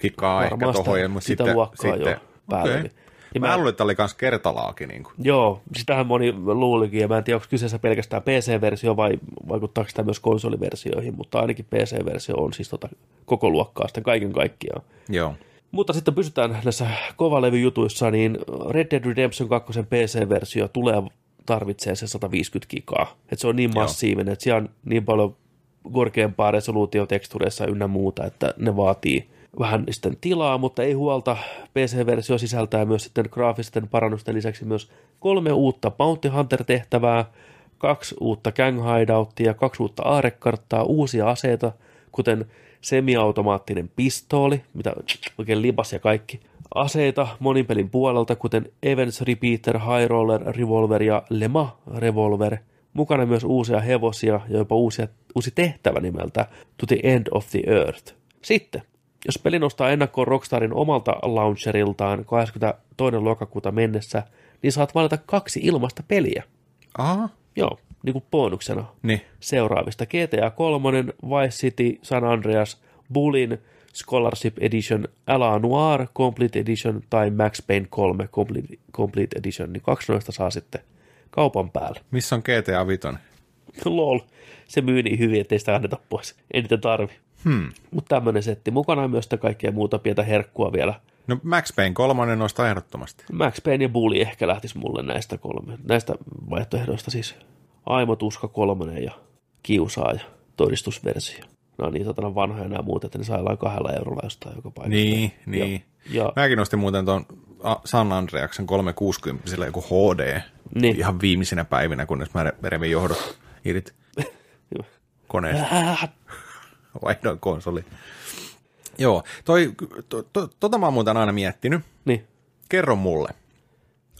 Speaker 3: kikkaa ehkä
Speaker 1: Varmaan sitä-
Speaker 3: tohon. ja- mut
Speaker 1: sitä
Speaker 3: sitten,
Speaker 1: luokkaa
Speaker 3: sitten,
Speaker 1: jo päälle.
Speaker 3: okei.
Speaker 1: Ja
Speaker 3: Mä,
Speaker 1: mä-
Speaker 3: luulin, että tämä oli myös kertalaakin. Niin kuin.
Speaker 1: Joo, sitähän moni luulikin, ja mä en tiedä, onko kyseessä pelkästään PC-versio vai vaikuttaako sitä myös konsoliversioihin, mutta ainakin PC-versio on siis tota koko luokkaa sitten kaiken kaikkiaan.
Speaker 3: Joo.
Speaker 1: Mutta sitten pysytään näissä kovalevyjutuissa, niin Red Dead Redemption 2 PC-versio tulee tarvitsee se 150 gigaa. Et se on niin massiivinen, että siellä on niin paljon korkeampaa resoluutiotekstureissa ynnä muuta, että ne vaatii vähän sitten tilaa, mutta ei huolta. PC-versio sisältää myös sitten graafisten parannusten lisäksi myös kolme uutta Bounty Hunter-tehtävää, kaksi uutta Gang Hideouttia, kaksi uutta aarekarttaa, uusia aseita, kuten semiautomaattinen pistooli, mitä oikein libas ja kaikki, aseita monin pelin puolelta, kuten Evans Repeater, High Roller, Revolver ja Lema Revolver, mukana myös uusia hevosia ja jopa uusia, uusi tehtävä nimeltä To the End of the Earth. Sitten, jos peli nostaa ennakkoon Rockstarin omalta launcheriltaan 22. lokakuuta mennessä, niin saat valita kaksi ilmaista peliä.
Speaker 3: Aha.
Speaker 1: Joo, niin kuin bonuksena
Speaker 3: Niin.
Speaker 1: seuraavista. GTA 3, Vice City, San Andreas, Bullin, Scholarship Edition, Ala Noir, Complete Edition tai Max Payne 3 Complete, Complete Edition, niin kaksi noista saa sitten kaupan päälle.
Speaker 3: Missä on GTA 5?
Speaker 1: Lol, se myy niin hyvin, ettei sitä anneta pois. Ei niitä tarvi. Hmm. Mutta tämmönen setti. Mukana on myös sitä kaikkea muuta pientä herkkua vielä.
Speaker 3: No Max Payne kolmonen nostaa ehdottomasti.
Speaker 1: Max Payne ja Bully ehkä lähtis mulle näistä kolme. Näistä vaihtoehdoista siis. Aimotuska kolmonen ja kiusaaja todistusversio. No niin, satana vanha enää muuta, että ne saa jollain kahdella eurolla jostain joka paikasta.
Speaker 3: Niin, niin.
Speaker 1: Ja,
Speaker 3: Mäkin ostin muuten tuon San Andreaksen 360 joku HD
Speaker 1: Niin.
Speaker 3: ihan viimeisinä päivinä, kunnes mä re- revin johdot irti koneesta,
Speaker 1: Äh,
Speaker 3: vaihdoin konsoli. Joo, toi, to, to, tota mä oon muuten aina miettinyt.
Speaker 1: Niin.
Speaker 3: Kerro mulle,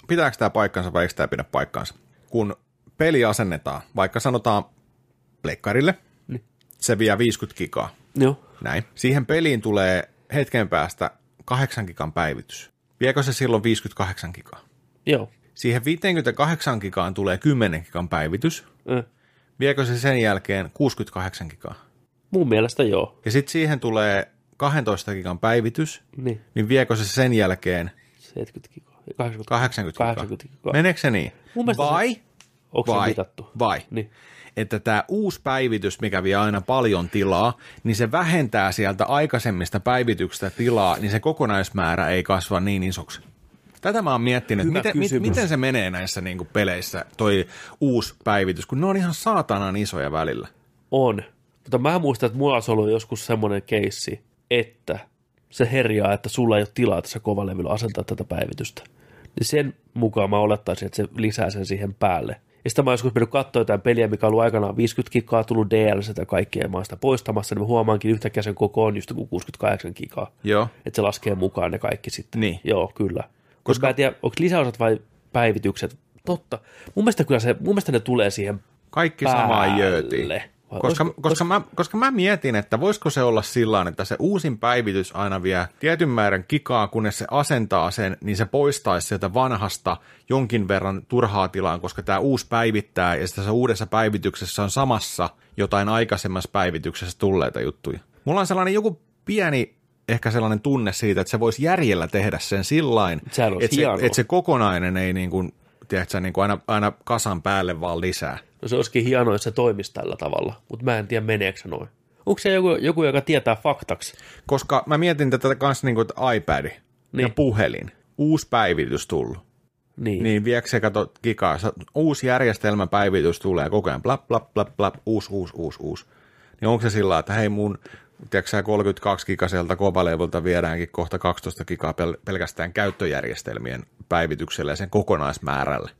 Speaker 3: pitääkö tämä paikkansa vai eikö tämä pidä paikkansa? Kun peli asennetaan, vaikka sanotaan plekkarille,
Speaker 1: Niin.
Speaker 3: se vie 50 gigaa.
Speaker 1: Joo.
Speaker 3: Näin. Siihen peliin tulee hetken päästä 8 gigan päivitys. Viekö se silloin 58 gigaa?
Speaker 1: Joo.
Speaker 3: Siihen 58 gigaan tulee 10 gigan päivitys.
Speaker 1: Äh.
Speaker 3: Viekö se sen jälkeen 68 gigaa?
Speaker 1: Mun mielestä joo.
Speaker 3: Ja sitten siihen tulee 12 gigan päivitys,
Speaker 1: Niin.
Speaker 3: niin viekö se sen jälkeen
Speaker 1: 70 gigaa. 80.
Speaker 3: 80 gigaa?
Speaker 1: 80 gigaa.
Speaker 3: Meneekö se niin?
Speaker 1: Mun mielestä
Speaker 3: vai,
Speaker 1: Onko se
Speaker 3: vai,
Speaker 1: mitattu?
Speaker 3: vai,
Speaker 1: Niin.
Speaker 3: että tämä uusi päivitys, mikä vie aina paljon tilaa, niin se vähentää sieltä aikaisemmista päivityksistä tilaa, niin se kokonaismäärä ei kasva niin isoksi. Tätä mä oon miettinyt,
Speaker 1: Hyvä
Speaker 3: miten, mi-
Speaker 1: kysymys.
Speaker 3: miten se menee näissä niinku peleissä, toi uusi päivitys, kun ne on ihan saatanan isoja välillä.
Speaker 1: On. Mutta mä muistan, että mulla olisi ollut joskus semmoinen keissi, että se herjaa, että sulla ei ole tilaa tässä kovalevyllä asentaa tätä päivitystä. Niin sen mukaan mä olettaisin, että se lisää sen siihen päälle. Ja sitten mä oon joskus mennyt katsoa jotain peliä, mikä on ollut aikanaan 50 gigaa, tullut DLC ja kaikkea, ja mä oon sitä poistamassa, niin mä huomaankin yhtäkkiä sen koko on just joku 68 gigaa.
Speaker 3: Joo.
Speaker 1: Että se laskee mukaan ne kaikki sitten.
Speaker 3: Niin.
Speaker 1: Joo, kyllä. Koska mä en tiedä, onko lisäosat vai päivitykset. Totta. Mun mielestä kyllä se, mun mielestä ne tulee siihen
Speaker 3: Kaikki
Speaker 1: päälle.
Speaker 3: samaan jöötiin.
Speaker 1: Vai
Speaker 3: Koska,
Speaker 1: olisiko-
Speaker 3: koska, koska, mä, koska mä mietin, että voisiko se olla sillä tavalla, että se uusin päivitys aina vie tietyn määrän kikaa, kunnes se asentaa sen, niin se poistaisi sieltä vanhasta jonkin verran turhaa tilaa, koska tämä uusi päivittää ja tässä uudessa päivityksessä on samassa jotain aikaisemmassa päivityksessä tulleita juttuja. Mulla on sellainen joku pieni ehkä sellainen tunne siitä, että se voisi järjellä tehdä sen sillain,
Speaker 1: Sehän olisi
Speaker 3: että se,
Speaker 1: hienoa.
Speaker 3: että se kokonainen ei niin kuin, tiedätkö, niin kuin aina, aina kasan päälle vaan lisää.
Speaker 1: No se olisikin hienoa, että se toimisi tällä tavalla, mutta mä en tiedä meneekö se noin. Onko se joku, joku joka tietää faktaksi?
Speaker 3: koska mä mietin tätä kanssa niin kuin, että iPad niin. ja
Speaker 1: Niin.
Speaker 3: puhelin, uusi päivitys tullut,
Speaker 1: Niin. niin.
Speaker 3: niin viekö se kato gigaa, Sä- uusi järjestelmäpäivitys tulee koko ajan, blap, blap, blap, blap, uusi, uusi, uusi, uusi. Niin onko se sillä lailla, että hei mun, tiedätkö sä, 32 gigaselta kovalevulta viedäänkin kohta 12 gigaa pel- pelkästään käyttöjärjestelmien päivityksellä ja sen kokonaismäärällä.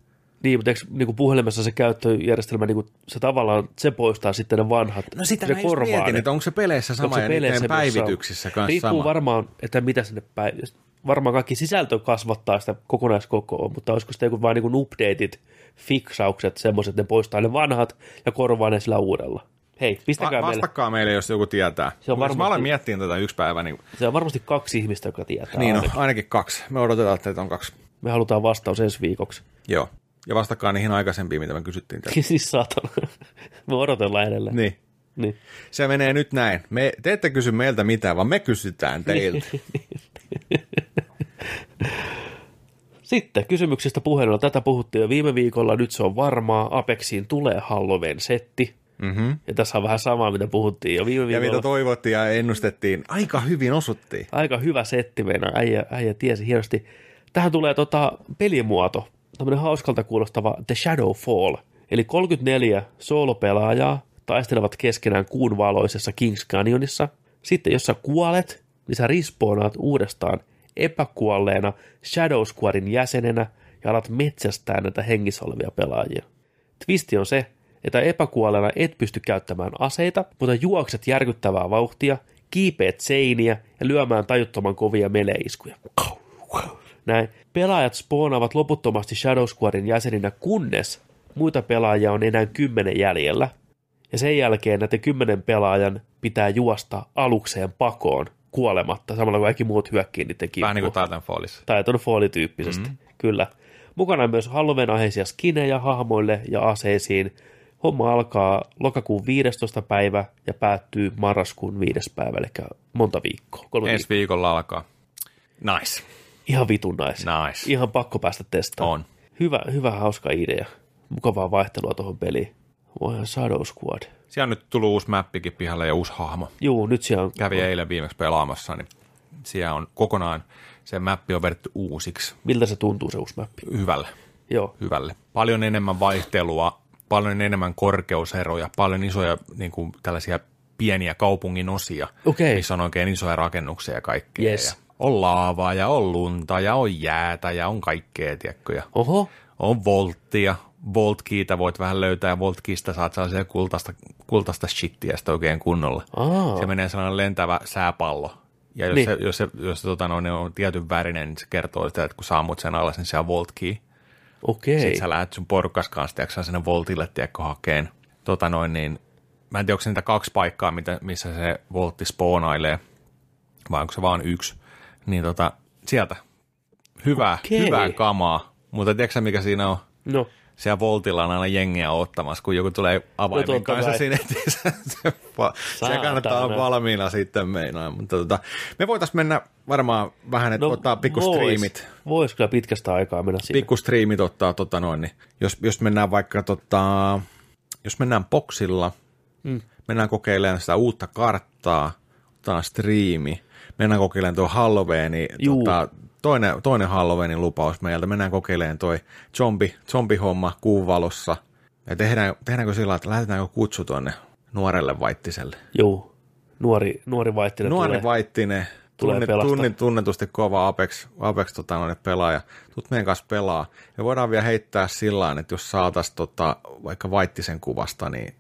Speaker 1: niin mutta eikö niin kuin puhelimessa se käyttöjärjestelmä, niin kuin, se tavallaan se poistaa sitten ne vanhat.
Speaker 3: No
Speaker 1: se korvaa ne.
Speaker 3: että onko se peleissä sama
Speaker 1: Onko se
Speaker 3: ja
Speaker 1: peleissä
Speaker 3: niiden
Speaker 1: myös sama?
Speaker 3: päivityksissä kanssa
Speaker 1: Riippuu
Speaker 3: sama?
Speaker 1: varmaan, että mitä sinne päin. Varmaan kaikki sisältö kasvattaa sitä kokonaiskokoa, mutta olisiko sitten joku vain niin kuin updateit, fiksaukset, semmoiset, että ne poistaa ne vanhat ja korvaa ne sillä uudella. Hei, pistäkää
Speaker 3: Va-
Speaker 1: meille.
Speaker 3: vastakkaa meille, jos joku tietää.
Speaker 1: Se on
Speaker 3: Mä
Speaker 1: varmasti-
Speaker 3: aloin miettiä tätä yksi päivä, niin
Speaker 1: Se on varmasti kaksi ihmistä, jotka tietää.
Speaker 3: Niin on,
Speaker 1: ainakin.
Speaker 3: ainakin kaksi. Me odotetaan, että teitä on kaksi.
Speaker 1: Me halutaan vastaus ensi viikoksi.
Speaker 3: Joo. Ja vastakkaa niihin aikaisempiin, mitä me kysyttiin täällä.
Speaker 1: siis saatana. Me odotellaan edelleen.
Speaker 3: niin.
Speaker 1: Niin.
Speaker 3: Se menee nyt näin. Me, te ette kysy meiltä mitään, vaan me kysytään teiltä.
Speaker 1: Sitten kysymyksistä puhelulla. Tätä puhuttiin jo viime viikolla. Nyt se on varmaa. Apexiin tulee Halloween-setti.
Speaker 3: mm-hmm.
Speaker 1: Ja tässä on vähän samaa, mitä puhuttiin jo viime
Speaker 3: Ja
Speaker 1: viikolla.
Speaker 3: mitä toivottiin ja ennustettiin. Aika hyvin osuttiin.
Speaker 1: Aika hyvä setti meidän. Äijä, äijä tiesi hienosti. Tähän tulee tota pelimuoto. Tämmöinen hauskalta kuulostava The Shadowfall. Eli 34 soolopelaajaa taistelevat keskenään kuun valoisessa Kings Canyonissa. Sitten jos sä kuolet, niin sä rispoonaat uudestaan epäkuolleena Shadow Squadin jäsenenä ja alat metsästää näitä hengissä olevia pelaajia. Twisti on se, että epäkuolleena et pysty käyttämään aseita, mutta juokset järkyttävää vauhtia, kiipeät seiniä ja lyömään tajuttoman kovia meleiskuja. Näin. Pelaajat spoonaavat loputtomasti Shadow Squadin jäseninä, kunnes muita pelaajia on enää kymmenen jäljellä. Ja sen jälkeen näiden kymmenen pelaajan pitää juosta alukseen pakoon kuolematta, samalla kun kaikki muut hyökkii niiden
Speaker 3: niin
Speaker 1: kimppuun.
Speaker 3: Titanfallissa.
Speaker 1: Titanfall-tyyppisesti, mm.
Speaker 3: Mm-hmm.
Speaker 1: kyllä. Mukana on myös Halloween-aiheisia skinejä hahmoille ja aseisiin. Homma alkaa lokakuun 15. päivä ja päättyy marraskuun 5. päivä, eli monta viikkoa. Kolme viikkoa.
Speaker 3: viikolla alkaa. Niin. Nice.
Speaker 1: Ihan vitun nais.
Speaker 3: Nice.
Speaker 1: Ihan pakko päästä testaamaan.
Speaker 3: On.
Speaker 1: Hyvä, hyvä, hauska idea. Mukavaa vaihtelua tuohon peliin. Voihan Shadow Squad.
Speaker 3: Siellä on nyt tullut uusi mäppikin pihalle ja uusi hahmo.
Speaker 1: Juu, nyt siellä on...
Speaker 3: Kävi eilen viimeksi pelaamassa, niin siellä on kokonaan, se mäppi on vedetty uusiksi.
Speaker 1: Miltä se tuntuu se uusi mappi?
Speaker 3: Hyvällä.
Speaker 1: Joo,
Speaker 3: hyvälle. Paljon enemmän vaihtelua, paljon enemmän korkeuseroja, paljon isoja niin kuin tällaisia pieniä kaupungin osia,
Speaker 1: Okei.
Speaker 3: missä on oikein isoja rakennuksia ja kaikkea.
Speaker 1: Yes.
Speaker 3: Ja on laavaa ja on lunta ja on jäätä ja on kaikkea, tiedätkö, ja
Speaker 1: oho,
Speaker 3: on volttia. Voltkiita voit vähän löytää ja Voltkiista saat sellaisia kultaista, kultaista shittiä sitä oikein kunnolla.
Speaker 1: Aa.
Speaker 3: Se menee sellainen lentävä sääpallo Ja jos
Speaker 1: Niin.
Speaker 3: niin. se, jos se, jos se tota, noin, on tietyn värinen, niin se kertoo sitä, että kun saamut sen alas, niin se on volt key.
Speaker 1: Okei.
Speaker 3: Sitten sä lähdet sun porukas kanssa, tiedätkö, sä sinne voltille, tiedätkö, hakeen. Tota noin, niin, mä en tiedä, onko se niitä kaksi paikkaa, mitä, missä se voltti spoonailee, vai onko se vaan yksi. Niin tota, sieltä. Hyvää,
Speaker 1: Okei.
Speaker 3: hyvää kamaa. Mutta tiedätkö sä, mikä siinä on?
Speaker 1: No,
Speaker 3: Siellä voltilla on aina jengiä ottamassa, kun joku tulee
Speaker 1: No
Speaker 3: avaimen
Speaker 1: totta
Speaker 3: kanssa
Speaker 1: kai.
Speaker 3: sinne. että se, se, se
Speaker 1: Saatana.
Speaker 3: kannattaa olla valmiina sitten meinaa. Mutta tota, me voitaisiin mennä varmaan vähän, että
Speaker 1: no
Speaker 3: no, ottaa pikku striimit
Speaker 1: Voisi kyllä pitkästä aikaa mennä sinne.
Speaker 3: pikku striimit ottaa tota noin, niin jos, jos mennään vaikka tota, jos mennään boksilla, mm. mennään kokeilemaan sitä uutta karttaa, otetaan striimi, mennään kokeilemaan tuo Halloweeni,
Speaker 1: Juu.
Speaker 3: tota, toinen, toinen Halloweenin lupaus meiltä, mennään kokeilemaan toi zombi, zombihomma kuun valossa, ja tehdään, tehdäänkö sillä lailla, että lähetetäänkö kutsu tuonne nuorelle vaittiselle.
Speaker 1: Joo. Nuori, nuori vaihtinen
Speaker 3: Nuori
Speaker 1: tulee.
Speaker 3: vaittinen,
Speaker 1: Tulee
Speaker 3: tunne,
Speaker 1: pelastaa.
Speaker 3: tunne, tunnetusti kova Apex, Apex tota, noin, pelaaja. Tuut meidän kanssa pelaa. Ja voidaan vielä heittää sillä että jos saatas tota, vaikka vaittisen kuvasta, niin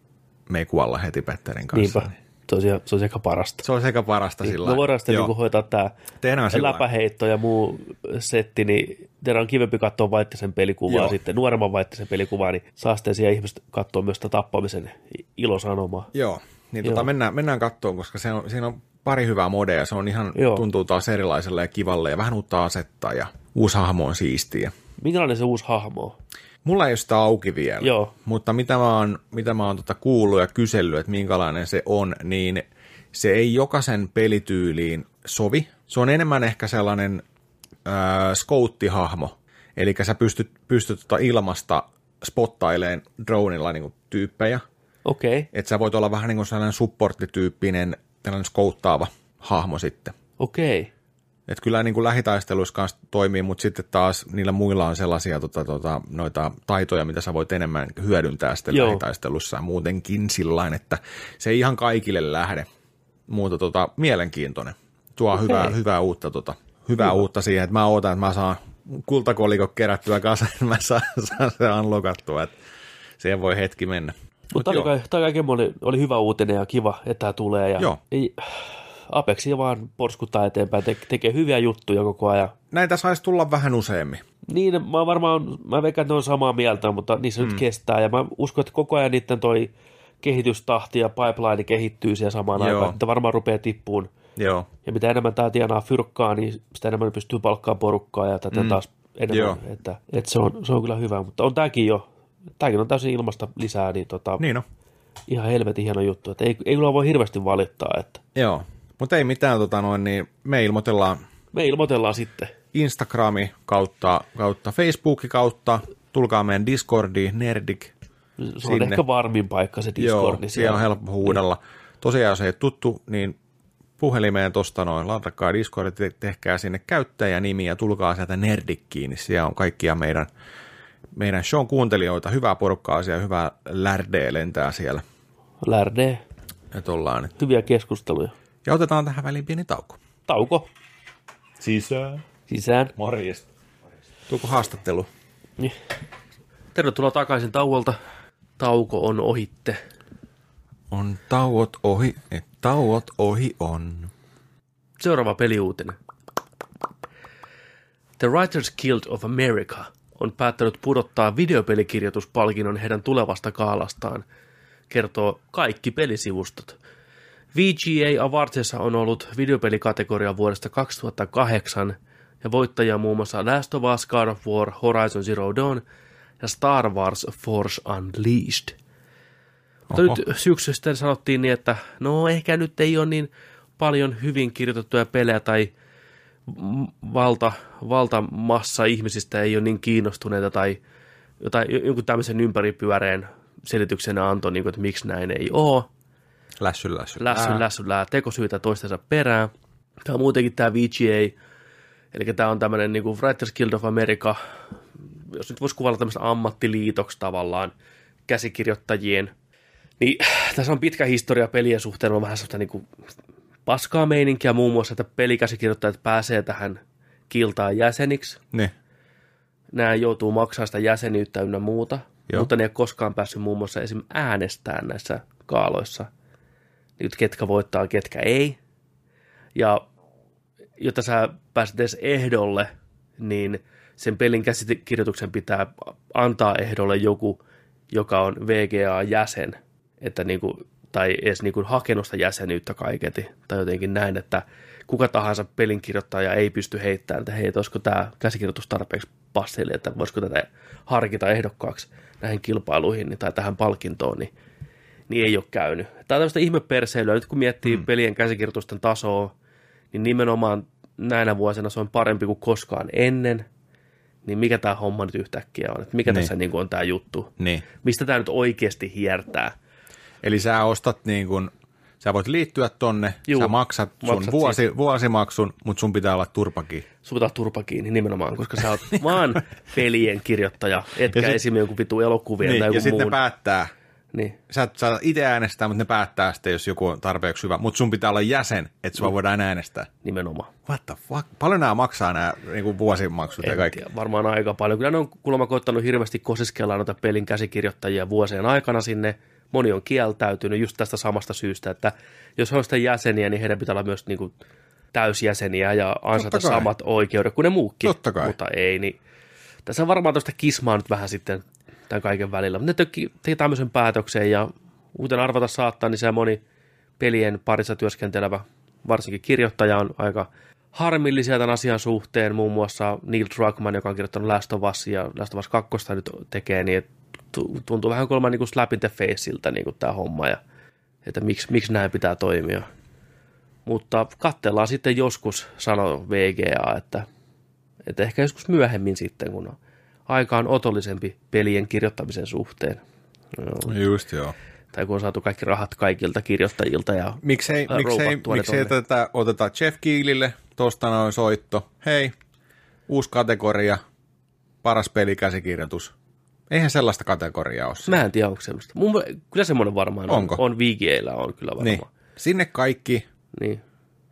Speaker 3: me ei kuolla heti Petterin kanssa.
Speaker 1: Niinpä. Se olisi, se olisi ehkä parasta.
Speaker 3: Niin. Se on sekä parasta sillä
Speaker 1: Me voidaan sitten
Speaker 3: Joo.
Speaker 1: niinku hoitaa tämä
Speaker 3: Tehdään sillä
Speaker 1: läpäheitto ja muu setti, niin teidän on kivempi katsoa Vaittisen pelikuvaa
Speaker 3: Joo.
Speaker 1: sitten, nuoremman Vaittisen pelikuvaa, niin saa sitten siellä ihmiset katsoa myös sitä tappamisen ilosanomaa.
Speaker 3: Joo, niin
Speaker 1: Joo.
Speaker 3: tota, mennään, mennään kattoon, koska se on, siinä on pari hyvää modea. Se on ihan,
Speaker 1: Joo.
Speaker 3: Joo. tuntuu taas erilaiselle ja kivalle ja vähän uutta asetta ja uusi hahmo on siistiä.
Speaker 1: Minkälainen se uusi hahmo on?
Speaker 3: Mulla ei ole sitä auki vielä,
Speaker 1: Joo.
Speaker 3: mutta mitä mä oon, mitä mä oon tota kuullut ja kysellyt, että minkälainen se on, niin se ei jokaisen pelityyliin sovi. Se on enemmän ehkä sellainen äh, skouttihahmo, eli sä pystyt, pystyt tota ilmasta spottaileen dronilla niinku tyyppejä,
Speaker 1: Okei, okay.
Speaker 3: että sä voit olla vähän niin kuin sellainen supporttityyppinen, tällainen skouttaava hahmo sitten.
Speaker 1: okei. Okay.
Speaker 3: Et kyllä niin kuin lähitaisteluissa kanssa toimii, mutta sitten taas niillä muilla on sellaisia tota, tota, noita taitoja, mitä sä voit enemmän hyödyntää sitten
Speaker 1: Joo.
Speaker 3: Joo. lähitaistelussa ja muutenkin sillain, että se ei ihan kaikille lähde, mutta tota, mielenkiintoinen. Tuo okay. hyvää, hyvää, uutta, tota, hyvää Hyvä. uutta siihen, että mä ootan, että mä saan kultakolikot kerättyä kasaan, että mä saan, saan sen unlockattua, että siihen voi hetki mennä.
Speaker 1: Mutta tämä
Speaker 3: joo.
Speaker 1: oli, tämä kaiken oli, oli hyvä uutinen ja kiva, että tämä tulee. Ja
Speaker 3: Joo.
Speaker 1: Ei, Apexia vaan porskuttaa eteenpäin, te, tekee hyviä juttuja koko ajan.
Speaker 3: Näitä saisi tulla vähän useammin.
Speaker 1: Niin, mä varmaan, mä veikkaan, että ne on samaa mieltä, mutta niissä mm. nyt kestää. Ja mä uskon, että koko ajan niiden toi kehitystahti ja pipeline kehittyy siellä samaan Joo.
Speaker 3: Joo.
Speaker 1: aikaan, että varmaan rupeaa tippuun.
Speaker 3: Joo.
Speaker 1: Ja mitä enemmän tämä tienaa fyrkkaa, niin sitä enemmän pystyy palkkaan porukkaa ja tätä mm. taas
Speaker 3: Joo.
Speaker 1: enemmän. Että, että se, on, se on kyllä hyvä, mutta on tämäkin jo, tämäkin on täysin ilmasta lisää, niin, tota,
Speaker 3: Niin on.
Speaker 1: ihan helvetin hieno juttu. Että ei, ei kyllä voi hirveästi valittaa, että
Speaker 3: Joo. Mutta ei mitään, tota noin, niin me ilmoitellaan
Speaker 1: me ilmoitellaan sitten.
Speaker 3: Instagrami kautta, kautta Facebook kautta. Tulkaa meidän Discordiin, Nerdik.
Speaker 1: Se on
Speaker 3: Sinne.
Speaker 1: ehkä varmin paikka se
Speaker 3: Joo,
Speaker 1: Discord. niin
Speaker 3: siellä on helppo huudella. Tosiaan, jos ei ole tuttu, niin puhelimeen tuosta noin, ladakaa Discord, te- tehkää sinne käyttäjänimi ja tulkaa sieltä Nerdikkiin, niin siellä on kaikkia meidän, meidän shown kuuntelijoita, hyvää porukkaa siellä, hyvää lärdeä lentää siellä.
Speaker 1: Lärdee.
Speaker 3: Nyt ollaan.
Speaker 1: Hyviä keskusteluja.
Speaker 3: Ja otetaan tähän väliin pieni tauko.
Speaker 1: Tauko
Speaker 2: Sisään.
Speaker 1: sisään.
Speaker 2: Morjesta.
Speaker 3: Tuliko haastattelu?
Speaker 1: Niin. Tervetuloa takaisin tauolta. Tauko on ohitte.
Speaker 3: On tauot ohi, et tauot ohi on.
Speaker 1: Seuraava peliuutinen. The Writers Guild of America on päättänyt pudottaa videopelikirjoituspalkinnon heidän tulevasta kaalastaan, kertoo kaikki pelisivustot. VGA Awardsissa on ollut videopelikategoria vuodesta 2008 ja voittajia muun muassa Last of Us, God of War, Horizon Zero Dawn ja Star Wars Force Unleashed. Mutta
Speaker 3: Oho.
Speaker 1: nyt syksystä sitten sanottiin niin, että no ehkä nyt ei ole niin paljon hyvin kirjoitettuja pelejä tai m- valta, valtamassa ihmisistä ei ole niin kiinnostuneita tai jotain, jonkun tämmöisen ympäripyöreen selityksenä antoi, niin kuin, että miksi näin ei ole
Speaker 3: Lässy, lässy.
Speaker 1: lässyn lässyllään tekosyitä toistensa perään. Tämä on muutenkin tämä VGA, eli tämä on tämmöinen niin kuin Writers Guild of America, jos nyt voisi kuvailla tämmöistä ammattiliitoksi tavallaan käsikirjoittajien. Niin tässä on pitkä historia pelien suhteen, on vähän sellaista niin kuin paskaa meininkiä muun muassa, että pelikäsikirjoittajat pääsee tähän kiltaan jäseniksi.
Speaker 3: Ne.
Speaker 1: Nämä joutuu maksamaan sitä jäsenyyttä ynnä muuta, Joo.
Speaker 3: Joo.
Speaker 1: mutta ne ei ole koskaan päässyt muun muassa esim. äänestään näissä kaaloissa. Nyt ketkä voittaa, ketkä ei. Ja jotta sä pääset edes ehdolle, niin sen pelin käsikirjoituksen pitää antaa ehdolle joku, joka on VGA-jäsen, että niin kuin, tai edes niin kuin hakenut sitä jäsenyyttä kaiketi, tai jotenkin näin, että kuka tahansa pelin kirjoittaja ei pysty heittämään, että hei, että olisiko tämä käsikirjoitus tarpeeksi passille, että voisiko tätä harkita ehdokkaaksi näihin kilpailuihin niin- tai tähän palkintoon, niin, niin ei ole käynyt. Tämä on tämmöistä ihmeperseilyä, nyt kun miettii mm. pelien käsikirjoitusten tasoa, niin nimenomaan näinä vuosina se on parempi kuin koskaan ennen, niin mikä tämä homma nyt yhtäkkiä on, että mikä
Speaker 3: Niin.
Speaker 1: niin. tässä niin kuin on tämä juttu
Speaker 3: Niin.
Speaker 1: mistä tämä nyt oikeasti hiertää.
Speaker 3: Eli sä ostat niin kuin, sä voit liittyä tonne, Juu,
Speaker 1: Juu,
Speaker 3: sä maksat sun
Speaker 1: maksat Niin.
Speaker 3: vuosi, vuosimaksun, mutta sun pitää olla turpakin.
Speaker 1: Sun pitää olla turpa kiinni nimenomaan, koska sä oot vaan pelien kirjoittaja, etkä
Speaker 3: Ja sit-
Speaker 1: esim. jonkun vitu elokuvien niin,
Speaker 3: Niin,
Speaker 1: tai
Speaker 3: ja
Speaker 1: joku
Speaker 3: sitten ne
Speaker 1: muun. Pää...
Speaker 3: päättää,
Speaker 1: Niin.
Speaker 3: sä et saa itse äänestää, mutta ne päättää sitten, jos joku on tarpeeksi hyvä, mutta sun pitää olla jäsen, että sua voidaan äänestää.
Speaker 1: Nimenomaan.
Speaker 3: What the fuck? Paljon nämä maksaa nämä niin vuosimaksut ja
Speaker 1: En
Speaker 3: kaikki?
Speaker 1: tiedä, varmaan aika paljon. Kyllä ne on kuulemma koittanut hirveästi kosiskella noita pelin käsikirjoittajia vuosien aikana sinne. Moni on kieltäytynyt just tästä samasta syystä, että jos he on sitä jäseniä, niin heidän pitää olla myös niin kuin täysjäseniä ja ansaita
Speaker 3: Totta kai.
Speaker 1: samat oikeudet kuin ne muutkin.
Speaker 3: Totta kai.
Speaker 1: Mutta ei, niin tässä on varmaan tuosta kismaa nyt vähän sitten tämän kaiken välillä. Mutta ne teki, teki tämmöisen päätöksen ja kuten arvata saattaa, niin se moni pelien parissa työskentelevä, varsinkin kirjoittaja on aika harmillisia tämän asian suhteen. Muun muassa Neil Druckmann, joka on kirjoittanut Last of Us ja Last of Us 2 nyt tekee, niin et tu- tuntuu vähän kolman niin kuin slap in the faceiltä niin kuin tämä homma ja että miksi, miksi näin pitää toimia. Mutta katsellaan sitten joskus, sanoi VGA, että että ehkä joskus myöhemmin sitten, kun on aika on otollisempi pelien kirjoittamisen suhteen. Joo.
Speaker 3: Just joo.
Speaker 1: Tai kun on saatu kaikki rahat kaikilta kirjoittajilta ja
Speaker 3: Miksei,
Speaker 1: Äh,
Speaker 3: miksei,
Speaker 1: roupattua ne
Speaker 3: miksei
Speaker 1: tonne.
Speaker 3: tätä oteta Jeff Keelille, tosta noin soitto, hei, uusi kategoria, paras pelikäsikirjoitus. Eihän sellaista kategoriaa ole.
Speaker 1: mä en tiedä onko semmoista. Mun, miel- kyllä semmoinen varmaan on.
Speaker 3: Onko?
Speaker 1: On VGillä on kyllä varmaan.
Speaker 3: Niin.
Speaker 1: Niin.
Speaker 3: Sinne kaikki
Speaker 1: niin.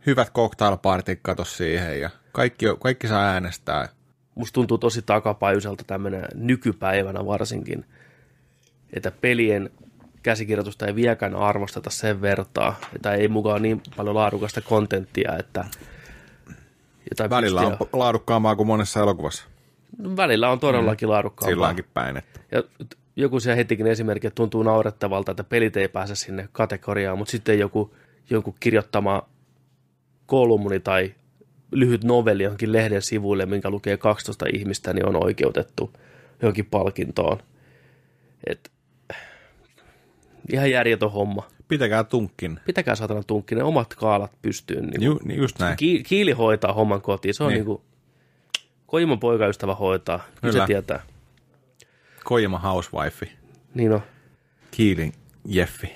Speaker 3: hyvät cocktailpartit kato siihen ja kaikki, kaikki saa äänestää.
Speaker 1: Musta tuntuu tosi takapäiseltä tämmöinen nykypäivänä varsinkin, että pelien käsikirjoitusta ei vieläkään arvosteta sen vertaa, että ei mukaan niin paljon laadukasta kontenttia, että jotain
Speaker 3: Välillä on
Speaker 1: pystyy- No
Speaker 3: p- laadukkaampaa kuin monessa elokuvassa.
Speaker 1: välillä on
Speaker 3: Mm.
Speaker 1: todellakin laadukkaampaa.
Speaker 3: Silläänkin päin. Että.
Speaker 1: Ja t- joku siellä hetikin esimerkki, että tuntuu naurettavalta, että pelit ei pääse sinne kategoriaan, mutta sitten joku, jonkun kirjoittama kolumni tai lyhyt novelli johonkin lehden sivuille, minkä lukee 12 ihmistä, niin on oikeutettu johonkin palkintoon. Et, ihan järjetön homma.
Speaker 3: Pitäkää tunkin.
Speaker 1: Pitäkää saatana tunkkinen omat kaalat pystyyn. Niin
Speaker 3: Ju, niin just näin.
Speaker 1: Ki- kiili hoitaa homman kotiin. Se on
Speaker 3: Niin.
Speaker 1: niin. niin kuin, Koimon poikaystävä hoitaa. Kyllä
Speaker 3: Kyllä.
Speaker 1: se tietää.
Speaker 3: Kojima Housewife.
Speaker 1: Niin on.
Speaker 3: Kiilin Jeffi.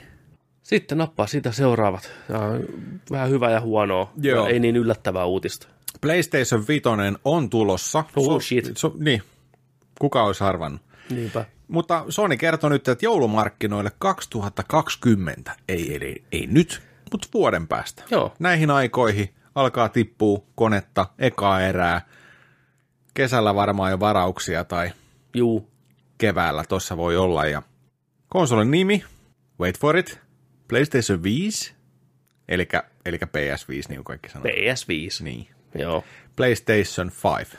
Speaker 1: Sitten nappaa siitä seuraavat. Tää on Vähän hyvää ja huonoa.
Speaker 3: Joo.
Speaker 1: Ei niin yllättävää uutista.
Speaker 3: PlayStation 5 on tulossa.
Speaker 1: Oh, shit.
Speaker 3: So, niin, kuka olisi arvannut.
Speaker 1: Niinpä.
Speaker 3: Mutta Sony kertoi nyt, että joulumarkkinoille 2020, ei, eli, ei nyt, mutta vuoden päästä.
Speaker 1: Joo.
Speaker 3: Näihin aikoihin alkaa tippua konetta, ekaa erää. Kesällä varmaan jo varauksia tai
Speaker 1: Juu.
Speaker 3: keväällä tossa voi olla. Ja konsolin nimi, wait for it, PlayStation 5, eli, eli PS5, niin kuin kaikki sanoo.
Speaker 1: PS5.
Speaker 3: niin.
Speaker 1: Joo.
Speaker 3: PlayStation 5.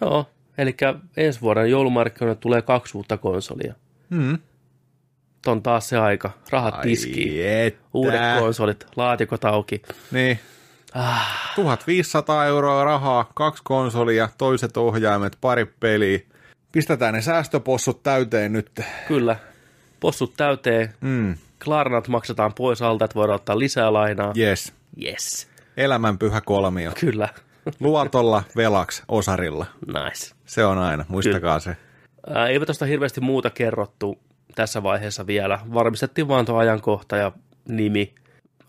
Speaker 1: Joo. Eli ensi vuoden joulumarkkinoille tulee kaksi uutta konsolia.
Speaker 3: Mm.
Speaker 1: Nyt on taas se aika. Rahat tiskiin.
Speaker 3: Ai että.
Speaker 1: Uudet konsolit, laatikot auki.
Speaker 3: Niin.
Speaker 1: Ah,
Speaker 3: 1500 euroa rahaa, kaksi konsolia, toiset ohjaimet, pari peliä. Pistetään ne säästöpossut täyteen nyt.
Speaker 1: kyllä. Possut täyteen.
Speaker 3: Mm,
Speaker 1: Klarnat maksetaan pois alta, että voidaan ottaa lisää lainaa.
Speaker 3: yes.
Speaker 1: Yes.
Speaker 3: Elämän pyhä kolmio.
Speaker 1: Kyllä.
Speaker 3: Luotolla, velaksi, osarilla.
Speaker 1: Nice.
Speaker 3: Se on aina, muistakaa se.
Speaker 1: Ää, Eipä tuosta hirveästi muuta kerrottu tässä vaiheessa vielä. Varmistettiin vaan tuo ajankohta ja nimi.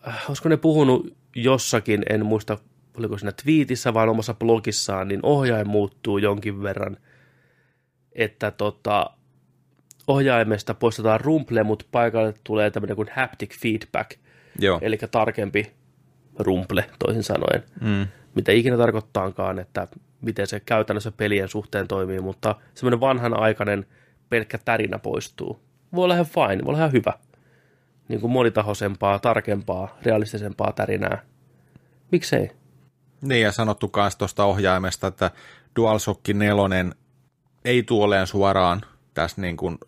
Speaker 1: Äh, Olisiko ne puhunut jossakin, en muista oliko siinä twiitissä vai omassa blogissaan, niin ohjain muuttuu jonkin verran. Että tota, ohjaimesta poistetaan rumple, mutta paikalle tulee tämmöinen kuin haptic feedback,
Speaker 3: Joo.
Speaker 1: eli tarkempi rumple toisin sanoen
Speaker 3: Mm.
Speaker 1: mitä ikinä tarkoittaakaan, että miten se käytännössä pelien suhteen toimii, mutta semmoinen vanhanaikainen pelkkä tärinä poistuu. Voi olla ihan fine, voi olla ihan hyvä. Niin kuin monitahoisempaa, tarkempaa, realistisempaa tärinää. Miksei?
Speaker 3: Niin ja sanottu myös tuosta ohjaimesta, että DualShock 4 ei tuoleen suoraan tässä niin kuin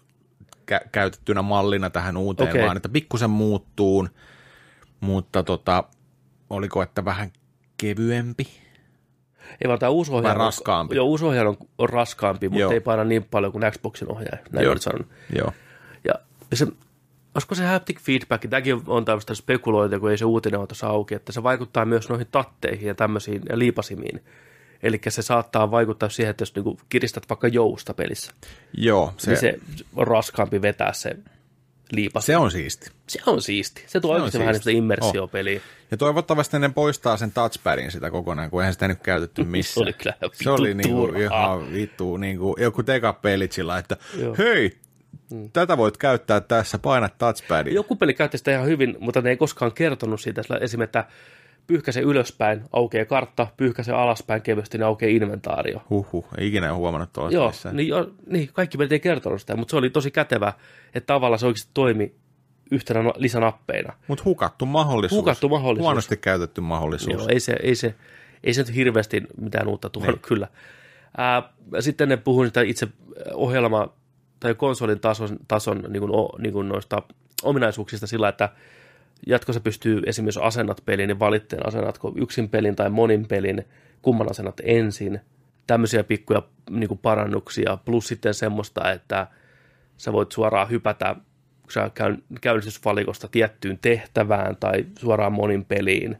Speaker 3: kä- käytettynä mallina tähän uuteen,
Speaker 1: Okei.
Speaker 3: okay. vaan että pikkusen muuttuu, mutta tota, oliko että vähän kevyempi?
Speaker 1: Ei vaan tämä uusi ohjaaja on-
Speaker 3: raskaampi.
Speaker 1: Joo, uusi ohjaaja on, on raskaampi, mutta
Speaker 3: Joo.
Speaker 1: ei paina niin paljon kuin Xboxin ohjaaja. Näin
Speaker 3: Joo.
Speaker 1: nyt sanon.
Speaker 3: Joo.
Speaker 1: Ja se, olisiko se haptic feedback, tämäkin on tämmöistä spekulointia, kun ei se uutinen ole tuossa auki, että se vaikuttaa myös noihin tatteihin ja tämmöisiin liipasimiin. Eli se saattaa vaikuttaa siihen, että jos niinku kiristät vaikka jousta pelissä,
Speaker 3: Joo, se,
Speaker 1: niin
Speaker 3: se,
Speaker 1: se on raskaampi vetää se liipas. Se,
Speaker 3: se on siisti.
Speaker 1: se on siisti. Se tuo
Speaker 3: on
Speaker 1: oikeasti vähän
Speaker 3: siisti. Oh.
Speaker 1: sitä immersiopeliä.
Speaker 3: Ja toivottavasti ne poistaa sen touchpadin sitä kokonaan, kun eihän sitä nyt käytetty missään.
Speaker 1: oli kyllä ihan
Speaker 3: Se oli
Speaker 1: vitun
Speaker 3: niinku
Speaker 1: turhaa.
Speaker 3: ihan vittu, niinku, joku teka pelitsillä, että
Speaker 1: Joo. Mm.
Speaker 3: Joo. hei, tätä voit käyttää tässä, paina touchpadia.
Speaker 1: Joku peli käytti sitä ihan hyvin, mutta ne ei koskaan kertonut siitä. Sillä Esimerkiksi, että pyyhkäse ylöspäin, aukeaa kartta, pyyhkäse alaspäin kevyesti, niin aukeaa inventaario.
Speaker 3: Huhhuh, ei ikinä huomannut tuolla
Speaker 1: Joo,
Speaker 3: missään.
Speaker 1: niin, jo, niin, kaikki pelit ei kertonut sitä, mutta se oli tosi kätevä, että tavallaan se oikeasti toimi yhtenä no- lisänappeina.
Speaker 3: Mutta hukattu mahdollisuus.
Speaker 1: Hukattu mahdollisuus.
Speaker 3: Huonosti käytetty mahdollisuus.
Speaker 1: Joo, ei, se, ei, se, ei se nyt hirveästi mitään uutta tuonut, niin. kyllä. Ää, sitten ne puhuu sitä itse ohjelma- tai konsolin tason, tason niin kuin, o- niin kuin noista ominaisuuksista sillä, että jatkossa pystyy esimerkiksi jos asennat pelin, niin valitteen asennatko yksin pelin tai monin pelin, kumman asennat ensin. Tämmöisiä pikkuja niin kuin parannuksia, plus sitten semmoista, että sä voit suoraan hypätä kun sä käyn- käynnistysvalikosta tiettyyn tehtävään tai suoraan monin peliin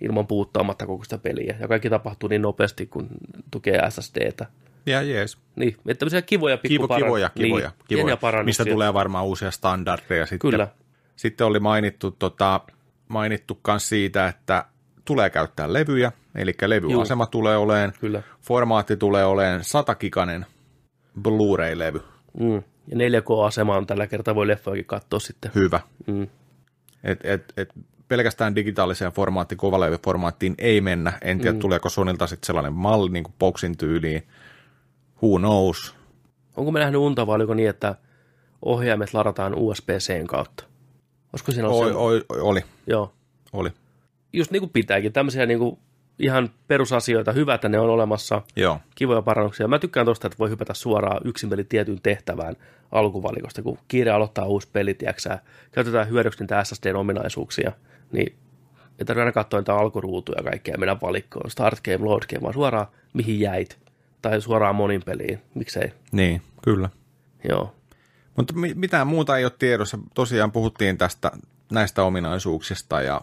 Speaker 1: ilman puuttaamatta koko sitä peliä. Ja kaikki tapahtuu niin nopeasti, kun tukee SSDtä.
Speaker 3: Ja jees.
Speaker 1: Niin, että tämmöisiä kivoja
Speaker 3: Kivo,
Speaker 1: pikkuparannuksia.
Speaker 3: kivoja, kivoja,
Speaker 1: niin, pieniä
Speaker 3: kivoja.
Speaker 1: parannuksia.
Speaker 3: Mistä tulee varmaan uusia standardeja sitten.
Speaker 1: Kyllä.
Speaker 3: Sitten oli mainittu, tota, mainittu myös siitä, että tulee käyttää levyjä, eli levyasema Juu. tulee oleen,
Speaker 1: Kyllä.
Speaker 3: formaatti tulee oleen 100 giganen Blu-ray-levy.
Speaker 1: Mm. Ja 4K-asema on tällä kertaa, voi leffojakin katsoa sitten.
Speaker 3: Hyvä.
Speaker 1: Mm.
Speaker 3: Et, et, et pelkästään digitaaliseen formaattiin, kovalevyformaattiin ei mennä. En tiedä, mm. tuleeko Sonilta sitten sellainen malli niin kuin boxin tyyliin. Who knows?
Speaker 1: Onko me nähnyt unta vai oliko niin, että ohjaimet ladataan USB-Cn kautta? Olisiko siinä ollut
Speaker 3: Oi,
Speaker 1: No se?
Speaker 3: oi, oi, oli,
Speaker 1: Joo.
Speaker 3: oli.
Speaker 1: Just niin kuin pitääkin, tämmöisiä niin kuin ihan perusasioita, hyvä, että ne on olemassa,
Speaker 3: Joo.
Speaker 1: kivoja parannuksia. Mä tykkään tosta, että voi hypätä suoraan yksin peli tietyn tehtävään alkuvalikosta, kun kiire aloittaa uusi peli, tiiäksä, käytetään hyödyksi niitä SSDn ominaisuuksia, niin ei tarvitse aina katsoa niitä alkuruutuja ja kaikkea ja mennä valikkoon, start game, load game, vaan suoraan mihin jäit, tai suoraan monin peliin, miksei,
Speaker 3: Niin, kyllä.
Speaker 1: joo.
Speaker 3: Mutta mi- mitään muuta ei ole tiedossa. Tosiaan puhuttiin tästä näistä ominaisuuksista ja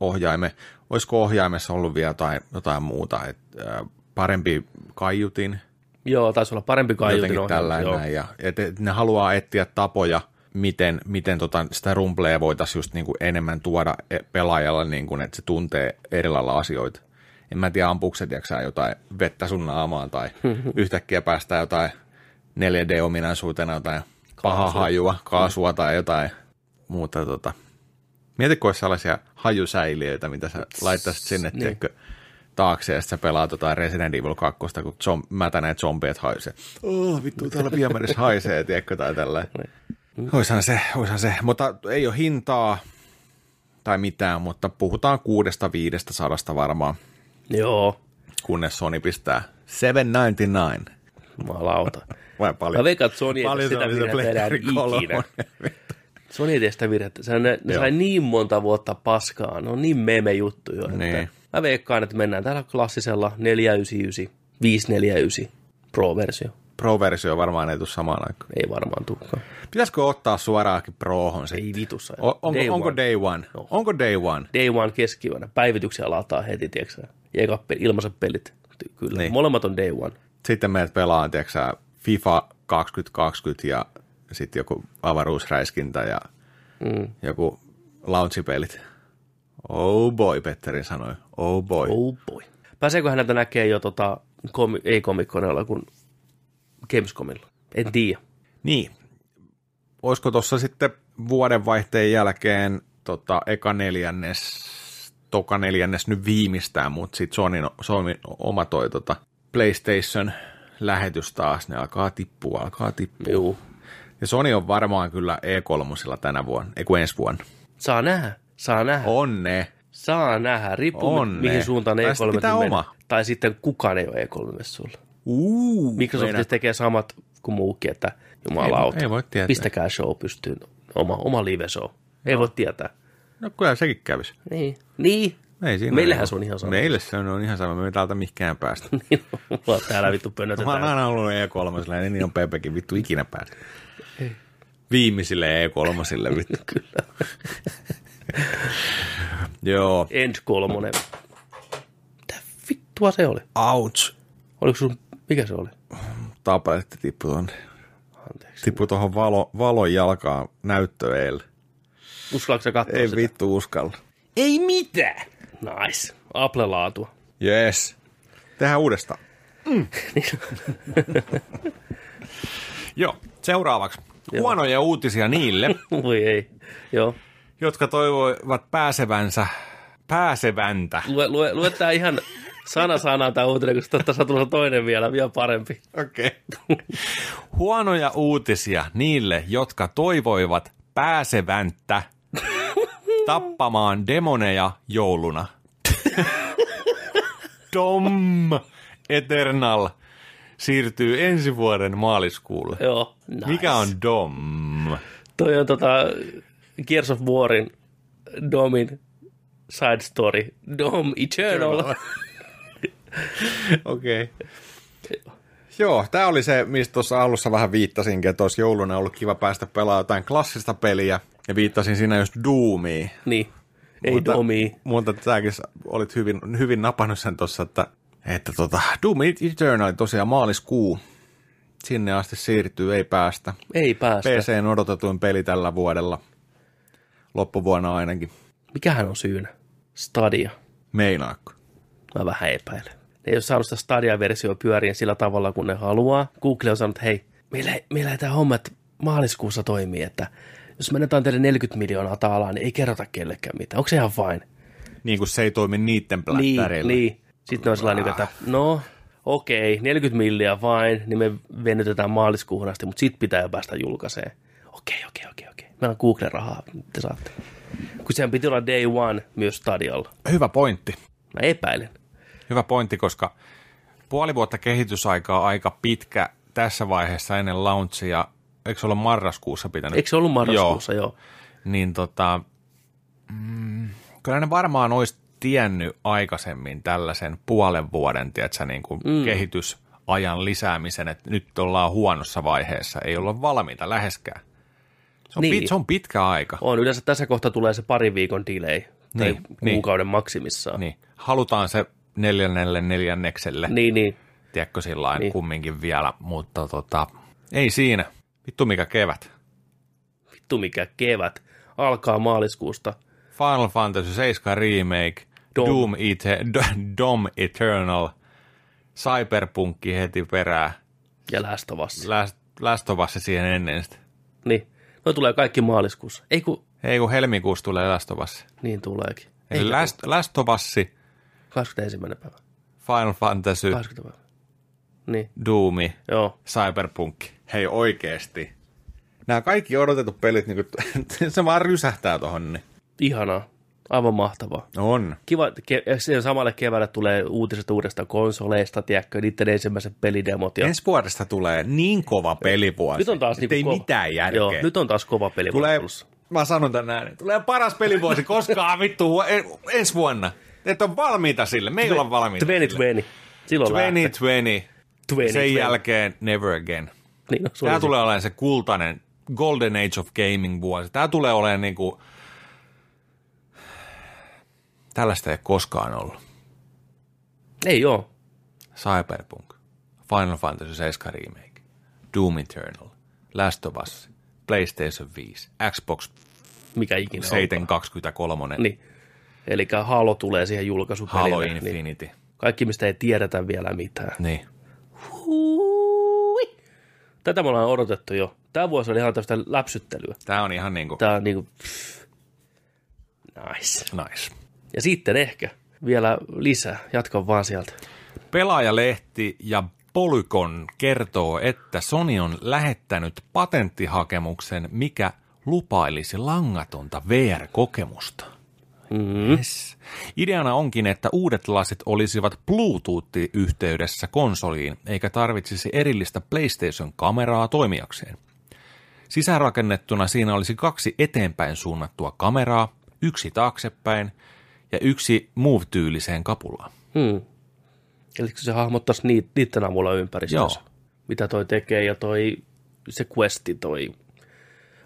Speaker 3: ohjaime. Olisiko ohjaimessa ollut vielä jotain, jotain muuta? Et, äh, parempi kaiutin,
Speaker 1: Joo, taisi olla parempi kai
Speaker 3: jotenkin tällainen.
Speaker 1: joo.
Speaker 3: näin. Ja, et, et ne haluaa etsiä tapoja, miten, miten tota, sitä rumpleja voitaisiin just niinku enemmän tuoda e- pelaajalle, niinku, että se tuntee eri lailla asioita. En mä tiedä, ampuuko se tiedätkö sä, jotain vettä sun naamaan tai yhtäkkiä päästään jotain 4D-ominaisuutena jotain pahaa hajua, kaasua tai jotain muuta. Tota. Mieti, kun olisi sellaisia hajusäiliöitä, mitä sä laittaisit sinne, niin. tiedätkö, taakse, ja sitten sä pelaat jotain Resident Evil 2, kun zom- mätäneet zombiet haisee. Oh, vittu, täällä viemärissä haisee, tiedätkö, tai tällä.
Speaker 1: Niin.
Speaker 3: Oishan se, oishan se, mutta ei ole hintaa tai mitään, mutta puhutaan kuudesta viidestä sadasta varmaan,
Speaker 1: Joo,
Speaker 3: kunnes Sony pistää 799.
Speaker 1: jumalauta.
Speaker 3: Vai
Speaker 1: Mä
Speaker 3: paljon?
Speaker 1: veikkaan, että Sony ei tee
Speaker 3: Paljon se
Speaker 1: sitä
Speaker 3: oli se
Speaker 1: virhettä enää
Speaker 3: Pleikkari
Speaker 1: ikinä.
Speaker 3: kolmonen.
Speaker 1: Sony ei tee sitä virhettä. Se, ne, ne
Speaker 3: Joo.
Speaker 1: sai niin monta vuotta paskaa. Ne on niin meme juttu jo.
Speaker 3: Niin.
Speaker 1: Että mä veikkaan, että mennään täällä klassisella 499, 549 Pro-versio.
Speaker 3: Pro-versio varmaan ei tule samaan aikaan.
Speaker 1: Ei varmaan tulekaan.
Speaker 3: Pitäisikö ottaa suoraankin Prohon sitten?
Speaker 1: Ei vitussa.
Speaker 3: O- onko,
Speaker 1: Day
Speaker 3: day onko
Speaker 1: one.
Speaker 3: day one?
Speaker 1: Joo.
Speaker 3: Onko day one?
Speaker 1: Day One keskiyönä. Päivityksiä lataa heti, tiedätkö sä? Ja eka peli, ilmaiset pelit. Ty- Kyllä.
Speaker 3: Niin.
Speaker 1: Molemmat on Day One.
Speaker 3: Sitten meidät pelaan, tiedätkö sä, FIFA 2020 ja sitten joku avaruusräiskintä ja mm. joku launchipelit. Oh boy, Petteri sanoi. Oh boy. Oh.
Speaker 1: Oh boy. Pääseekö häneltä näkee jo tota, komi- ei komikkoneella, kun Gamescomilla? En tiedä.
Speaker 3: Niin. Olisiko tuossa sitten vuodenvaihteen jälkeen tota, eka neljännes, toka neljännes nyt viimeistään, mutta sitten Sonyn, Sonyn oma toi tota, PlayStation lähetys taas, ne alkaa tippua, alkaa tippua.
Speaker 1: Juu.
Speaker 3: Ja Sony on E varmaan kyllä E3 tänä vuonna, ei kun ensi vuonna.
Speaker 1: Saa nähdä. Saa nähdä.
Speaker 3: On ne.
Speaker 1: Saa nähdä, riippuu
Speaker 3: Onne.
Speaker 1: mihin suuntaan E3
Speaker 3: Tästä pitää
Speaker 1: menee.
Speaker 3: oma.
Speaker 1: Tai sitten kukaan ei ole E3 sulla.
Speaker 3: Uu,
Speaker 1: Microsoft
Speaker 3: meidän-
Speaker 1: tekee samat kuin muukin, että jumalauta,
Speaker 3: Ei- ei voi tietää.
Speaker 1: pistäkää show pystyyn, oma, oma live show. Ei voi tietää.
Speaker 3: No kyllä sekin kävisi.
Speaker 1: Niin. Niin.
Speaker 3: Ei siinä
Speaker 1: Meillähän
Speaker 3: ole.
Speaker 1: se on ihan sama.
Speaker 3: Meille se on, on ihan sama, me ei täältä mihinkään päästä.
Speaker 1: Niin, mulla on täällä vittu
Speaker 3: Mä oon
Speaker 1: pönötetään.
Speaker 3: aina ollut E3, niin niin on Pepekin vittu ikinä päästä. Viimeisille E3 vittu. Kyllä. Joo.
Speaker 1: End kolmonen. Mitä vittua se oli?
Speaker 3: Ouch.
Speaker 1: Oliko sun, mikä se oli?
Speaker 3: Tapelette tippu tuonne.
Speaker 1: Anteeksi.
Speaker 3: Tippu tuohon valo, valon jalkaan näyttö eilen.
Speaker 1: Uskallatko sä katsoa
Speaker 3: Ei
Speaker 1: sitä?
Speaker 3: vittu uskalla.
Speaker 1: Ei mitään. Nice. Apple-laatua.
Speaker 3: Yes. Tehdään uudestaan.
Speaker 1: Niin.
Speaker 3: Mm. Joo, seuraavaksi. Huonoja uutisia niille,
Speaker 1: Voi ei. Joo.
Speaker 3: jotka toivoivat pääsevänsä pääseväntä.
Speaker 1: Lue, lue, lue tää ihan sana sanaan tää uutinen, koska tässä on tulossa toinen vielä, vielä parempi.
Speaker 3: Okei. Okay. Huonoja uutisia niille, jotka toivoivat pääseväntä tappamaan demoneja jouluna. Dom Eternal siirtyy ensi vuoden maaliskuulle.
Speaker 1: Joo. Nice.
Speaker 3: Mikä on Dom?
Speaker 1: Toi on tota Gears of Warin Domin side story. Dom Eternal.
Speaker 3: Okei. Okay. Joo, tämä oli se, mistä tuossa alussa vähän viittasinkin, että olisi jouluna ollut kiva päästä pelaamaan jotain klassista peliä. Ja viittasin siinä just Doomiin.
Speaker 1: niin. Ei
Speaker 3: Mutta-
Speaker 1: Domi.
Speaker 3: Mutta säkin olit hyvin, hyvin napannut sen tuossa, että, että tota, Doom Eternal tosiaan maaliskuu. Sinne asti siirtyy, ei päästä.
Speaker 1: Ei päästä.
Speaker 3: PC on odotetuin peli tällä vuodella. Loppuvuonna ainakin.
Speaker 1: Mikähän on syynä? Stadia.
Speaker 3: Meinaakko?
Speaker 1: Mä vähän epäilen. Ne ei ole saanut sitä Stadia-versiota pyörien sillä tavalla, kun ne haluaa. Google on sanonut, että hei, meillä, meillä ei tämä homma että maaliskuussa toimii, että jos me annetaan teille 40 miljoonaa taalaa, niin ei kerrota kellekään mitään. Onko se ihan fine?
Speaker 3: Niin kuin se ei toimi niiden
Speaker 1: Niin,
Speaker 3: plättärillä.
Speaker 1: niin. Sitten ne on sellainen,
Speaker 3: Ah.
Speaker 1: että no, okei, 40 milliä vain, niin me venytetään maaliskuuhun asti, mutta sit pitää jo päästä julkaiseen. Okei, okei, okei, okei. Meillä on Google-rahaa, te saatte. Kun sehän piti olla day one myös stadiolla.
Speaker 3: Hyvä pointti.
Speaker 1: Mä epäilen.
Speaker 3: Hyvä pointti, koska puoli vuotta kehitysaikaa on aika pitkä tässä vaiheessa ennen launchia. Eikö se olla marraskuussa pitänyt?
Speaker 1: Eikö se ollut marraskuussa? Joo.
Speaker 3: niin tota, mm, kyllä ne varmaan olisi tiennyt aikaisemmin tällaisen puolen vuoden tiedätkö, niin kuin mm. kehitysajan lisäämisen, että nyt ollaan huonossa vaiheessa, ei olla valmiita läheskään. Se on,
Speaker 1: Niin.
Speaker 3: niin. pit, se on pitkä aika.
Speaker 1: On, yleensä tässä kohtaa tulee se parin viikon delay. Tai
Speaker 3: Niin, niin.
Speaker 1: kuukauden maksimissaan.
Speaker 3: Niin. Halutaan se neljännelle neljännekselle, niin.
Speaker 1: Niin, niin.
Speaker 3: tiedätkö sillä
Speaker 1: Niin.
Speaker 3: niin. kumminkin vielä, mutta tota, ei siinä. Vittu mikä kevät.
Speaker 1: Vittu mikä kevät. Alkaa maaliskuusta.
Speaker 3: Final Fantasy 7 Remake,
Speaker 1: Dom.
Speaker 3: Dom, Doom Ete- D- Dom Eternal, Cyberpunk heti perään,
Speaker 1: Ja lähtövässä.
Speaker 3: Last, Last of Us siihen ennen sitä.
Speaker 1: Niin. No tulee kaikki maaliskuussa. Ei kun,
Speaker 3: Ei kun helmikuussa tulee Last of Us.
Speaker 1: niin tuleekin.
Speaker 3: Eli Last, Last of Us,
Speaker 1: 21. päivä.
Speaker 3: Final Fantasy,
Speaker 1: 20. päivä. Niin,
Speaker 3: Doomi,
Speaker 1: joo.
Speaker 3: Cyberpunk. Hei oikeesti. Nämä kaikki odotetut pelit, niin kuin, se vaan rysähtää tohon. Niin.
Speaker 1: Ihanaa. Aivan mahtavaa.
Speaker 3: On.
Speaker 1: Kiva, että ke- siihen samalle keväällä tulee uutiset uudesta konsoleista, tiedätkö, niiden ensimmäiset pelidemot. Ja...
Speaker 3: Ensi vuodesta tulee niin kova pelivuosi,
Speaker 1: Nyt on taas
Speaker 3: että ei
Speaker 1: niinku kova-
Speaker 3: mitään järkeä.
Speaker 1: Joo, nyt on taas kova peli.
Speaker 3: Tulee,
Speaker 1: tulossa.
Speaker 3: mä sanon tän näin, tulee paras pelivuosi koskaan vittu huo- en- ensi vuonna. Et on valmiita sille, me ei olla valmiita.
Speaker 1: 2020. Silloin
Speaker 3: 2020, 2020. sen
Speaker 1: 2020.
Speaker 3: jälkeen never again.
Speaker 1: Niin, no, se
Speaker 3: Tämä
Speaker 1: oli se.
Speaker 3: tulee olemaan se kultainen golden age of gaming vuosi. Tämä tulee olemaan niinku... Tällaista ei ole koskaan ollut.
Speaker 1: Ei joo.
Speaker 3: Cyberpunk, Final Fantasy 7 Remake, Doom Eternal, Last of Us, PlayStation 5, Xbox
Speaker 1: Mikä ikinä on.
Speaker 3: 723,
Speaker 1: Niin. Eli Halo tulee siihen julkaisupelille.
Speaker 3: Halo
Speaker 1: Niin.
Speaker 3: Infinity.
Speaker 1: Kaikki, mistä ei tiedetä vielä mitään.
Speaker 3: Niin.
Speaker 1: Hui. Tätä me ollaan odotettu jo. Tämä vuosi oli ihan tämmöistä läpsyttelyä.
Speaker 3: Tämä on ihan niinku
Speaker 1: Tämä on niinku... pff. Nice.
Speaker 3: nice.
Speaker 1: Ja sitten ehkä vielä lisää. Jatka vaan sieltä.
Speaker 3: Pelaajalehti ja Polygon kertoo, että Sony on lähettänyt patenttihakemuksen, mikä lupailisi langatonta VR-kokemusta.
Speaker 1: Mm-hmm.
Speaker 3: Yes. Ideana onkin, että uudet lasit olisivat Bluetooth-yhteydessä konsoliin, eikä tarvitsisi erillistä PlayStation-kameraa toimijakseen. Sisäänrakennettuna siinä olisi kaksi eteenpäin suunnattua kameraa, yksi taaksepäin ja yksi Move-tyyliseen kapulaan.
Speaker 1: Hmm. Eli kun se hahmottaisi niit, niiden avulla ympäristössä,
Speaker 3: Joo.
Speaker 1: mitä toi tekee ja toi se questi, toi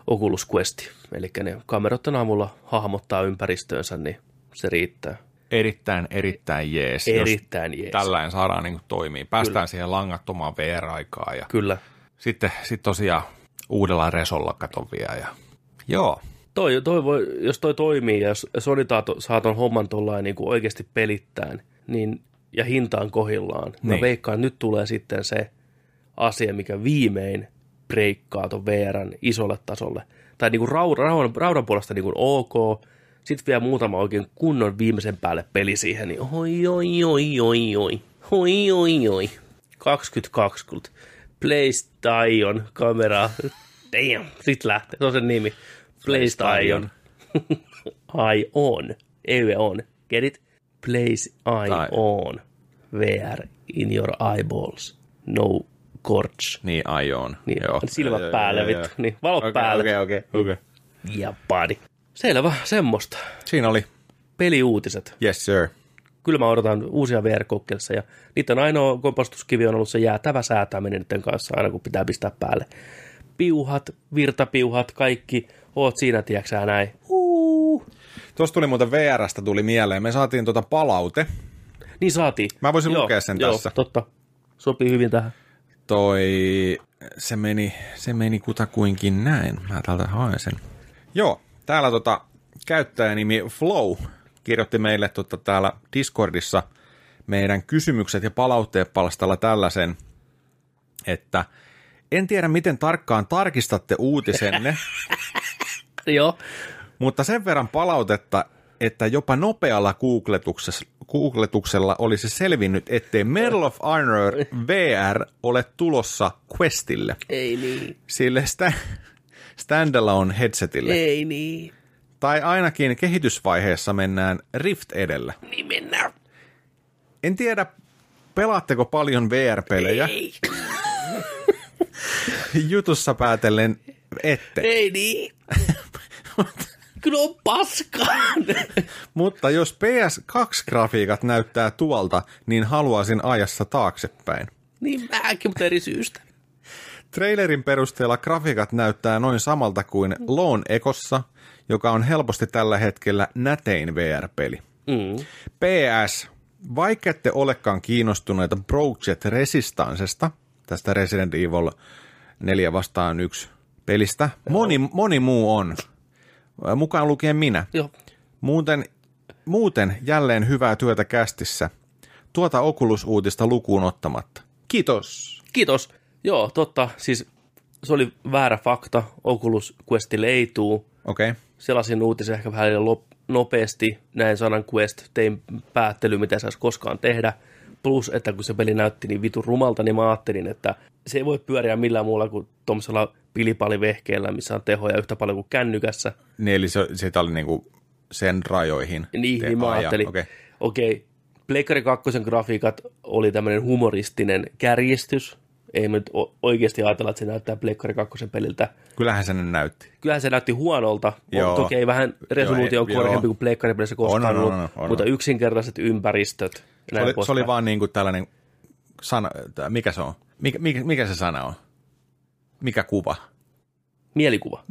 Speaker 1: Oculus Questi. Eli ne kameroiden avulla hahmottaa ympäristöönsä, niin se riittää.
Speaker 3: Erittäin, erittäin jees,
Speaker 1: Erittäin
Speaker 3: jos
Speaker 1: jees.
Speaker 3: tällainen saadaan niin toimii. Päästään siihen langattomaan VR-aikaan ja
Speaker 1: Kyllä.
Speaker 3: sitten sit tosiaan uudella resolla katon vielä. Ja... Joo,
Speaker 1: Toi, toi voi, jos toi toimii ja jos Sony taa- saa ton homman tuollain niin kuin oikeasti pelittään niin, ja hintaan kohillaan, niin. mä
Speaker 3: Niin.
Speaker 1: veikkaan, että nyt tulee sitten se asia, mikä viimein breikkaa ton VRn isolle tasolle. Tai niin kuin raudan, raudan, raudan puolesta niin kuin ok, sitten vielä muutama oikein kunnon viimeisen päälle peli siihen, niin oi oi oi oi oi, oi oi oi, 2020, PlayStation kamera, damn, sit lähtee, se on sen nimi, PlayStation, I on, ei on, get it? Place I
Speaker 3: Tai-
Speaker 1: on, VR in your eyeballs, no gorge.
Speaker 3: niin ajoon.
Speaker 1: Niin,
Speaker 3: Joo.
Speaker 1: silmät
Speaker 3: Joo,
Speaker 1: päälle,
Speaker 3: joo, joo,
Speaker 1: vittu.
Speaker 3: joo.
Speaker 1: Niin, valot
Speaker 3: Okei,
Speaker 1: päälle.
Speaker 3: Okei, okei, okei.
Speaker 1: Japani. Selvä, semmoista.
Speaker 3: Siinä oli.
Speaker 1: Peliuutiset.
Speaker 3: Yes, sir.
Speaker 1: kyllä mä odotan uusia vr kokkelissa ja niiden ainoa kompastuskivi on ollut se jäätävä säätäminen niiden kanssa aina kun pitää pistää päälle. Piuhat, virtapiuhat, kaikki, oot siinä, tiedäksä näin. Huu.
Speaker 3: Tuossa tuli muuten VRstä tuli mieleen. Me saatiin tuota palaute.
Speaker 1: Niin saatiin.
Speaker 3: Mä voisin lukea sen
Speaker 1: joo,
Speaker 3: tässä.
Speaker 1: totta. Sopii hyvin tähän.
Speaker 3: Toi, se meni, se meni kutakuinkin näin. Mä täältä haen sen. Joo, täällä tota, käyttäjänimi Flow kirjoitti meille tota, täällä Discordissa meidän kysymykset ja palautteet palstalla tällaisen, että en tiedä miten tarkkaan tarkistatte uutisenne,
Speaker 1: Joo.
Speaker 3: Mutta sen verran palautetta, että jopa nopealla googletuksessa- googletuksella olisi selvinnyt, ettei Medal of Honor VR ole tulossa Questille,
Speaker 1: Ei niin,
Speaker 3: sille sta- standalone headsetille.
Speaker 1: ei niin.
Speaker 3: Tai ainakin kehitysvaiheessa mennään Rift edellä.
Speaker 1: Niin mennään.
Speaker 3: En tiedä, pelaatteko paljon VR-pelejä?
Speaker 1: Ei,
Speaker 3: Jutussa päätellen ette.
Speaker 1: ei niin. Kyllä on paskaan.
Speaker 3: Mutta jos PS2-grafiikat näyttää tuolta, niin haluaisin ajassa taaksepäin.
Speaker 1: niin mäkin, mutta eri syystä.
Speaker 3: Trailerin perusteella grafiikat näyttää noin samalta kuin Lone Ekossa, joka on helposti tällä hetkellä nätein VR-peli.
Speaker 1: Mm.
Speaker 3: PS, vaikka ette olekaan kiinnostuneita Project Resistancesta, tästä Resident Evil 4 vastaan 1 pelistä, moni, moni muu on, mukaan lukien minä.
Speaker 1: Joo.
Speaker 3: Muuten, muuten jälleen hyvää työtä kästissä, tuota Oculus-uutista lukuun ottamatta. Kiitos!
Speaker 1: Kiitos. Joo, totta. Siis se oli väärä fakta. Oculus Questille ei tuu.
Speaker 3: Okei. Okay.
Speaker 1: Selasin uutisen ehkä vähän liian lop- nopeasti. Näin sanan Quest. Tein päättely, mitä saisi koskaan tehdä. Plus, että kun se peli näytti niin vitun rumalta, niin mä ajattelin, että se ei voi pyöriä millään muulla kuin tuommoisella pilipalivehkeellä, missä on tehoja yhtä paljon kuin kännykässä.
Speaker 3: Niin, eli se, sitä oli niinku sen rajoihin.
Speaker 1: Niin,
Speaker 3: Te-
Speaker 1: niin mä
Speaker 3: Aa, jaa,
Speaker 1: ajattelin,
Speaker 3: okei.
Speaker 1: okei, okay. okay, Pleikkari 2 grafiikat oli tämmöinen humoristinen kärjistys. Ei me nyt o- oikeasti ajatella, että se näyttää Pleikkari 2 peliltä.
Speaker 3: Kyllähän se nyt näytti.
Speaker 1: kyllähän se näytti huonolta.
Speaker 3: Joo.
Speaker 1: Joo. Toki ei vähän resoluutio on
Speaker 3: Joo, ei-
Speaker 1: korkeampi
Speaker 3: joo.
Speaker 1: kuin pleikkaripelissä koskaan
Speaker 3: On, on, on,
Speaker 1: ollut,
Speaker 3: on, on,
Speaker 1: mutta
Speaker 3: on.
Speaker 1: yksinkertaiset ympäristöt.
Speaker 3: Se oli, se
Speaker 1: poispäin.
Speaker 3: oli vaan niinku tällainen sana, tää- mikä se on? Mikä, mikä, mikä se sana on? Mikä kuva?
Speaker 1: Mielikuva.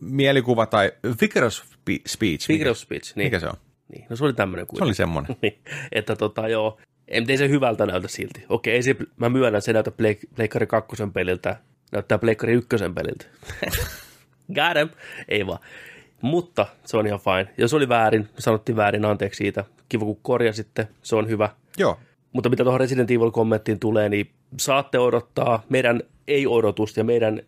Speaker 3: Mielikuva tai figure of spe- speech?
Speaker 1: Figure
Speaker 3: mikä,
Speaker 1: of speech. Niin.
Speaker 3: mikä se on?
Speaker 1: Niin. No se oli tämmöinen kuin.
Speaker 3: Se oli semmoinen.
Speaker 1: Niin, että tota joo, en, ei se hyvältä näytä silti. Okei, ei se, mä myönnän, se näytä Pleik- Pleikkari 2 peliltä, näyttää Pleikkari 1 peliltä. Got him. Ei vaan. Mutta se on ihan fine. Jos oli väärin, sanottiin väärin, anteeksi siitä. Kiva kun korjasitte, se on hyvä.
Speaker 3: Joo,
Speaker 1: Mutta mitä tuohon Resident Evil-kommenttiin tulee, niin saatte odottaa meidän ei-odotusta ja meidän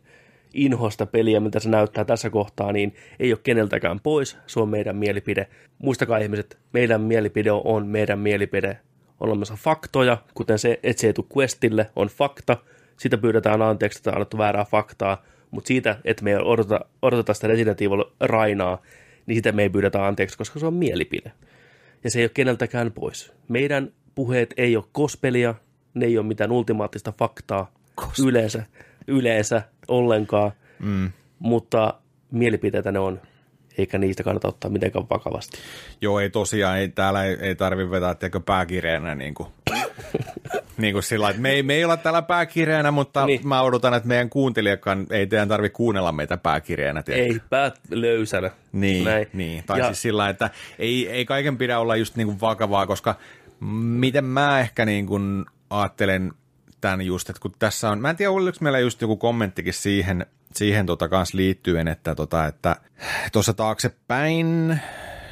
Speaker 1: inhosta peliä, mitä se näyttää tässä kohtaa, niin ei ole keneltäkään pois. Se on meidän mielipide. Muistakaa ihmiset, meidän mielipide on meidän mielipide. On olemassa faktoja, kuten se, että se ei tule questille, on fakta. Sitä pyydetään anteeksi, että on annettu väärää faktaa. Mutta siitä, että me ei odoteta, odoteta sitä Resident Evil-rainaa, niin sitä me ei pyydetä anteeksi, koska se on mielipide. Ja se ei ole keneltäkään pois. Meidän puheet ei ole kospelia, ne ei ole mitään ultimaattista faktaa Kos- yleensä, yleensä ollenkaan, mm. mutta mielipiteitä ne on, eikä niistä kannata ottaa mitenkään vakavasti.
Speaker 3: Joo, ei tosiaan, ei, täällä ei, ei tarvitse vetää tiedätkö, pääkireenä niin kuin, niin kuin sillä että me ei, me ei olla täällä pääkireenä, mutta
Speaker 1: Niin.
Speaker 3: niin. mä odotan, että meidän kuuntelijakaan ei teidän tarvitse kuunnella meitä pääkireenä. Tiedätkö?
Speaker 1: Ei, päät löysänä.
Speaker 3: Niin, niin. tai ja... siis sillä että ei, ei kaiken pidä olla just niin kuin vakavaa, koska miten mä ehkä niin kuin ajattelen tämän just, että kun tässä on, mä en tiedä oliko meillä just joku kommenttikin siihen, siihen tota kans liittyen, että tota, että tuossa taaksepäin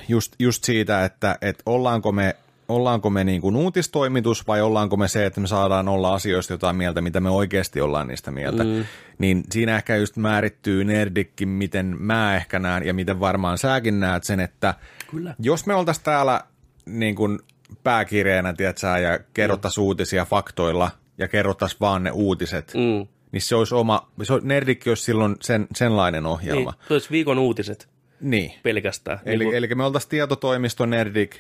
Speaker 3: just, just siitä, että, että ollaanko me ollaanko me niin kuin uutistoimitus vai ollaanko me se, että me saadaan olla asioista jotain mieltä, mitä me oikeasti ollaan niistä mieltä. Mm. Niin siinä ehkä just määrittyy nerdikki, miten mä ehkä näen ja miten varmaan säkin näet sen, että
Speaker 1: Kyllä.
Speaker 3: jos me oltaisiin täällä niin kuin pääkireenä, tiedätkö, ja kerrottaisiin uutisia faktoilla ja kerrottaisiin vaan ne uutiset, mm.
Speaker 1: mm,
Speaker 3: niin se olisi oma, se olisi, nerdikki olisi silloin sen, senlainen
Speaker 1: niin,
Speaker 3: ohjelma.
Speaker 1: se olisi viikon uutiset
Speaker 3: Niin. niin.
Speaker 1: pelkästään.
Speaker 3: Eli,
Speaker 1: niin,
Speaker 3: eli me oltaisiin tietotoimisto Nerdik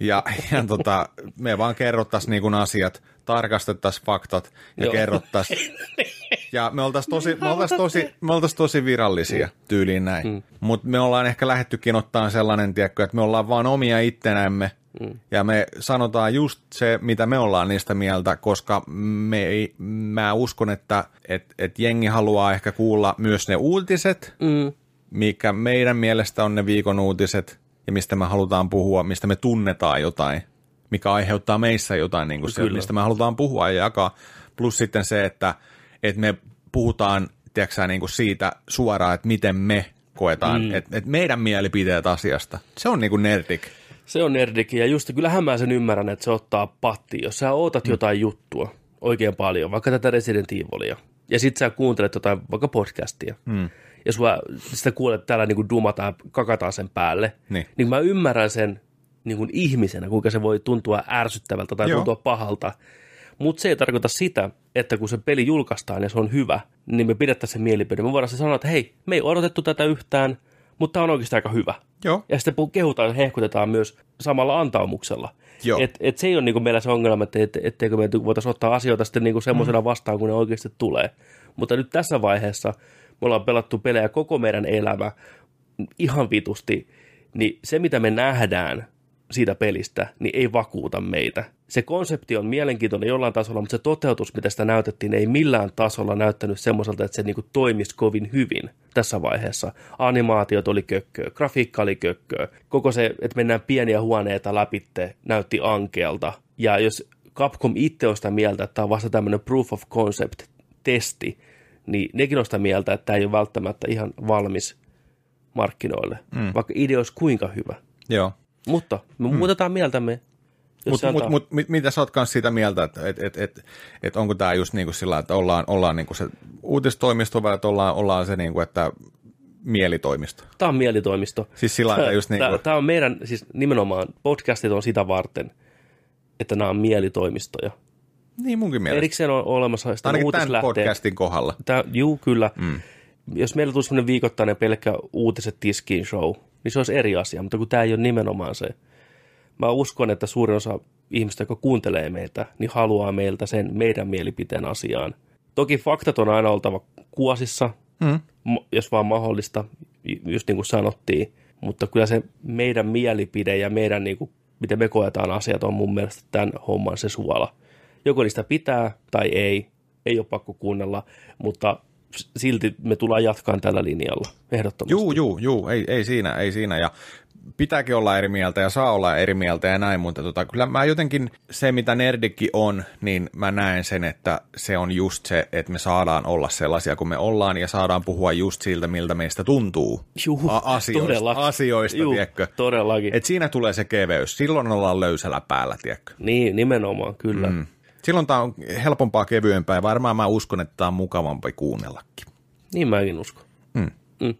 Speaker 3: ja, ja tota, me vaan kerrottaisiin niin asiat, tarkastettaisiin faktat ja
Speaker 1: Joo.
Speaker 3: kerrottaisiin. Ja me oltaisiin tosi, me oltais tosi, me oltais tosi virallisia
Speaker 1: Niin.
Speaker 3: tyyliin näin. Mm. Mutta me ollaan ehkä lähettykin ottaan sellainen, tiedätkö, että me ollaan vaan omia ittenämme mm. ja me sanotaan just se, mitä me ollaan niistä mieltä, koska me ei, mä uskon, että et, et jengi haluaa ehkä kuulla myös ne uutiset –
Speaker 1: mm,
Speaker 3: mikä meidän mielestä on ne viikon uutiset ja mistä me halutaan puhua, mistä me tunnetaan jotain, mikä aiheuttaa meissä jotain, niin kuin se,
Speaker 1: Kyllä.
Speaker 3: mistä me halutaan puhua ja jakaa. Plus sitten se, että, että me puhutaan tiedätkö, niin kuin siitä suoraan, että miten me koetaan, mm. että, että meidän mielipiteet asiasta. Se on niin kuin nerdik.
Speaker 1: Se on nerdikin, ja just kyllähän mä sen ymmärrän, että se ottaa patti, jos sä ootat mm. jotain juttua oikein paljon, vaikka tätä Resident Evilia, ja sit sä kuuntelet jotain vaikka podcastia, mm. ja sua, sitä kuulet että täällä niin kuin dumataan, kakataan sen päälle,
Speaker 3: Niin.
Speaker 1: niin mä ymmärrän sen niin kuin ihmisenä, kuinka se voi tuntua ärsyttävältä tai Joo.
Speaker 3: Joo.
Speaker 1: tuntua pahalta, mutta se ei tarkoita sitä, että kun se peli julkaistaan ja se on hyvä, niin me pidettäisiin se mielipide. Me voidaan se sanoa, että hei, me ei odotettu tätä yhtään, mutta tämä on oikeastaan aika hyvä.
Speaker 3: Joo.
Speaker 1: Ja sitten puh- kehutaan ja hehkutetaan myös samalla antaumuksella.
Speaker 3: Joo.
Speaker 1: Et, et se ei ole niinku meillä se ongelma, että et, etteikö me voitaisiin ottaa asioita sitten niinku
Speaker 3: Mm.
Speaker 1: semmoisena vastaan, kun ne oikeasti tulee. Mutta nyt tässä vaiheessa me ollaan pelattu pelejä koko meidän elämä ihan vitusti, niin se mitä me nähdään siitä pelistä, niin ei vakuuta meitä. Se konsepti on mielenkiintoinen jollain tasolla, mutta se toteutus, mitä sitä näytettiin, ei millään tasolla näyttänyt semmoiselta, että se niinku toimisi kovin hyvin tässä vaiheessa. Animaatiot oli kökköä, grafiikka oli kökköä, koko se, että mennään pieniä huoneita läpitte, näytti ankealta. Ja jos Capcom itse on sitä mieltä, että tämä on vasta tämmöinen proof of concept-testi, niin nekin on sitä mieltä, että tämä ei ole välttämättä ihan valmis markkinoille, mm. vaikka idea olisi kuinka hyvä.
Speaker 3: Joo.
Speaker 1: Mutta me mm. muutetaan mieltämme, jos
Speaker 3: Mutta
Speaker 1: se
Speaker 3: mut,
Speaker 1: antaa.
Speaker 3: mut, mit, mitä sä oot kanssa siitä mieltä, että et, et, et, et onko tämä just niinku sillä, että ollaan, ollaan niinku se uutistoimisto vai että ollaan, ollaan se, niinku, että mielitoimisto?
Speaker 1: Tämä on mielitoimisto.
Speaker 3: Siis sillä lailla, että just niin
Speaker 1: Tää-
Speaker 3: kuin,
Speaker 1: Tää on meidän, siis nimenomaan podcastit on sitä varten, että nämä on mielitoimistoja.
Speaker 3: niin munkin mielestä.
Speaker 1: Erikseen on olemassa sitä
Speaker 3: Ainakin tämän
Speaker 1: uutislähteet.
Speaker 3: podcastin kohdalla.
Speaker 1: Tää, juu, kyllä. Mm. Jos meillä tulisi sellainen viikoittainen pelkkä uutiset tiskiin show, niin se olisi eri asia, mutta kun tämä ei ole nimenomaan se. Mä uskon, että suurin osa ihmistä, jotka kuuntelee meitä, niin haluaa meiltä sen meidän mielipiteen asiaan. Toki faktat on aina oltava kuosissa,
Speaker 3: Mm.
Speaker 1: m- jos vaan mahdollista, ju- just niin kuin sanottiin. Mutta kyllä se meidän mielipide ja meidän, niin kuin, miten me koetaan asiat, on mun mielestä tämän homman se suola. Joko niistä pitää tai ei, ei ole pakko kuunnella, mutta s- silti me tullaan jatkaan tällä linjalla, ehdottomasti.
Speaker 3: Juu, juu, juu, ei, ei siinä, ei siinä. Ja pitääkin olla eri mieltä ja saa olla eri mieltä ja näin, mutta tota, kyllä mä jotenkin se, mitä nerdikki on, niin mä näen sen, että se on just se, että me saadaan olla sellaisia kuin me ollaan ja saadaan puhua just siltä, miltä meistä tuntuu
Speaker 1: Juu,
Speaker 3: A- asioista,
Speaker 1: todellakin.
Speaker 3: asioista
Speaker 1: Juu,
Speaker 3: tiedätkö?
Speaker 1: todellakin. Et...
Speaker 3: Et siinä tulee se keveys, silloin ollaan löysällä päällä, tiedätkö?
Speaker 1: Niin, nimenomaan, kyllä. Mm.
Speaker 3: Silloin tämä on helpompaa, kevyempää ja varmaan mä uskon, että tämä on mukavampi kuunnellakin.
Speaker 1: Niin mäkin uskon.
Speaker 3: Mm.
Speaker 1: Mm.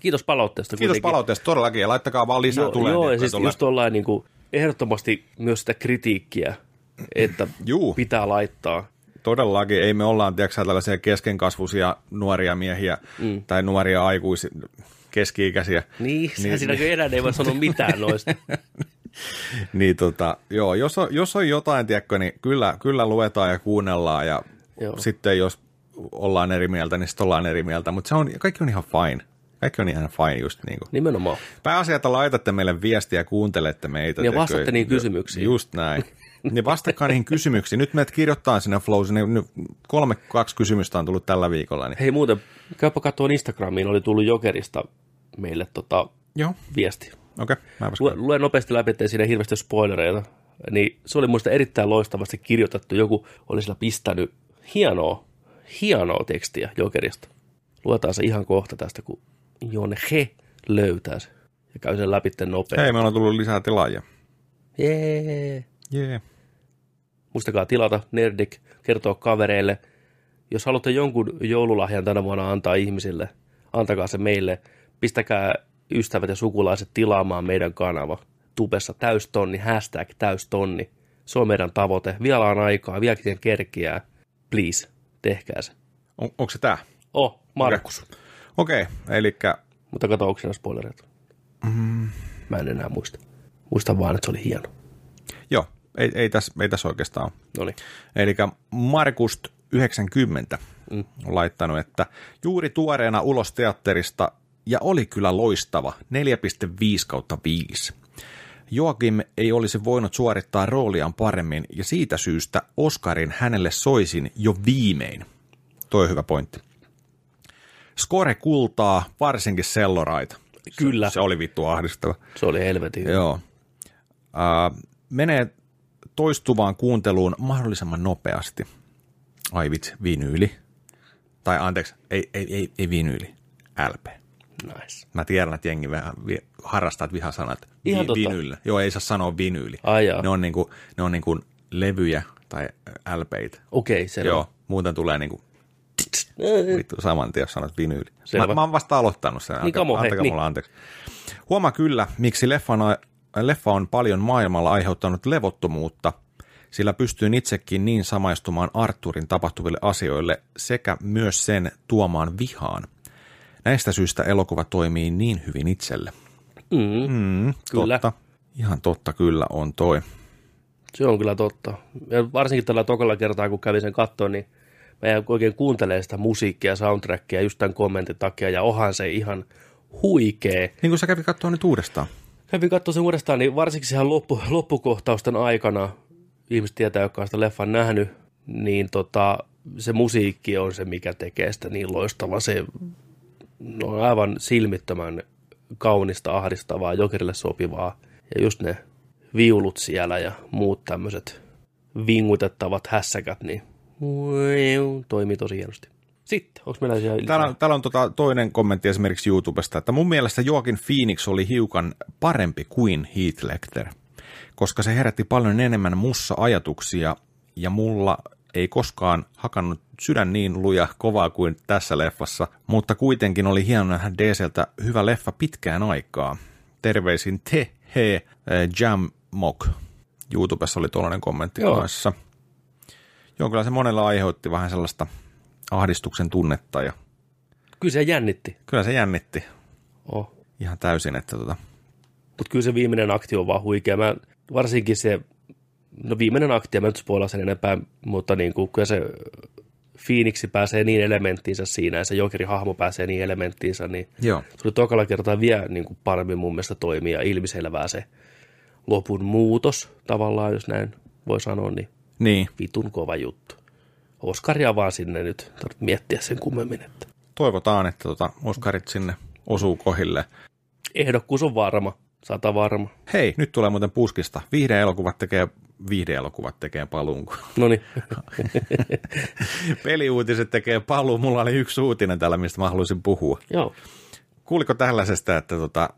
Speaker 1: Kiitos palautteesta.
Speaker 3: Kiitos
Speaker 1: kuitenkin.
Speaker 3: palautteesta todellakin ja laittakaa vaan lisää
Speaker 1: Joo,
Speaker 3: tulee.
Speaker 1: joo ja
Speaker 3: niin,
Speaker 1: siis
Speaker 3: tulee.
Speaker 1: just ollaan niin kuin, ehdottomasti myös sitä kritiikkiä, että
Speaker 3: Juu.
Speaker 1: pitää laittaa.
Speaker 3: Todellakin, ei me ollaan tiedätkö, sä, tällaisia keskenkasvuisia nuoria miehiä mm. tai nuoria aikuisia, keski-ikäisiä.
Speaker 1: Niin,
Speaker 3: Niin.
Speaker 1: niin siinä niin. enää ei voi sanoa mitään noista.
Speaker 3: Niin tota, joo, jos on, jos on jotain, tiedätkö, niin kyllä, kyllä luetaan ja kuunnellaan ja joo.
Speaker 1: Joo.
Speaker 3: sitten jos ollaan eri mieltä, niin sitten ollaan eri mieltä, mutta se on, kaikki on ihan fine. Kaikki on ihan fine just niin kuin.
Speaker 1: Nimenomaan.
Speaker 3: Pääasia, että laitatte meille viestiä ja kuuntelette meitä.
Speaker 1: Ja
Speaker 3: tiedätkö,
Speaker 1: vastaatte niihin
Speaker 3: ju-
Speaker 1: kysymyksiin.
Speaker 3: Just näin. Niin vastatkaa niihin kysymyksiin. Nyt meidät kirjoittaa sinne Flowsin, niin nyt kolme, kaksi kysymystä on tullut tällä viikolla. Niin.
Speaker 1: Hei muuten, käypä katsomaan Instagramiin, oli tullut Jokerista meille tota,
Speaker 3: Joo.
Speaker 1: viesti.
Speaker 3: Okei, okay, mä pääs-
Speaker 1: Luen, luen nopeasti läpi, ettei siinä hirveästi ole spoilereita. Niin se oli muista erittäin loistavasti kirjoitettu. Joku oli sillä pistänyt hienoa, hienoa tekstiä Jokerista. Luetaan se ihan kohta tästä, kun Jon He löytää se. Ja käy sen läpi nopeasti.
Speaker 3: Hei, meillä on tullut lisää tilaajia.
Speaker 1: Jee.
Speaker 3: Jee. Yeah.
Speaker 1: Muistakaa tilata Nerdik, kertoa kavereille. Jos haluatte jonkun joululahjan tänä vuonna antaa ihmisille, antakaa se meille. Pistäkää ystävät ja sukulaiset tilaamaan meidän kanava. Tubessa täystonni, hashtag täystonni. Se on meidän tavoite. Vielä on aikaa, vieläkin siihen kerkiää. Please, tehkää se.
Speaker 3: On, onko se tää?
Speaker 1: Oh, Markus. Okay.
Speaker 3: Okei, eli
Speaker 1: Mutta kato, onko siinä spoilereita? Mm. Mä en enää muista. Muistan vaan, että se oli hieno.
Speaker 3: joo, ei, ei tässä ei täs oikeastaan ole.
Speaker 1: Noniin.
Speaker 3: Eli Markust 90 on laittanut, että juuri tuoreena ulos teatterista ja oli kyllä loistava, 4,5 kautta 5. Joakim ei olisi voinut suorittaa rooliaan paremmin ja siitä syystä Oscarin hänelle soisin jo viimein. Toi hyvä pointti. Score kultaa, varsinkin selloraita.
Speaker 1: Kyllä.
Speaker 3: Se, se oli vittu ahdistava.
Speaker 1: Se oli helvetin. hyvä.
Speaker 3: Joo. Äh, menee toistuvaan kuunteluun mahdollisimman nopeasti. Ai vitsi, vinyyli. Tai anteeksi, ei, ei, ei, ei vinyyli, LP.
Speaker 1: Nice.
Speaker 3: Mä tiedän, että jengi vähän vi- harrastaa että vihasanat
Speaker 1: Ihan totta.
Speaker 3: vinyyllä. Joo, ei saa sanoa vinyyli.
Speaker 1: Ai jaa.
Speaker 3: ne on, niinku, ne on niinku levyjä tai LPitä.
Speaker 1: Okei, okay, selvä.
Speaker 3: Joo, muuten tulee niinku vittu saman tien, jos sanot vinyyli.
Speaker 1: Äh. Selvä.
Speaker 3: Mä, mä oon vasta aloittanut sen. Antakaa,
Speaker 1: kamo, hei,
Speaker 3: antakaa
Speaker 1: niin.
Speaker 3: mulla anteeksi. Huomaa kyllä, miksi leffan, leffa on paljon maailmalla aiheuttanut levottomuutta, sillä pystyin itsekin niin samaistumaan Arturin tapahtuville asioille sekä myös sen tuomaan vihaan. Näistä syistä elokuva toimii niin hyvin itselle.
Speaker 1: Mm.
Speaker 3: Mm,
Speaker 1: Kyllä.
Speaker 3: Totta. Ihan totta kyllä on toi.
Speaker 1: Se on kyllä totta. Ja varsinkin tällä tokalla kertaa, kun kävin sen kattoon, niin mä jäin oikein kuuntelemaan sitä musiikkia, soundtrackia just tämän kommentin takia, ja ohan se ihan huikee.
Speaker 3: Niin kuin sä kävit katsoa nyt uudestaan.
Speaker 1: Kävin katsoa sen uudestaan, niin varsinkin sehän loppu, loppukohtausten aikana, ihmiset tietää, jotka on sitä leffan nähnyt, niin tota, se musiikki on se, mikä tekee sitä niin loistava. Se on aivan silmittömän kaunista, ahdistavaa, jokerille sopivaa. Ja just ne viulut siellä ja muut tämmöiset vingutettavat hässäkät, niin toimii tosi hienosti. Sitten, onko meillä siellä
Speaker 3: Täällä, on- täällä on tota toinen kommentti esimerkiksi YouTubesta, että mun mielestä Joakin Phoenix oli hiukan parempi kuin Heath Lecter, koska se herätti paljon enemmän mussa ajatuksia ja mulla ei koskaan hakannut sydän niin luja kovaa kuin tässä leffassa, mutta kuitenkin oli hieno nähdä DCltä hyvä leffa pitkään aikaa. Terveisin te, he, eh, Jam Mock. YouTubessa oli tuollainen kommentti
Speaker 1: Joo.
Speaker 3: kanssa. Joo, kyllä se monella aiheutti vähän sellaista ahdistuksen tunnetta ja
Speaker 1: Kyllä se jännitti.
Speaker 3: kyllä se jännitti
Speaker 1: Oh.
Speaker 3: ihan täysin, että tota,
Speaker 1: Mutta kyllä se viimeinen akti on vaan huikea. Mä, varsinkin se, no viimeinen akti, mä nyt spoilaan sen enempää, mutta niin kuin, kyllä se Phoenix pääsee niin elementtiinsä siinä ja se Jokerin hahmo pääsee niin elementtiinsä, niin
Speaker 3: Joo.
Speaker 1: se oli tokalla kertaa vielä niin kuin paremmin mun mielestä toimii ja ilmiselvää se lopun muutos tavallaan, jos näin voi sanoa, niin
Speaker 3: niin,
Speaker 1: vitun kova juttu. Oskaria vaan sinne nyt, tarvitset miettiä sen kummemmin, että
Speaker 3: toivotaan, että tota, Oscarit sinne osuu kohille.
Speaker 1: ehdokkuus on varma, sata varma.
Speaker 3: Hei, nyt tulee muuten puskista. Viihdeelokuvat tekee viihdeelokuvat tekee paluun.
Speaker 1: No niin,
Speaker 3: Peliuutiset tekee paluun. Mulla oli yksi uutinen täällä, mistä mä haluaisin puhua.
Speaker 1: joo.
Speaker 3: Kuuliko tällaisesta, että tota,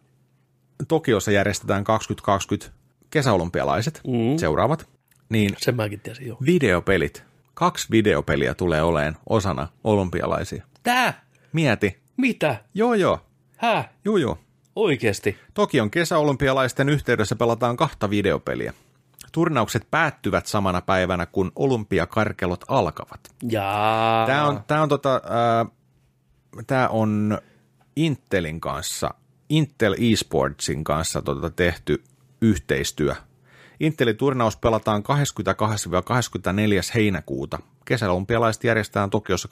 Speaker 3: Tokiossa järjestetään 2020 kesäolympialaiset mm. seuraavat, niin
Speaker 1: Sen mäkin tiesin, joo.
Speaker 3: videopelit, kaksi videopeliä tulee oleen osana olympialaisia.
Speaker 1: Tää?
Speaker 3: Mieti.
Speaker 1: Mitä?
Speaker 3: Joo, joo.
Speaker 1: Hä?
Speaker 3: Joo, joo.
Speaker 1: Oikeesti?
Speaker 3: Tokion kesäolympialaisten yhteydessä pelataan kahta videopeliä. Turnaukset päättyvät samana päivänä, kun olympiakarkelot alkavat.
Speaker 1: Jaa.
Speaker 3: Tämä on, tää on, tota, ää, tää on Intelin kanssa, Intel eSportsin kanssa tota, tehty yhteistyö. Intelin turnaus pelataan 22-24. heinäkuuta. Kesälompialaiset järjestetään Tokiossa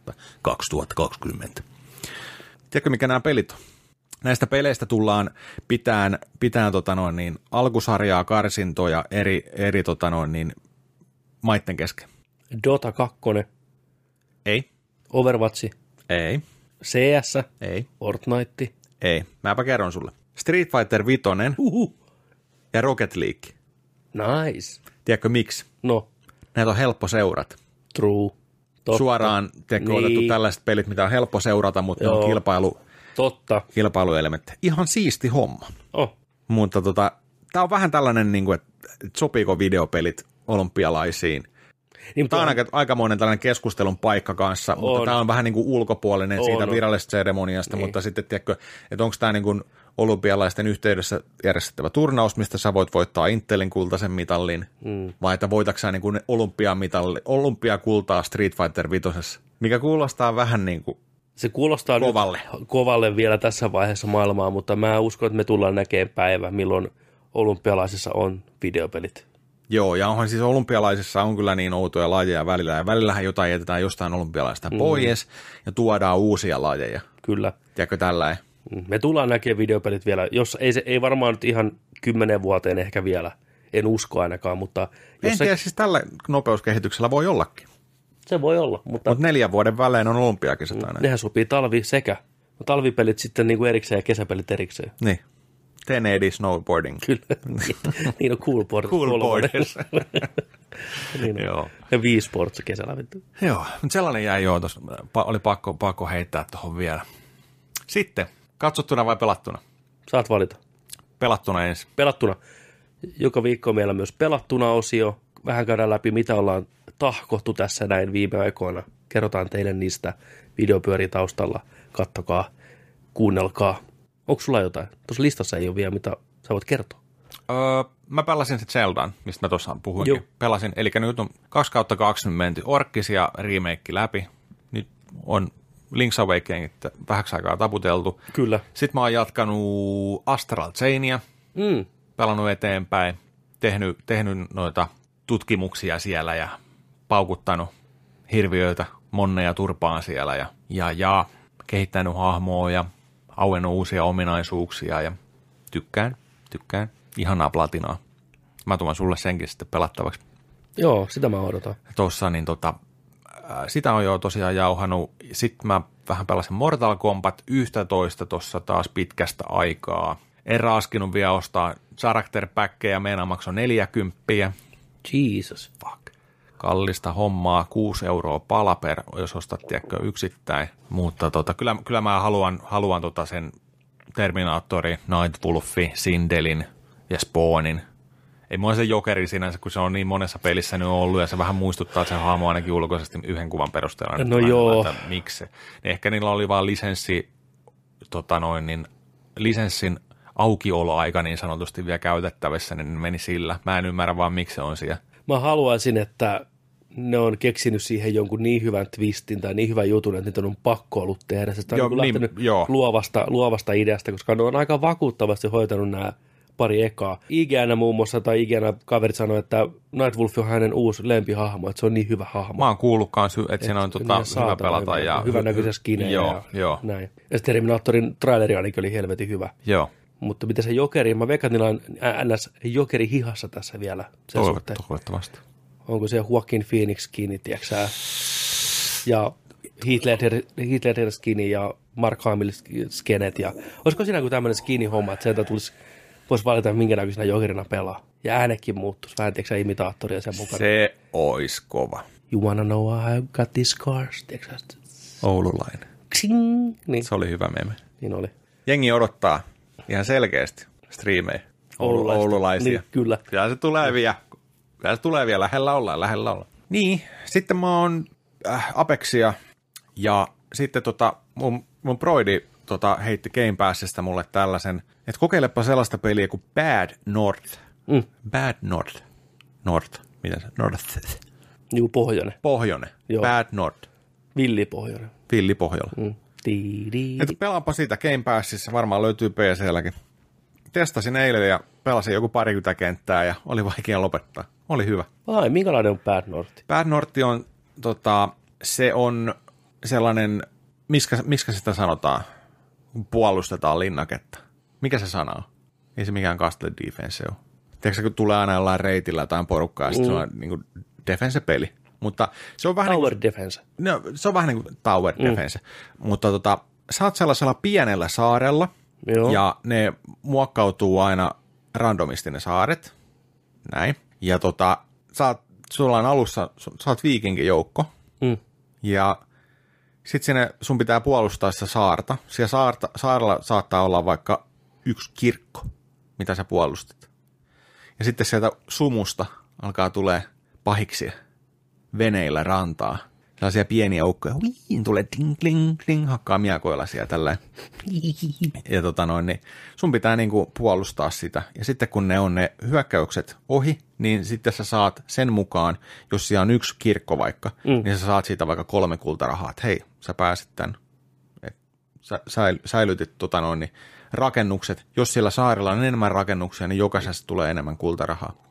Speaker 3: 24.7.-9.8.2020. Tiedätkö, mikä nämä pelit on? Näistä peleistä tullaan pitään, pitään tota noin, niin, alkusarjaa, karsintoja eri, eri tota noin, niin, maitten kesken.
Speaker 1: Dota 2,
Speaker 3: Ei.
Speaker 1: Overwatch,
Speaker 3: Ei.
Speaker 1: CS,
Speaker 3: Ei.
Speaker 1: Fortnite.
Speaker 3: Ei. Mäpä kerron sulle. Street Fighter 5
Speaker 1: Uhu.
Speaker 3: ja Rocket League.
Speaker 1: Nice.
Speaker 3: Tiedätkö miksi?
Speaker 1: No,
Speaker 3: Näitä on helppo seurata.
Speaker 1: true. Totta.
Speaker 3: Suoraan tiedätkö,
Speaker 1: Niin.
Speaker 3: niin. otettu tällaiset pelit, mitä on helppo seurata, mutta ne on
Speaker 1: Joo.
Speaker 3: kilpailu,
Speaker 1: Totta.
Speaker 3: kilpailuelementti. Ihan siisti homma.
Speaker 1: Oh.
Speaker 3: Mutta tota, tämä on vähän tällainen, niin kuin, että että sopiiko videopelit olympialaisiin.
Speaker 1: Niin,
Speaker 3: Tämä on aika, aikamoinen tällainen keskustelun paikka kanssa, on. mutta
Speaker 1: On.
Speaker 3: tämä on vähän niin kuin ulkopuolinen on. siitä
Speaker 1: On.
Speaker 3: virallisesta seremoniasta, niin. mutta sitten tiedätkö, että onko tämä niin kuin olympialaisten yhteydessä järjestettävä turnaus, mistä sä voit voittaa Intelin kultaisen mitallin, mm. vai että voitatko sä niin kuin olympiamitalli, olympiakultaa Street Fighter 5, mikä kuulostaa vähän niin kuin,
Speaker 1: se kuulostaa
Speaker 3: Kovalle.
Speaker 1: Nyt kovalle vielä tässä vaiheessa maailmaa, mutta mä uskon, että me tullaan näkemään päivä, milloin olympialaisissa on videopelit.
Speaker 3: joo, ja onhan siis olympialaisissa on kyllä niin outoja lajeja välillä, ja välillähän jotain jätetään jostain olympialaista mm. pois, ja tuodaan uusia lajeja,
Speaker 1: Kyllä.
Speaker 3: tiedätkö tällainen.
Speaker 1: Mm, Me tullaan näkemään videopelit vielä, jos ei, se, ei varmaan nyt ihan kymmenen vuoteen ehkä vielä, en usko ainakaan, mutta
Speaker 3: En
Speaker 1: jos se,
Speaker 3: tiedä, siis tällä nopeuskehityksellä voi ollakin.
Speaker 1: se voi olla, mutta
Speaker 3: Mutta neljän vuoden välein on olympiakisat aina.
Speaker 1: nehän sopii talvi sekä. No, talvipelit sitten niin kuin erikseen ja kesäpelit erikseen.
Speaker 3: Niin. 1080 snowboarding.
Speaker 1: Kyllä, niin on cool board.
Speaker 3: Coolboarders.
Speaker 1: niin on.
Speaker 3: Joo.
Speaker 1: Ja Wii Sports kesällä vittu.
Speaker 3: Joo, mutta sellainen jäi joo tuossa. Pa- oli pakko, pakko heittää tuohon vielä. Sitten, katsottuna vai pelattuna?
Speaker 1: Saat valita.
Speaker 3: Pelattuna ensin.
Speaker 1: pelattuna. Joka viikko meillä on myös pelattuna osio. Vähän käydään läpi, mitä ollaan tahkottu tässä näin viime aikoina. Kerrotaan teille niistä videopyöri taustalla. Kattokaa, kuunnelkaa. Onko sulla jotain? Tuossa listassa ei ole vielä, mitä sä voit kertoa.
Speaker 3: Öö, mä pelasin se Zeldan, mistä mä tuossa puhuinkin.
Speaker 1: Joo.
Speaker 3: Pelasin, eli nyt on 2 kautta 2 menty orkkisia remake läpi. Nyt on Link's Awakening vähäksi aikaa taputeltu.
Speaker 1: Kyllä.
Speaker 3: Sitten mä oon jatkanut Astral Chainia,
Speaker 1: Mm.
Speaker 3: pelannut eteenpäin, tehnyt, tehnyt noita tutkimuksia siellä ja paukuttanut hirviöitä, monneja turpaan siellä ja, ja, ja kehittänyt hahmoa ja auennut uusia ominaisuuksia ja tykkään, tykkään. Ihanaa platinaa. Mä tuon sulle senkin sitten pelattavaksi
Speaker 1: Joo, sitä mä odotan.
Speaker 3: tuossa, niin tota, ää, sitä on jo tosiaan jauhanut. Sitten mä vähän pelasin Mortal Kombat 11 tuossa taas pitkästä aikaa. En raaskinut vielä ostaa character packeja, meinaan maksoi 40.
Speaker 1: Jesus.
Speaker 3: Fuck. Kallista hommaa, 6 euroa pala per, jos ostat tiedätkö, yksittäin. Mutta tota, kyllä, kyllä mä haluan, haluan tota sen Terminaattori, Nightwolfi, Sindelin ja Spawnin. Ei mua se jokeri sinänsä, kun se on niin monessa pelissä nyt ollut ja se vähän muistuttaa se hahmo ainakin ulkoisesti yhden kuvan perusteella. Nyt
Speaker 1: No
Speaker 3: mä en
Speaker 1: joo.
Speaker 3: ymmärrä, että Miksi? Niin ehkä niillä oli vaan lisenssi, tota noin, niin, lisenssin aukioloaika niin sanotusti vielä käytettävissä, niin ne meni sillä. Mä en ymmärrä vaan miksi se on siellä.
Speaker 1: Mä haluaisin, että ne on keksinyt siihen jonkun niin hyvän twistin tai niin hyvän jutun, että niitä on pakko ollut tehdä. Se on joo,
Speaker 3: Joo,
Speaker 1: niin,
Speaker 3: niin,
Speaker 1: lähtenyt
Speaker 3: joo.
Speaker 1: joo. Luovasta, luovasta ideasta, koska ne on aika vakuuttavasti hoitanut nämä pari ekaa. IGN muun muassa, tai IGN kaverit sanoi, että Nightwolf on hänen uusi lempihahmo, että se on niin hyvä hahmo.
Speaker 3: Mä oon kuullut kans, että et siinä on tota,
Speaker 1: Ihan
Speaker 3: hyvä
Speaker 1: saatanan
Speaker 3: pelata. Ja,
Speaker 1: hyvän näköisiä skinejä
Speaker 3: Joo,
Speaker 1: ja
Speaker 3: joo,
Speaker 1: näin. Ja se Terminaattorin traileri ainakin oli helvetin hyvä.
Speaker 3: joo.
Speaker 1: Mutta mitä se jokeri, mä veikkaan, että niillä on ns. jokeri hihassa tässä vielä. Sen
Speaker 3: Toivot,
Speaker 1: suhteen
Speaker 3: toivottavasti.
Speaker 1: onko se Joaquin Phoenix kiinni, tiedätkö ja Heath Ledger, Heath Ledger skinny ja Mark Hamill sk- skenet. Ja, olisiko siinä joku tämmöinen skinny homma, että sieltä tulisi, voisi valita, minkä näköisenä jokerina pelaa. Ja äänekin muuttuisi, vähän tiedätkö sä, imitaattoria sen mukaan. Se...
Speaker 3: Se ois kova.
Speaker 1: You wanna know how I got these scars, tiedätkö sä?
Speaker 3: Oululainen.
Speaker 1: Ksing! Niin,
Speaker 3: Se oli hyvä meme.
Speaker 1: niin oli.
Speaker 3: Jengi odottaa ihan selkeästi striimejä. Oulu,
Speaker 1: Oululaista.
Speaker 3: oululaisia.
Speaker 1: Niin, kyllä.
Speaker 3: Kyllä se tulee vielä. Kyllä se tulee vielä. Lähellä ollaan, lähellä ollaan. Niin, sitten mä oon äh, Apexia ja sitten tota, mun, mun broidi tota, heitti Game Passista mulle tällaisen, että kokeilepa sellaista peliä kuin Bad North.
Speaker 1: Mm.
Speaker 3: Bad North. North. Mitä se? North.
Speaker 1: Niin kuin pohjoinen,
Speaker 3: Pohjonen.
Speaker 1: Joo.
Speaker 3: Bad North.
Speaker 1: villipohjoinen.
Speaker 3: Filli pohjalla. Mm.
Speaker 1: Tiidi.
Speaker 3: Että pelaanpa sitä Game Passissa, varmaan löytyy PClläkin. Testasin eilen ja pelasin joku parikymmentä kenttää ja oli vaikea lopettaa. Oli hyvä.
Speaker 1: Ai, minkälainen on Bad North?
Speaker 3: Bad North on, tota, se on sellainen, miskä, miskä sitä sanotaan, kun puolustetaan linnaketta. Mikä se sana on? Ei se mikään castle defense ole. Tiedätkö, sä, kun tulee aina jollain reitillä jotain porukkaa, mm. sitten se on niin kuin defense-peli. Mutta se on vähän niin kuin-
Speaker 1: Tower Defense.
Speaker 3: No, se on vähän niin kuin tower defense, mm. mutta tota, sä oot sellaisella pienellä saarella,
Speaker 1: Joo.
Speaker 3: ja ne muokkautuu aina randomisti ne saaret, näin. Ja tota, sä oot, sulla on alussa, su- sä oot viikinkin joukko,
Speaker 1: Mm.
Speaker 3: ja sit sinne sun pitää puolustaa sitä saarta. Siellä saarta, saarella saattaa olla vaikka yksi kirkko, mitä sä puolustat. Ja sitten sieltä sumusta alkaa tulee pahiksia veneillä rantaa. Sellaisia pieniä ukkoja. Huiin, tulee ding, ding, ding, hakkaa miakoilla siellä tälleen. Ja tota noin, niin sun pitää niinku puolustaa sitä. Ja sitten kun ne on ne hyökkäykset ohi, niin sitten sä saat sen mukaan, jos siellä on yksi kirkko vaikka, mm. niin sä saat siitä vaikka kolme kultarahaa. Et hei, sä pääsit tämän. Et sä, säil, säilytit tota noin, niin rakennukset. Jos siellä saarella on enemmän rakennuksia, niin jokaisessa tulee enemmän kultarahaa.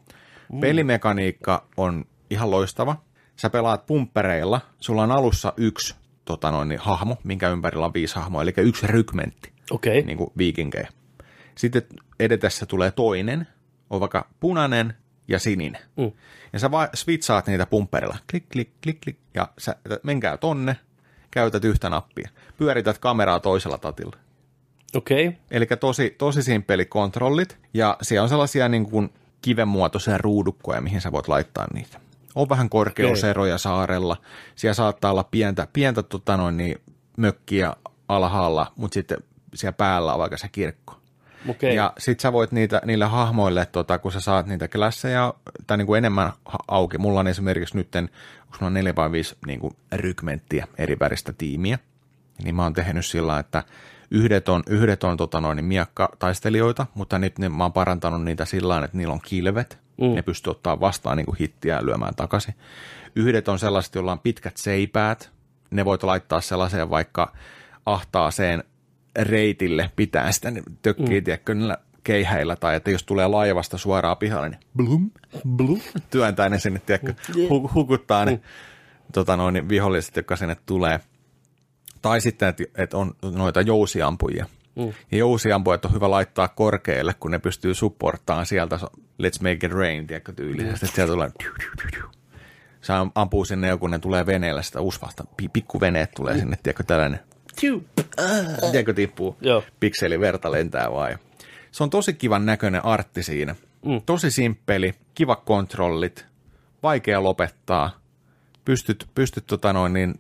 Speaker 3: Pelimekaniikka on ihan loistava. Sä pelaat pumppereilla. Sulla on alussa yksi tota noin, niin hahmo, minkä ympärillä on viisi hahmoa, eli yksi rykmentti
Speaker 1: Okei. Okay.
Speaker 3: niin kuin viikinkejä. Sitten edetessä tulee toinen, on vaikka punainen ja sininen.
Speaker 1: Mm.
Speaker 3: Ja sä vaan switchaat niitä pumpperilla. Klik, klik, klik, klik. Ja sä menkää tonne, käytät yhtä nappia. Pyörität kameraa toisella tatilla.
Speaker 1: Okei. Okay.
Speaker 3: Eli tosi, tosi simppeli kontrollit. Ja siellä on sellaisia niin kuin kivenmuotoisia ruudukkoja, mihin sä voit laittaa niitä. On vähän korkeuseroja saarella. Siellä saattaa olla pientä, pientä tota noin, niin, mökkiä alhaalla, mutta sitten siellä päällä on vaikka se kirkko.
Speaker 1: Okei.
Speaker 3: Ja sit sä voit niitä, niille hahmoille, tota, kun sä saat niitä klasseja, tai niinku enemmän ha- auki. Mulla on esimerkiksi nytten, onko mulla neljä vai viisi niinku rykmenttiä eri väristä tiimiä, niin mä oon tehnyt sillä, että yhdet on, yhdet on tota noin, miakkataistelijoita, mutta nyt ne, mä oon parantanut niitä sillä lailla, että niillä on kilvet, mm. ne pystyy ottaa vastaan niinku hittiä ja lyömään takaisin. Yhdet on sellaiset, joilla on pitkät seipäät, ne voit laittaa sellaiseen vaikka ahtaaseen reitille pitää sitä, niin tökkii mm. tiedätkö, niillä keihäillä, tai että jos tulee laivasta suoraan pihalle, niin blum, blum, työntää ne sinne, tiedätkö, hu- hukuttaa ne tota noin, viholliset, jotka sinne tulee. Tai sitten, että, että on noita jousiampujia. Mm. Ja jousiampujat on hyvä laittaa korkealle, kun ne pystyy supporttaan sieltä so- let's make it rain, tiedätkö, tyylisesti. Sieltä tulee se ampuu sinne joku, ne tulee veneellä sitä usvasta. Pi- Pikkuveneet tulee sinne, tiedätkö, tällainen
Speaker 1: Tiu.
Speaker 3: tiedätkö, tippuu
Speaker 1: Joo.
Speaker 3: pikseliverta lentää vaan. ja Se on tosi kivan näköinen artti siinä. Mm. Tosi simppeli, kiva kontrollit, vaikea lopettaa. Pystyt, pystyt tota noin, niin,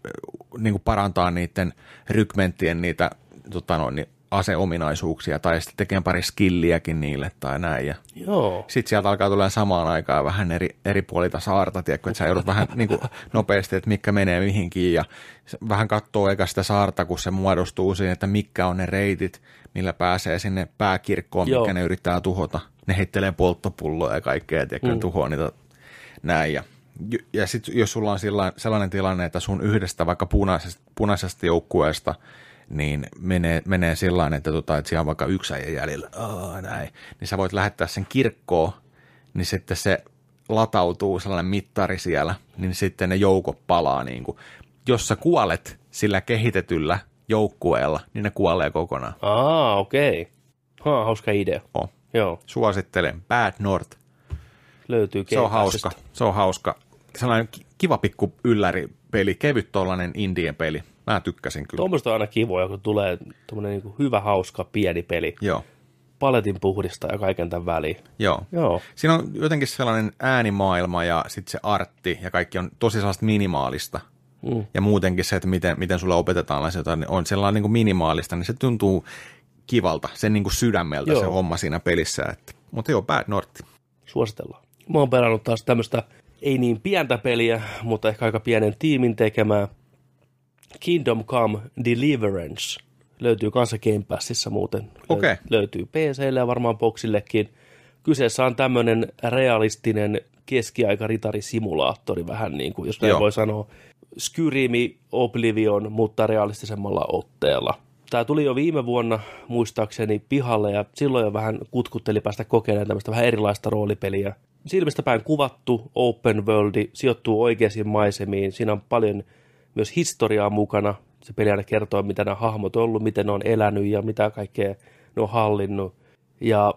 Speaker 3: niin kuin parantaa niiden rykmenttien niitä tota noin, niin, aseominaisuuksia tai sitten tekemään pari skilliäkin niille tai näin. Ja
Speaker 1: Joo.
Speaker 3: sitten sieltä alkaa tulla samaan aikaan vähän eri, eri puolilta saarta, tiedätkö, että sä joudut vähän niin kuin nopeasti, että mikä menee mihinkin ja se- vähän katsoo eka sitä saarta, kun se muodostuu siihen, että mitkä on ne reitit, millä pääsee sinne pääkirkkoon,
Speaker 1: Joo.
Speaker 3: Joo. mikä ne yrittää tuhota. Ne heittelee polttopulloa ja kaikkea, tiedätkö, mm. tuhoa niitä näin ja j- ja sitten jos sulla on sillä- sellainen tilanne, että sun yhdestä vaikka punaisesta, punaisesta joukkueesta, niin menee, menee sillä että, tota, että siellä on vaikka yksi äijä jäljellä, Aa, näin, niin sä voit lähettää sen kirkkoon, niin sitten se latautuu sellainen mittari siellä, niin sitten ne joukot palaa. Niin kuin. Jos sä kuolet sillä kehitetyllä joukkueella, niin ne kuolee kokonaan.
Speaker 1: Aa, okei. Okay. Ha, hauska idea.
Speaker 3: Oh.
Speaker 1: Joo,
Speaker 3: Suosittelen Bad North.
Speaker 1: löytyy Siis
Speaker 3: Se on
Speaker 1: Game Passista.
Speaker 3: hauska. Se on hauska. Sellainen ki- kiva pikku ylläri peli, kevyt tollainen indien peli. Mä tykkäsin kyllä. Tom.
Speaker 1: Tuommoista on aina kivoja, kun tulee tuommoinen niin hyvä, hauska, pieni peli.
Speaker 3: Joo,
Speaker 1: Paletin puhdista ja kaiken tämän väliin.
Speaker 3: joo.
Speaker 1: Joo.
Speaker 3: Siinä on jotenkin sellainen äänimaailma ja sitten se artti ja kaikki on tosi sellaista minimaalista. Mm. Ja muutenkin se, että miten, miten sulle opetetaan asioita, niin on sellainen niin kuin minimaalista, niin se tuntuu kivalta, sen niin kuin sydämeltä
Speaker 1: Joo.
Speaker 3: joo. se homma siinä pelissä. Että. Mutta joo, Bad North.
Speaker 1: Suositellaan. Mä oon pelannut taas tämmöistä ei niin pientä peliä, mutta ehkä aika pienen tiimin tekemää. Kingdom Come Deliverance. Löytyy kanssa Game Passissa muuten. Lö-
Speaker 3: Okei.
Speaker 1: Löytyy PClle ja varmaan Boxillekin. Kyseessä on tämmöinen realistinen keskiaikaritarisimulaattori vähän niin kuin, jos näin
Speaker 3: Joo.
Speaker 1: voi sanoa. Skyrimi Oblivion, mutta realistisemmalla otteella. Tämä tuli jo viime vuonna muistaakseni pihalle ja silloin jo vähän kutkutteli päästä kokeilemaan tämmöistä vähän erilaista roolipeliä. Silmistä päin kuvattu open worldi sijoittuu oikeisiin maisemiin. Siinä on paljon myös historiaa mukana. Se peli aina kertoo, mitä nämä hahmot on ollut, miten ne on elänyt ja mitä kaikkea ne on hallinnut. Ja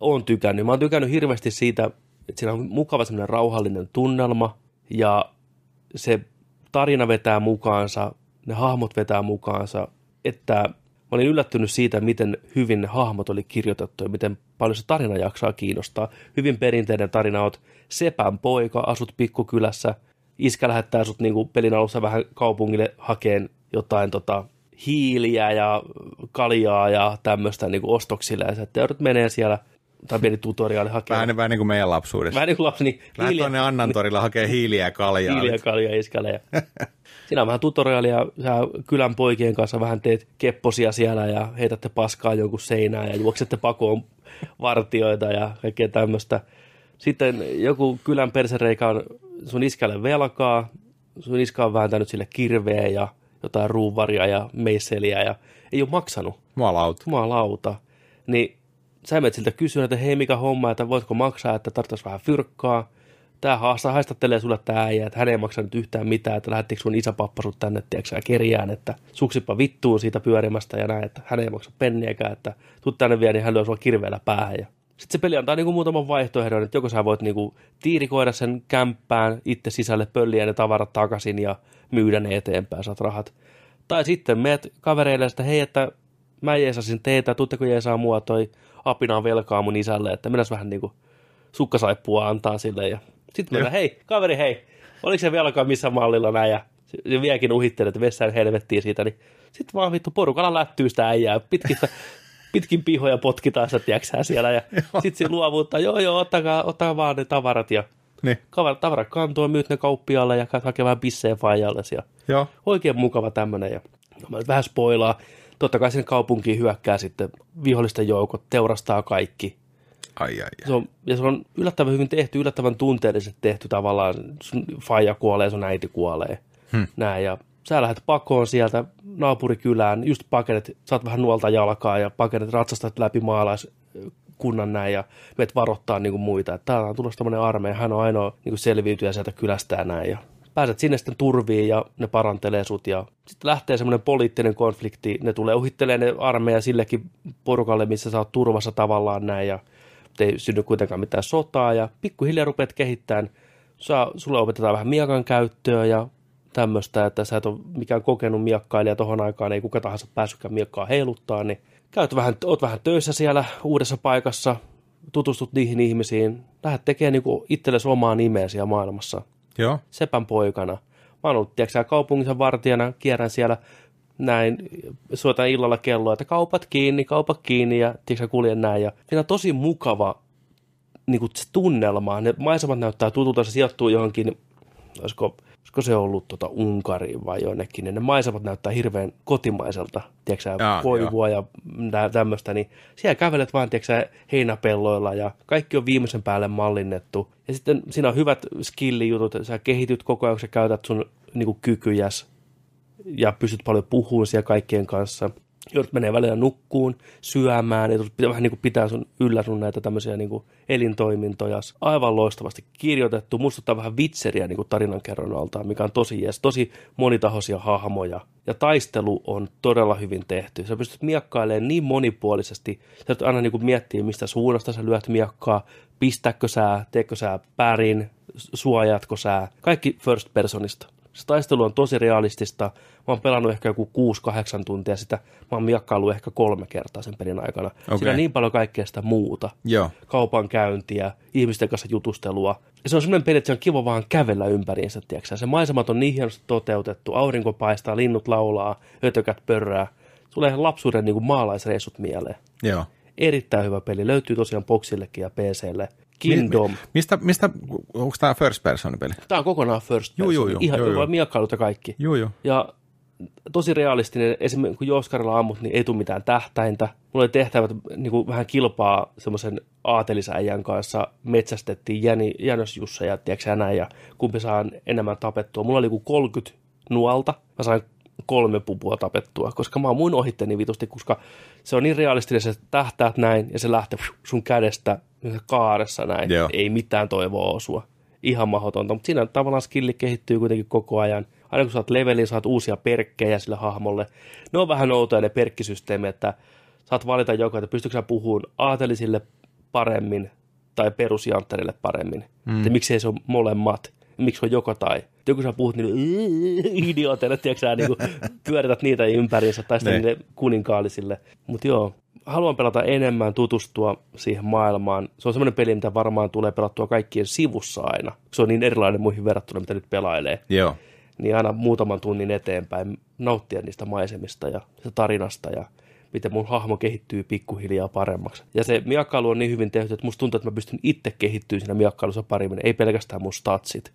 Speaker 1: on tykännyt. Mä oon tykännyt hirveästi siitä, että siinä on mukava semmoinen rauhallinen tunnelma ja se tarina vetää mukaansa, ne hahmot vetää mukaansa, että mä olin yllättynyt siitä, miten hyvin ne hahmot oli kirjoitettu ja miten paljon se tarina jaksaa kiinnostaa. Hyvin perinteinen tarina, oot sepän poika, asut pikkukylässä, iskä lähettää sut niinku pelin alussa vähän kaupungille hakeen jotain tota, hiiliä ja kaljaa ja tämmöistä niinku ostoksille ja sä joudut menee siellä tai pieni tutoriaali hakee.
Speaker 3: Vähän, vähän niin kuin meidän lapsuudessa.
Speaker 1: Vähän niin kuin lapsi, niin
Speaker 3: Vähän tuonne Annantorilla hakee hiiliä ja kaljaa.
Speaker 1: hiiliä ja kaljaa iskälle. Ja siinä on vähän tutoriaalia, sä kylän poikien kanssa vähän teet kepposia siellä ja heitätte paskaa jonkun seinään ja juoksette pakoon vartioita ja kaikkea tämmöistä. Sitten joku kylän persereikä on sun iskälle velkaa, sun iska on vääntänyt sille kirveä ja jotain ruuvaria ja meisseliä ja ei ole maksanut
Speaker 3: Jumalauta.
Speaker 1: jumalauta, niin sä menet siltä kysyä, että hei mikä homma, että voitko maksaa, että tarvitsisi vähän fyrkkaa. Tää haasta haistattelee sulle tää äijä, että hän ei maksanut yhtään mitään, että lähettikö sun isäpappa sut tänne, tiedätkö sä, kerjään, että suksippa vittuun siitä pyörimästä ja näin, että hän ei maksa penniäkään, että tuu tänne vielä, niin hän lyö sua kirveellä päähän. Ja sitten se peli antaa niinku muutaman vaihtoehdon, että joko sä voit niinku tiirikoida sen kämppään itse sisälle, pölliä ne tavarat takaisin ja myydä ne eteenpäin, saat rahat. Tai sitten meet kavereille että hei, että mä jeesasin teitä, tuutteko jeesaa mua, toi apina on velkaa mun isälle, että mennäs vähän niinku sukkasaippua antaa sille. Ja sitten mennään, hei, kaveri, hei, oliko se velkaa missä mallilla näin, ja se- se vieläkin uhittelee, että vessään helvettiä siitä, niin sitten vaan vittu porukalla lättyy sitä äijää pitkistä, pitkin pihoja potkitaan sitä, tiedätkö siellä, ja sitten se luovuutta, joo joo, ottakaa, ottakaa vaan ne tavarat, ja
Speaker 3: Niin.
Speaker 1: kavera, tavara kantoon, myyt ne kauppialle ja käyt hakemaan vähän bissejä faijalle. Ja
Speaker 3: Joo.
Speaker 1: oikein mukava tämmöinen. Ja no, mä nyt vähän spoilaa. Totta kai sinne kaupunkiin hyökkää sitten vihollisten joukot, teurastaa kaikki.
Speaker 3: Ai, ai, ai.
Speaker 1: Se on, ja se on yllättävän hyvin tehty, yllättävän tunteellisesti tehty tavallaan. Sun faija kuolee, sun äiti kuolee. Hmm. Näin, ja sä lähdet pakoon sieltä naapurikylään, just pakenet, saat vähän nuolta jalkaa ja pakenet ratsastat läpi maalaiskunnan näin ja meet varoittaa niin kuin muita. Että täällä on tulossa tämmöinen armeija, hän on ainoa niin kuin selviytyjä sieltä kylästä ja näin. Ja pääset sinne sitten turviin ja ne parantelee sut ja sitten lähtee semmoinen poliittinen konflikti, ne tulee uhittelee ne armeija sillekin porukalle, missä sä oot turvassa tavallaan näin ja mutta ei synny kuitenkaan mitään sotaa ja pikkuhiljaa rupeat kehittämään, saa, sulle opetetaan vähän miakan käyttöä ja tämmöistä, että sä et ole mikään kokenut miakkailija tohon aikaan, ei kuka tahansa päässytkään miakkaa heiluttaa, niin käyt vähän, oot vähän töissä siellä uudessa paikassa, tutustut niihin ihmisiin, lähdet tekemään niin itsellesi omaa nimeä siellä maailmassa
Speaker 3: Joo.
Speaker 1: sepän poikana. Mä oon ollut, tiedätkö, sä, kaupungissa vartijana, kierrän siellä näin, suotan illalla kelloa, että kaupat kiinni, kaupat kiinni ja tiedätkö, sä, kuljen näin. Ja siinä on tosi mukava niin kuin se tunnelma. Ne maisemat näyttää tutulta, se sijoittuu johonkin, olisiko, olisiko se ollut tota Unkariin vai jonnekin, niin ne maisemat näyttää hirveän kotimaiselta, tiedätkö sä,
Speaker 3: Jaa,
Speaker 1: koivua ja nä- tämmöistä, niin siellä kävelet vaan, tiedätkö sä, heinäpelloilla ja kaikki on viimeisen päälle mallinnettu. Ja sitten siinä on hyvät skillijutut, sä kehityt koko ajan, kun sä käytät sun niin kuin kykyjäs ja pystyt paljon puhumaan siellä kaikkien kanssa. Joudut menee välillä nukkuun, syömään, ja pitää vähän niin kuin pitää sun yllä sun näitä tämmöisiä niin kuin elintoimintoja. Aivan loistavasti kirjoitettu, muistuttaa vähän vitseriä niin kuin tarinankerronnaltaan, mikä on tosi jees, tosi monitahoisia hahmoja. Ja taistelu on todella hyvin tehty. Sä pystyt miakkailemaan niin monipuolisesti, sä et aina niin kuin miettiä, mistä suunnasta sä lyöt miakkaa, pistääkö sä, teekö sä pärin, su- suojaatko sä, kaikki first personista. Se taistelu on tosi realistista. Mä oon pelannut ehkä joku 6-8 tuntia sitä. Mä oon miakkailu ehkä kolme kertaa sen pelin aikana. Okay. Siinä on niin paljon kaikkea sitä muuta.
Speaker 3: Joo.
Speaker 1: Kaupankäyntiä, ihmisten kanssa jutustelua. Ja se on semmoinen peli, että se on kiva vaan kävellä ympäriinsä, tiedätkö sä. Se maisemat on niin hienosti toteutettu. Aurinko paistaa, linnut laulaa, ötökät pörrää. Tulee ihan lapsuuden niin kuin maalaisreissut mieleen.
Speaker 3: Joo.
Speaker 1: Erittäin hyvä peli. Löytyy tosiaan Boxillekin ja PClle. Kingdom.
Speaker 3: Mistä, mistä onko tämä first person peli?
Speaker 1: Tämä on kokonaan first person.
Speaker 3: juu, juu,
Speaker 1: Ihan
Speaker 3: juu, juu.
Speaker 1: vaan miakkailut ja kaikki.
Speaker 3: Joo, joo.
Speaker 1: Ja tosi realistinen, esimerkiksi kun Joskarilla ammut, niin ei tule mitään tähtäintä. Mulla oli tehtävät niin kuin vähän kilpaa semmoisen aatelisäijän kanssa, metsästettiin jäni, jänösjusseja, tiedätkö sä näin, ja kumpi saa enemmän tapettua. Mulla oli joku 30 nuolta. Mä sain kolme pupua tapettua, koska mä ammuin ohitte niin vitusti, koska se on niin realistinen, se tähtäät näin ja se lähtee sun kädestä kaaressa näin.
Speaker 3: Joo.
Speaker 1: Ei mitään toivoa osua. Ihan mahdotonta, mutta siinä tavallaan skilli kehittyy kuitenkin koko ajan. Aina kun saat leveliä, saat uusia perkkejä sille hahmolle. Ne on vähän outoja ne perkkisysteemit, että saat valita joko, että pystytkö sä puhumaan aatelisille paremmin tai perusjantterille paremmin. Mm. Että miksei se ole molemmat, miksi on joko tai. Joku sä puhut niin idioteille, tiedätkö sä, niin kuin pyörität niitä ympäriinsä tai sitten
Speaker 3: Niin.
Speaker 1: niille kuninkaallisille. Mutta joo, haluan pelata enemmän, tutustua siihen maailmaan. Se on semmoinen peli, mitä varmaan tulee pelattua kaikkien sivussa aina. Se on niin erilainen muihin verrattuna, mitä nyt pelailee
Speaker 3: Joo.
Speaker 1: niin aina muutaman tunnin eteenpäin nauttia niistä maisemista ja sitä tarinasta ja miten mun hahmo kehittyy pikkuhiljaa paremmaksi. Ja se miakkailu on niin hyvin tehty, että musta tuntuu, että mä pystyn itse kehittyä siinä miakkailussa paremmin, ei pelkästään mun statsit,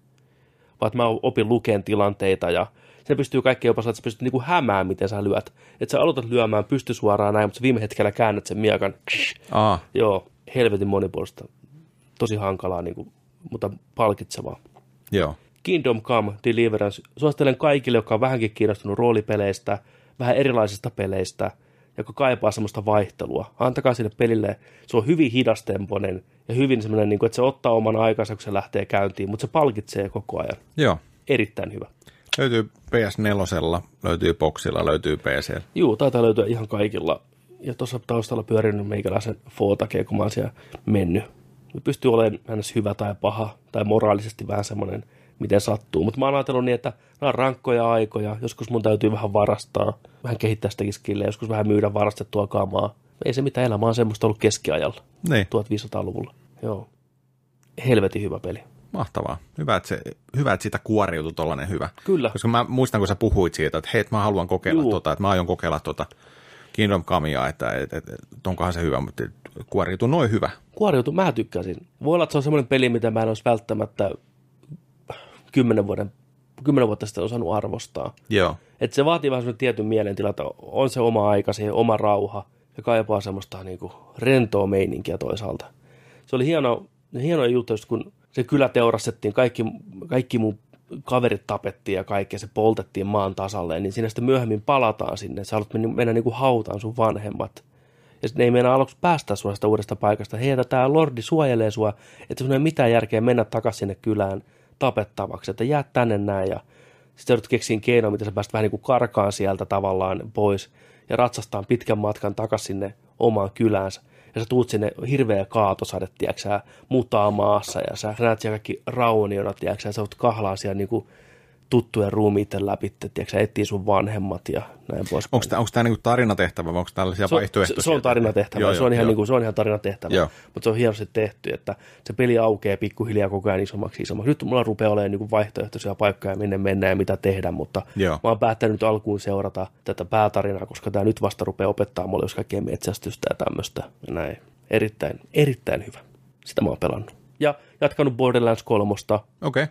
Speaker 1: vaan että mä opin lukeen tilanteita ja se pystyy kaikki jopa sanoa, että sä pystyt niinku hämään, miten sä lyöt. Että sä aloitat lyömään pysty suoraan näin, mutta sä viime hetkellä käännät sen miakan.
Speaker 3: Aa,
Speaker 1: Joo, helvetin monipuolista. Tosi hankalaa, niinku, mutta palkitsevaa.
Speaker 3: joo.
Speaker 1: Kingdom Come Deliverance. Suosittelen kaikille, jotka on vähänkin kiinnostunut roolipeleistä, vähän erilaisista peleistä, joka kaipaa semmoista vaihtelua. Antakaa sille pelille. Se on hyvin hidastempoinen ja hyvin semmoinen, niin kuin, että se ottaa oman aikansa, kun se lähtee käyntiin, mutta se palkitsee koko ajan.
Speaker 3: Joo.
Speaker 1: Erittäin hyvä.
Speaker 3: Löytyy PS4, löytyy Boxilla, löytyy PC.
Speaker 1: Juu, taitaa löytyä ihan kaikilla. Ja tuossa taustalla pyörinyt meikäläisen Footakeen, kun mä oon siellä mennyt. Me pystyy olemaan ns. hyvä tai paha, tai moraalisesti vähän semmoinen, miten sattuu. Mutta mä oon ajatellut niin, että nämä on rankkoja aikoja. Joskus mun täytyy vähän varastaa, vähän kehittää sitäkin skillejä, joskus vähän myydä varastettua kamaa. Ei se mitään elämä on semmoista ollut keskiajalla,
Speaker 3: Niin,
Speaker 1: 1500-luvulla. Joo. Helvetin hyvä peli.
Speaker 3: mahtavaa. Hyvä, että, se, hyvä, että siitä kuoriutui tollanen hyvä.
Speaker 1: Kyllä.
Speaker 3: Koska mä muistan, kun sä puhuit siitä, että hei, että mä haluan kokeilla
Speaker 1: Juu.
Speaker 3: tota, että mä aion kokeilla tota Kingdom Comea, että et, et, et, onkohan se hyvä, mutta kuoriutui noin hyvä.
Speaker 1: Kuoriutu, mä tykkäsin. Voi olla, että se on semmoinen peli, mitä mä en olisi välttämättä kymmenen, vuoden, kymmenen vuotta sitten osannut arvostaa.
Speaker 3: Joo.
Speaker 1: Et se vaatii vähän semmoinen tietyn mielentila, että on se oma aika, siihen oma rauha ja kaipaa semmoista niinku rentoa meininkiä toisaalta. Se oli hieno, hieno juttu, just kun se kylä teurastettiin, kaikki, kaikki mun kaverit tapettiin ja kaikkea, se poltettiin maan tasalle, niin siinä sitten myöhemmin palataan sinne. Sä haluat mennä, mennä niinku hautaan sun vanhemmat. Ja sitten ne ei meinaa aluksi päästä sua sitä uudesta paikasta. Hei, että tämä lordi suojelee sua, että sun ei ole mitään järkeä mennä takaisin sinne kylään tapettavaksi, että jää tänne näin ja sitten joudut keksiin keinoa, miten sä pääst vähän niin kuin karkaan sieltä tavallaan pois ja ratsastaan pitkän matkan takaisin sinne omaan kyläänsä. Ja sä tuut sinne hirveä kaatosade, tiedätkö sä, mutaa maassa ja sä näet siellä kaikki rauniona, tiedätkö sä, sä oot kahlaa siellä niin kuin tuttujen ruumiiten läpi, tiedätkö sä, etsii sun vanhemmat ja näin pois.
Speaker 3: Onko tämä, onko tämä niinku tarinatehtävä vai onko tällaisia
Speaker 1: Se on-
Speaker 3: vaihtoehtoisia?
Speaker 1: Se, se on tarinatehtävä, joo, se, on ihan, niin kuin, se on ihan tarinatehtävä,
Speaker 3: Joo.
Speaker 1: mutta se on hienosti tehty, että se peli aukeaa pikkuhiljaa koko ajan isommaksi isommaksi. Nyt mulla rupeaa olemaan niin kuin vaihtoehtoisia paikkoja, minne mennään ja mitä tehdä, mutta
Speaker 3: Joo.
Speaker 1: mä oon päättänyt nyt alkuun seurata tätä päätarinaa, koska tämä nyt vasta rupeaa opettaa mulle jos kaikkea metsästystä ja tämmöistä. Ja Näin. Erittäin, erittäin hyvä. Sitä mä oon pelannut. Ja jatkanut Borderlands 3
Speaker 3: Okei, okay.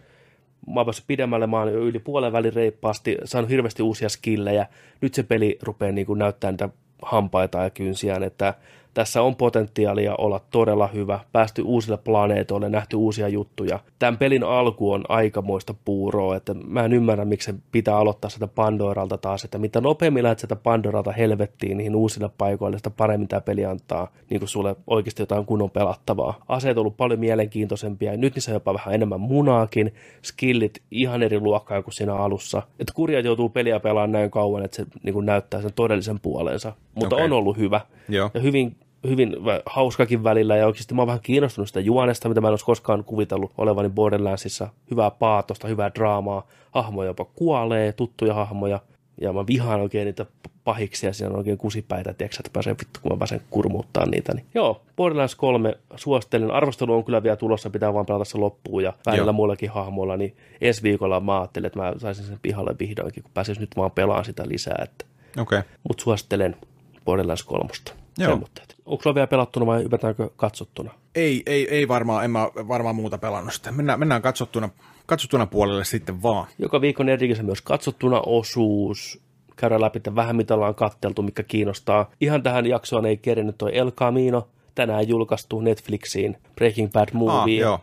Speaker 1: mä oon päässyt pidemmälle, mä oon jo yli puolen välin reippaasti, saanut hirveästi uusia skillejä. Nyt se peli rupeaa niin näyttää niitä hampaita ja kynsiään, että tässä on potentiaalia olla todella hyvä, päästy uusille planeetoille, nähty uusia juttuja. Tämän pelin alku on aikamoista puuroa, että mä en ymmärrä, miksi se pitää aloittaa sitä Pandoralta taas, että mitä nopeammin lähdet sieltä Pandoralta helvettiin niihin uusille paikoille, sitä paremmin tämä peli antaa niin kuin sulle oikeasti jotain kunnon pelattavaa. Aseet on ollut paljon mielenkiintoisempia ja nyt niissä on jopa vähän enemmän munaakin, skillit ihan eri luokkaa kuin siinä alussa. Että kurjat joutuu peliä pelaamaan näin kauan, että se niin kuin näyttää sen todellisen puolensa, mutta okay.
Speaker 3: Okei.
Speaker 1: on ollut hyvä
Speaker 3: joo.
Speaker 1: ja hyvin, hyvin vä- hauskakin välillä ja oikeasti mä oon vähän kiinnostunut sitä juonesta, mitä mä en olisi koskaan kuvitellut olevani Borderlandsissa. Hyvää paatosta, hyvää draamaa, hahmoja jopa kuolee, tuttuja hahmoja ja mä vihaan oikein niitä p- pahiksia, siinä on oikein kusipäitä, tiedätkö, että pääsee vittu, kun mä pääsen kurmuuttaa niitä. Niin. Joo, Borderlands 3 suosittelen. Arvostelu on kyllä vielä tulossa, pitää vaan pelata se loppuun ja välillä
Speaker 3: Joo.
Speaker 1: muillakin hahmoilla, niin ensi viikolla mä ajattelin, että mä saisin sen pihalle vihdoinkin, kun pääsis nyt vaan pelaan sitä lisää, että
Speaker 3: Okei. Okay.
Speaker 1: mutta suosittelen Borderlands 3.
Speaker 3: Joo.
Speaker 1: Semmoitteet. Onko sulla vielä pelattuna vai ymmärtäänkö katsottuna?
Speaker 3: Ei, ei, ei varmaan, en mä varmaan muuta pelannut sitä. Mennään, mennään katsottuna, katsottuna puolelle sitten vaan. Ah,
Speaker 1: Joka viikon erikseen myös katsottuna osuus. Käydään läpi että vähän, mitä ollaan katteltu, mikä kiinnostaa. Ihan tähän jaksoon ei kerinyt toi El Camino. Tänään julkaistu Netflixiin Breaking Bad
Speaker 3: Aa,
Speaker 1: Movie.
Speaker 3: Ah, joo.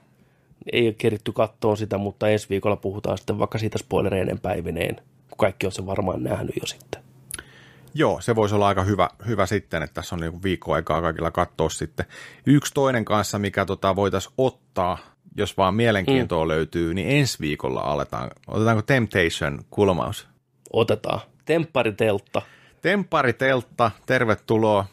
Speaker 1: ei ole keritty kattoon sitä, mutta ensi viikolla puhutaan sitten vaikka siitä spoilereiden päivineen. kun kaikki on se varmaan nähnyt jo sitten.
Speaker 3: Joo, se voisi olla aika hyvä, hyvä sitten, että tässä on niin viikko aikaa kaikilla katsoa sitten. Yksi toinen kanssa, mikä tota voitaisiin ottaa, jos vaan mielenkiintoa mm. löytyy, niin ensi viikolla aletaan. Otetaanko Temptation kulmaus?
Speaker 1: Otetaan. Temppariteltta.
Speaker 3: Temppariteltta, tervetuloa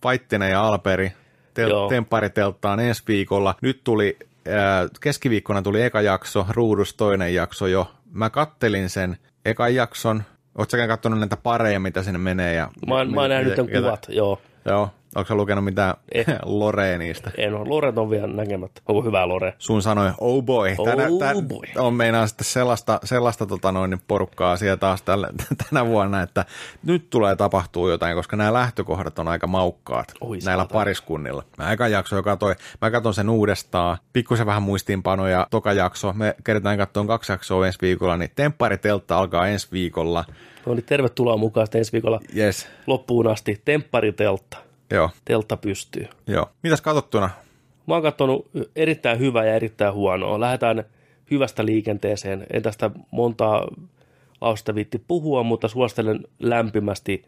Speaker 3: Paittinen ja Alperi tel-
Speaker 1: Joo.
Speaker 3: tempparitelttaan ensi viikolla. Nyt tuli, äh, keskiviikkona tuli eka jakso, ruudus toinen jakso jo. Mä kattelin sen ekan jakson. Oot säkään katsonut näitä pareja, mitä sinne menee? Ja,
Speaker 1: Mä, oon- mä oon nähnyt
Speaker 3: mitä-
Speaker 1: tämän kuvat, joo.
Speaker 3: Joo. Onko sä lukenut mitään
Speaker 1: Eh.
Speaker 3: Loree niistä?
Speaker 1: En ole. Loret on vielä näkemättä. Onko hyvä Lore?
Speaker 3: Sun sanoi, oh boy, tänä,
Speaker 1: Oh
Speaker 3: tän,
Speaker 1: boy.
Speaker 3: on meinaa sitten sellaista, sellaista tota noin, niin porukkaa siellä taas tällä, tänä vuonna, että nyt tulee tapahtuu jotain, koska nämä lähtökohdat on aika maukkaat
Speaker 1: Oi,
Speaker 3: näillä
Speaker 1: saatana.
Speaker 3: pariskunnilla. Mä eka jakso jo katsoin, mä katson sen uudestaan, pikkusen vähän muistiinpanoja, toka jakso, me kerätään katsoa kaksi jaksoa ensi viikolla, niin temppariteltta alkaa ensi viikolla,
Speaker 1: No niin, tervetuloa mukaan sitten ensi viikolla
Speaker 3: yes,
Speaker 1: loppuun asti. Temppariteltta.
Speaker 3: joo,
Speaker 1: Teltta pystyy.
Speaker 3: joo. Mitäs katsottuna?
Speaker 1: Mä oon katsonut erittäin hyvää ja erittäin huonoa. Lähdetään hyvästä liikenteeseen. En tästä montaa lausta viitti puhua, mutta suosittelen lämpimästi.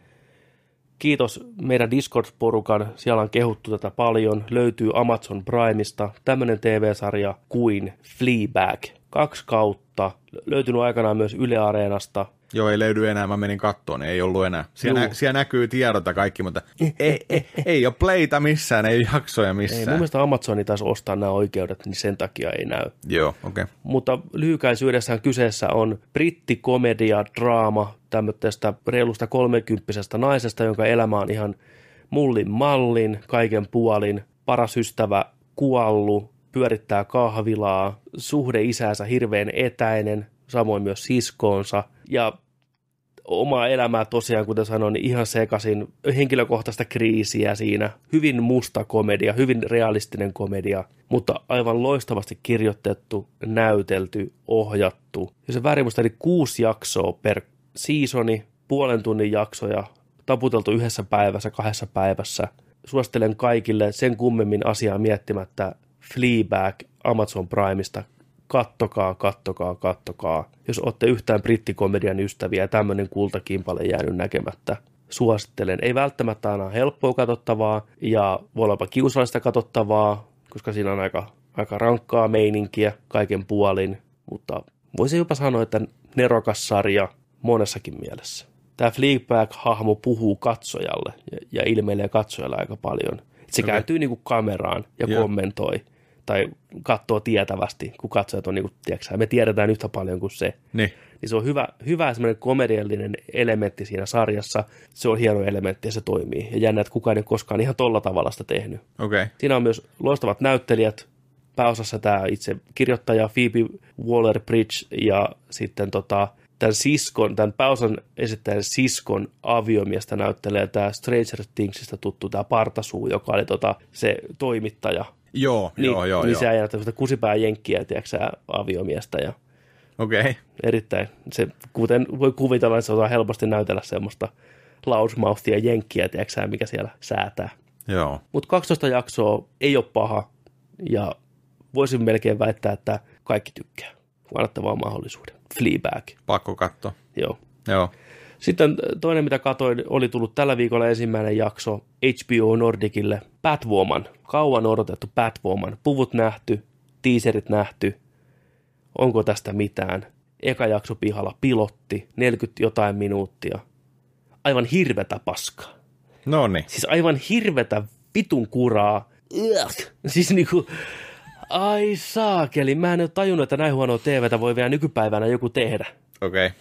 Speaker 1: Kiitos meidän Discord-porukan. Siellä on kehuttu tätä paljon. Löytyy Amazon Primeista tämmöinen TV-sarja kuin Fleabag. Kaksi kautta. Löytynyt aikanaan myös Yle Areenasta.
Speaker 3: Joo, ei löydy enää, mä menin kattoon, ei ollut enää. Siellä,
Speaker 1: Juu.
Speaker 3: nä- siellä näkyy tiedot ja kaikki, mutta ei, ei, ei ole playta missään, ei ole jaksoja
Speaker 1: Ei, mun
Speaker 3: missään.
Speaker 1: mielestä Amazoni taisi ostaa nämä oikeudet, niin sen takia ei näy.
Speaker 3: Joo, okei. Okay.
Speaker 1: mutta lyhykäisyydessään kyseessä on brittikomedia, draama tämmöistä reilusta kolmekymppisestä naisesta, jonka elämä on ihan mullin mallin, kaiken puolin, paras ystävä kuollut, pyörittää kahvilaa, suhde isäänsä hirveän etäinen, samoin myös siskoonsa ja omaa elämää tosiaan, kuten sanoin, niin ihan sekaisin henkilökohtaista kriisiä siinä. Hyvin musta komedia, hyvin realistinen komedia, mutta aivan loistavasti kirjoitettu, näytelty, ohjattu. Ja se värimusta eli kuusi jaksoa per seasoni, puolen tunnin jaksoja, taputeltu yhdessä päivässä, kahdessa päivässä. Suosittelen kaikille sen kummemmin asiaa miettimättä Fleabag Amazon Primeista kattokaa, kattokaa, kattokaa. Jos olette yhtään brittikomedian ystäviä ja tämmöinen kultakimpale jäänyt näkemättä, suosittelen. Ei välttämättä aina helppoa katsottavaa ja voi olla jopa kiusallista katsottavaa, koska siinä on aika, aika rankkaa meininkiä kaiken puolin, mutta voisin jopa sanoa, että nerokas sarja monessakin mielessä. Tämä Fleabag-hahmo puhuu katsojalle ja, ja ilmeilee katsojalle aika paljon. Se okay. kääntyy niin kuin kameraan ja
Speaker 3: Joo.
Speaker 1: yeah. kommentoi tai katsoo tietävästi, kun katsojat on, niin kuin, tiedätkö, me tiedetään yhtä paljon kuin se.
Speaker 3: Niin.
Speaker 1: Niin se on hyvä, hyvä semmoinen komediallinen elementti siinä sarjassa. Se on hieno elementti ja se toimii. Ja jännä, että kukaan ei ole koskaan ihan tolla tavalla sitä tehnyt.
Speaker 3: Okei, okay.
Speaker 1: Siinä on myös loistavat näyttelijät, pääosassa tämä itse kirjoittaja Phoebe Waller-Bridge ja sitten tota, tämän siskon, tämän pääosan esittäjän siskon aviomiestä näyttelee tämä Stranger Thingsista tuttu tämä Partasuu, joka oli tota, se toimittaja.
Speaker 3: joo,
Speaker 1: Niin,
Speaker 3: joo, joo,
Speaker 1: niin
Speaker 3: joo.
Speaker 1: se ajaa tämmöistä kusipää jenkkiä, tiedätkö sä, aviomiestä ja
Speaker 3: Okei, okay.
Speaker 1: erittäin, se, kuten voi kuvitella, että se osaa helposti näytellä semmoista loudmouthia jenkkiä, tiedätkö sä, mikä siellä säätää.
Speaker 3: joo.
Speaker 1: Mutta 12 jaksoa ei ole paha ja voisin melkein väittää, että kaikki tykkää. Annatte vaan mahdollisuuden. Fleabag,
Speaker 3: Pakko katsoa.
Speaker 1: joo.
Speaker 3: Joo,
Speaker 1: Sitten äh, toinen, mitä katoin, oli tullut tällä viikolla ensimmäinen jakso HBO Nordicille. Batwoman, kauan odotettu Batwoman. Puvut nähty, teaserit nähty. Onko tästä mitään? Eka jakso pihalla pilotti, 40 jotain minuuttia. Aivan hirvetä paskaa
Speaker 3: no niin.
Speaker 1: siis aivan hirvetä vitun kuraa. Ugh. Siis niinku, ai saakeli, mä en ole tajunnut, että näin huonoa TVtä voi vielä nykypäivänä joku tehdä.
Speaker 3: Okei, okay.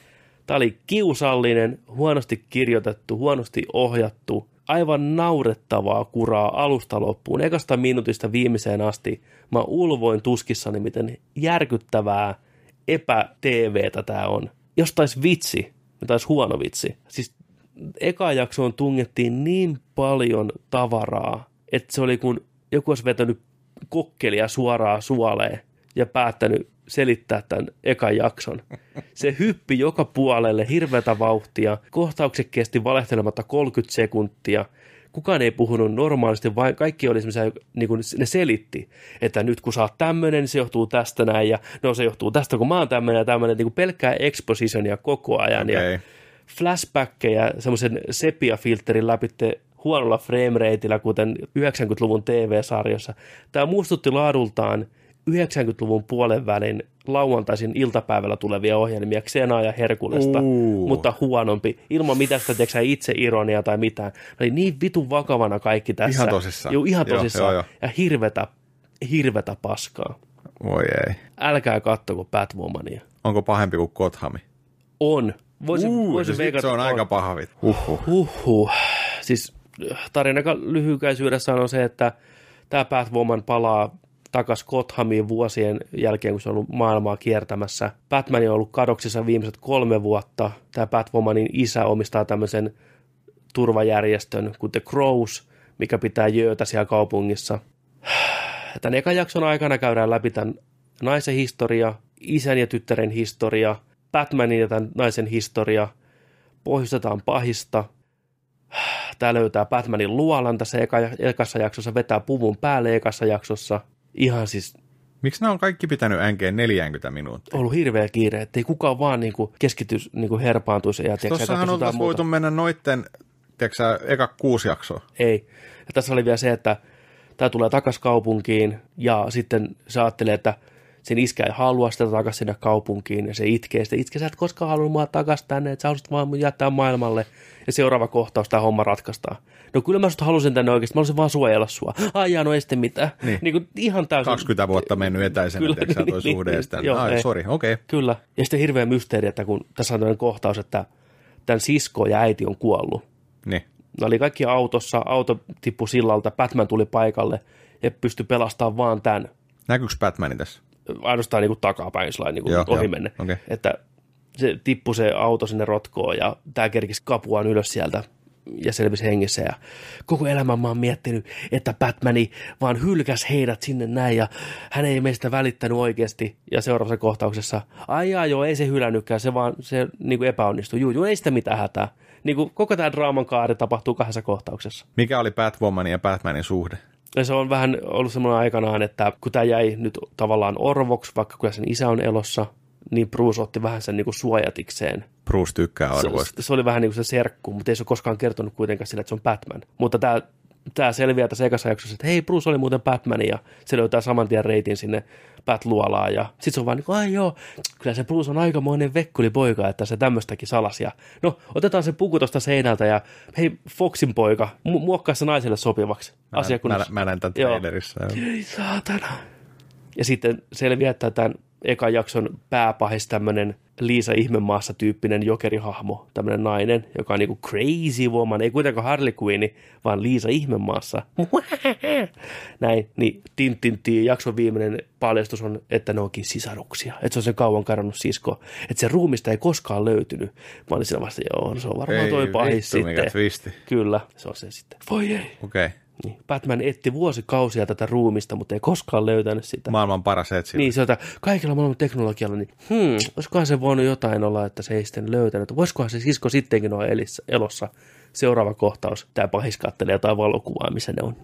Speaker 1: Tämä oli kiusallinen, huonosti kirjoitettu, huonosti ohjattu, aivan naurettavaa kuraa alusta loppuun. Ekasta minuutista viimeiseen asti mä ulvoin tuskissani, miten järkyttävää epä-TVtä tämä on. Jos tais vitsi, niin tais huono vitsi. Siis eka jaksoon tungettiin niin paljon tavaraa, että se oli kuin joku olisi vetänyt kokkelia suoraan suoleen ja päättänyt selittää tämän ekan jakson. Se hyppi joka puolelle hirveätä vauhtia, kohtaukset kesti valehtelematta 30 sekuntia, kukaan ei puhunut normaalisti, vaan kaikki oli semmoisia, niin kuin ne selitti, että nyt kun sä oot tämmöinen, niin se johtuu tästä näin, ja no se johtuu tästä, kun mä oon tämmöinen ja tämmöinen, niin kuin pelkkää expositionia koko ajan, okay. Niin ja
Speaker 3: Okei.
Speaker 1: flashbackkejä semmoisen sepia-filterin läpitte huonolla frame-reitillä, kuten 90-luvun TV-sarjossa. Tämä muistutti laadultaan 90-luvun puolen välin lauantaisin iltapäivällä tulevia ohjelmia Xenaa ja Herkulesta,
Speaker 3: Uu.
Speaker 1: mutta huonompi, ilman mitään sitä tiedätkö, sä, itse ironiaa tai mitään. Ne Oli niin vitun vakavana kaikki tässä.
Speaker 3: Ihan tosissaan.
Speaker 1: Joo, ihan
Speaker 3: Joo,
Speaker 1: tosissaan.
Speaker 3: joo, joo.
Speaker 1: Ja hirvetä, hirvetä paskaa.
Speaker 3: Voi ei.
Speaker 1: Älkää kattoko Batwomania.
Speaker 3: Onko pahempi kuin Kothami?
Speaker 1: On. Voisin,
Speaker 3: Uu,
Speaker 1: voisin
Speaker 3: siis nyt
Speaker 1: veikata,
Speaker 3: se on
Speaker 1: että
Speaker 3: aika paha vittu. Uhuh.
Speaker 1: Huhhuh. Siis tarina lyhykäisyydessään on se, että tämä Batwoman palaa takas Gothamiin vuosien jälkeen, kun se on ollut maailmaa kiertämässä. Batman on ollut kadoksissa viimeiset kolme vuotta. Tämä Batwomanin isä omistaa tämmöisen turvajärjestön kuin The Crows, mikä pitää jöötä siellä kaupungissa. Tämän ekan jakson aikana käydään läpi tämän naisen historia, isän ja tyttären historia, Batmanin ja tämän naisen historia, pohjustetaan pahista. Tämä löytää Batmanin luolan tässä eka, ekassa jaksossa, vetää puvun päälle ekassa jaksossa. Ihan siis
Speaker 3: Miksi nämä on kaikki pitänyt änkeen 40 minuuttia?
Speaker 1: ollut hirveä kiire, ettei kukaan vaan niinku keskitys niinku herpaantuisi. Ja, tiedätkö,
Speaker 3: Tossahan
Speaker 1: katsoisi jotain
Speaker 3: oltaisiin voitu
Speaker 1: muuta.
Speaker 3: mennä noitten, tiedätkö sä, eka kuusi jaksoa.
Speaker 1: Ei. Ja tässä oli vielä se, että tämä tulee takaisin kaupunkiin ja sitten se ajattelee, että sen iskä ei halua sitä takaisin sinne kaupunkiin ja se itkee sitä. Itke, sä et koskaan halunnut mua takaisin tänne, että sä haluaisit vaan mun jättää maailmalle. Ja seuraava kohtaus tämä homma ratkaistaan. No kyllä mä sut halusin tänne oikeasti, mä halusin vaan suojella sua. Ai jaa, no ei sitten mitään. Niin. niin kuin ihan täysin.
Speaker 3: 20 vuotta mennyt etäisenä,
Speaker 1: Kyllä,
Speaker 3: tiedätkö sä, toi
Speaker 1: niin,
Speaker 3: suhde
Speaker 1: niin,
Speaker 3: ja sitä.
Speaker 1: joo, ei.
Speaker 3: Ai, sori, okei.
Speaker 1: Kyllä. Ja sitten hirveä mysteeri, että kun tässä on tämmöinen kohtaus, että tämän sisko ja äiti on kuollut.
Speaker 3: Niin.
Speaker 1: Ne oli kaikki autossa, auto tippui sillalta, Batman tuli paikalle ja pystyi pelastamaan vaan tämän
Speaker 3: Näkyykö Batmanin tässä?
Speaker 1: ainoastaan niin kuin takapäin sillä niin
Speaker 3: Joo,
Speaker 1: ohi
Speaker 3: joo,
Speaker 1: menne.
Speaker 3: okei.
Speaker 1: Että se tippui se auto sinne rotkoon ja tämä kerkisi kapuaan ylös sieltä ja selvisi hengissä. Ja koko elämän mä oon miettinyt, että Batmani vaan hylkäs heidät sinne näin ja hän ei meistä välittänyt oikeasti. Ja seuraavassa kohtauksessa, ai jaa, joo, ei se hylännytkään, se vaan se niin kuin epäonnistui. Juu, juu, ei sitä mitään hätää. Niin kuin koko tämä draaman kaari tapahtuu kahdessa kohtauksessa.
Speaker 3: Mikä oli Batwomanin ja Batmanin suhde?
Speaker 1: Ja se on vähän ollut semmoinen aikanaan, että kun tämä jäi nyt tavallaan orvoksi, vaikka kyllä sen isä on elossa, niin Bruce otti vähän sen niin kuin suojatikseen.
Speaker 3: Bruce tykkää
Speaker 1: Se,
Speaker 3: arvoista.
Speaker 1: se oli vähän niin kuin se serkku, mutta ei se ole koskaan kertonut kuitenkaan sillä, että se on Batman. Mutta tämä, tämä selviää tässä ekassa jaksossa, että hei, Bruce oli muuten Batman, ja se löytää saman tien reitin sinne Bat-luolaan, ja sitten se on vaan niin kuin, ai joo, kyllä se Bruce on aikamoinen vekkuli-poika, että se tämmöistäkin salas, ja no, otetaan se puku tuosta seinältä, ja hei, Foxin poika, mu- muokkaa se naiselle sopivaksi. Asia
Speaker 3: mä,
Speaker 1: kunnossa.
Speaker 3: mä, näen tämän
Speaker 1: Joo.
Speaker 3: trailerissa.
Speaker 1: Ei saatana. Ja sitten selviää, että tämän ekan jakson pääpahis tämmöinen Liisa Ihmemaassa tyyppinen jokerihahmo, tämmöinen nainen, joka on niinku crazy woman, ei kuitenkaan Harley Quinn, vaan Liisa Ihmemaassa. Näin, niin tintinti jakson viimeinen paljastus on, että ne onkin sisaruksia, että se on sen kauan kadonnut sisko, että se ruumista ei koskaan löytynyt. Mä olin siinä vasta, joo, no se on varmaan
Speaker 3: Ei
Speaker 1: toi pahis
Speaker 3: vittu, mikä
Speaker 1: sitten.
Speaker 3: twisti.
Speaker 1: Kyllä, se on se sitten. Voi ei.
Speaker 3: Okei. Okay.
Speaker 1: Niin. Batman etti vuosikausia tätä ruumista, mutta ei koskaan löytänyt sitä. Ma-
Speaker 3: Maailman paras etsintä.
Speaker 1: niin, se on, että kaikilla maailman teknologialla, niin hmm, olisikohan se voinut jotain olla, että se ei sitten löytänyt. Voisikohan se sisko sittenkin olla elissä, elossa? Seuraava kohtaus, tämä pahis kattelee jotain valokuvaa, missä ne on.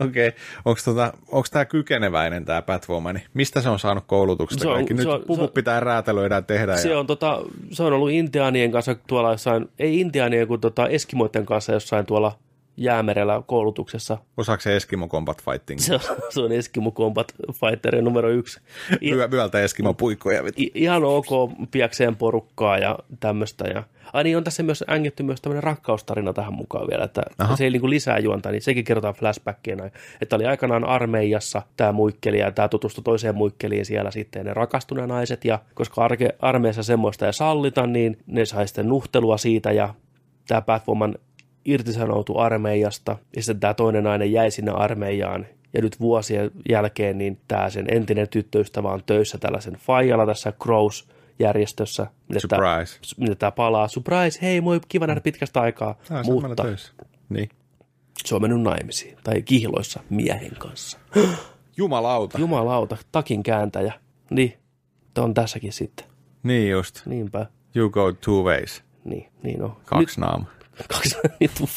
Speaker 3: Okei, onko tota, onks tämä kykeneväinen tämä Batwoman? Mistä se on saanut koulutuksesta
Speaker 1: Se on-
Speaker 3: kaikki? Nyt
Speaker 1: se on-
Speaker 3: puvut
Speaker 1: se on-
Speaker 3: pitää räätälöidä ja tehdä.
Speaker 1: se,
Speaker 3: ja,
Speaker 1: on tota, se on ollut intiaanien kanssa tuolla jossain, ei intiaanien, kun tota eskimoiden kanssa jossain tuolla jäämerellä koulutuksessa.
Speaker 3: Osaako se Eskimo Combat Fighting?
Speaker 1: Se on, se on Eskimo Combat Fighter numero yksi. I-
Speaker 3: Vyö, vyöltä Eskimo puikkoja. vittu.
Speaker 1: I- ihan ok piakseen porukkaa ja tämmöistä. Ja, ai niin, on tässä myös ängetty myös tämmöinen rakkaustarina tähän mukaan vielä, että Aha. se ei niinku lisää juonta, niin sekin kerrotaan flashbackien ajan. Että oli aikanaan armeijassa tämä muikkeli ja tämä tutustui toiseen muikkeliin siellä sitten ne rakastuneet naiset ja koska arke, armeijassa semmoista ei sallita, niin ne sai sitten nuhtelua siitä ja tämä Batwoman irtisanoutui armeijasta ja sitten tämä toinen nainen jäi sinne armeijaan. Ja nyt vuosien jälkeen niin tämä sen entinen tyttöystävä on töissä tällaisen faijalla tässä Crows-järjestössä. Niin, minne tää-
Speaker 3: Surprise.
Speaker 1: Minne tämä palaa. Surprise, hei moi, kiva nähdä pitkästä aikaa.
Speaker 3: Tää on samalla
Speaker 1: Mutta
Speaker 3: töissä. Niin.
Speaker 1: se on mennyt naimisiin tai kihloissa miehen kanssa.
Speaker 3: Jumalauta.
Speaker 1: Jumalauta, takin kääntäjä. Niin, tää on tässäkin sitten.
Speaker 3: niin just.
Speaker 1: Niinpä,
Speaker 3: You go two ways.
Speaker 1: niin, niin on.
Speaker 3: Kaksi naama.
Speaker 1: Kaksi vittu.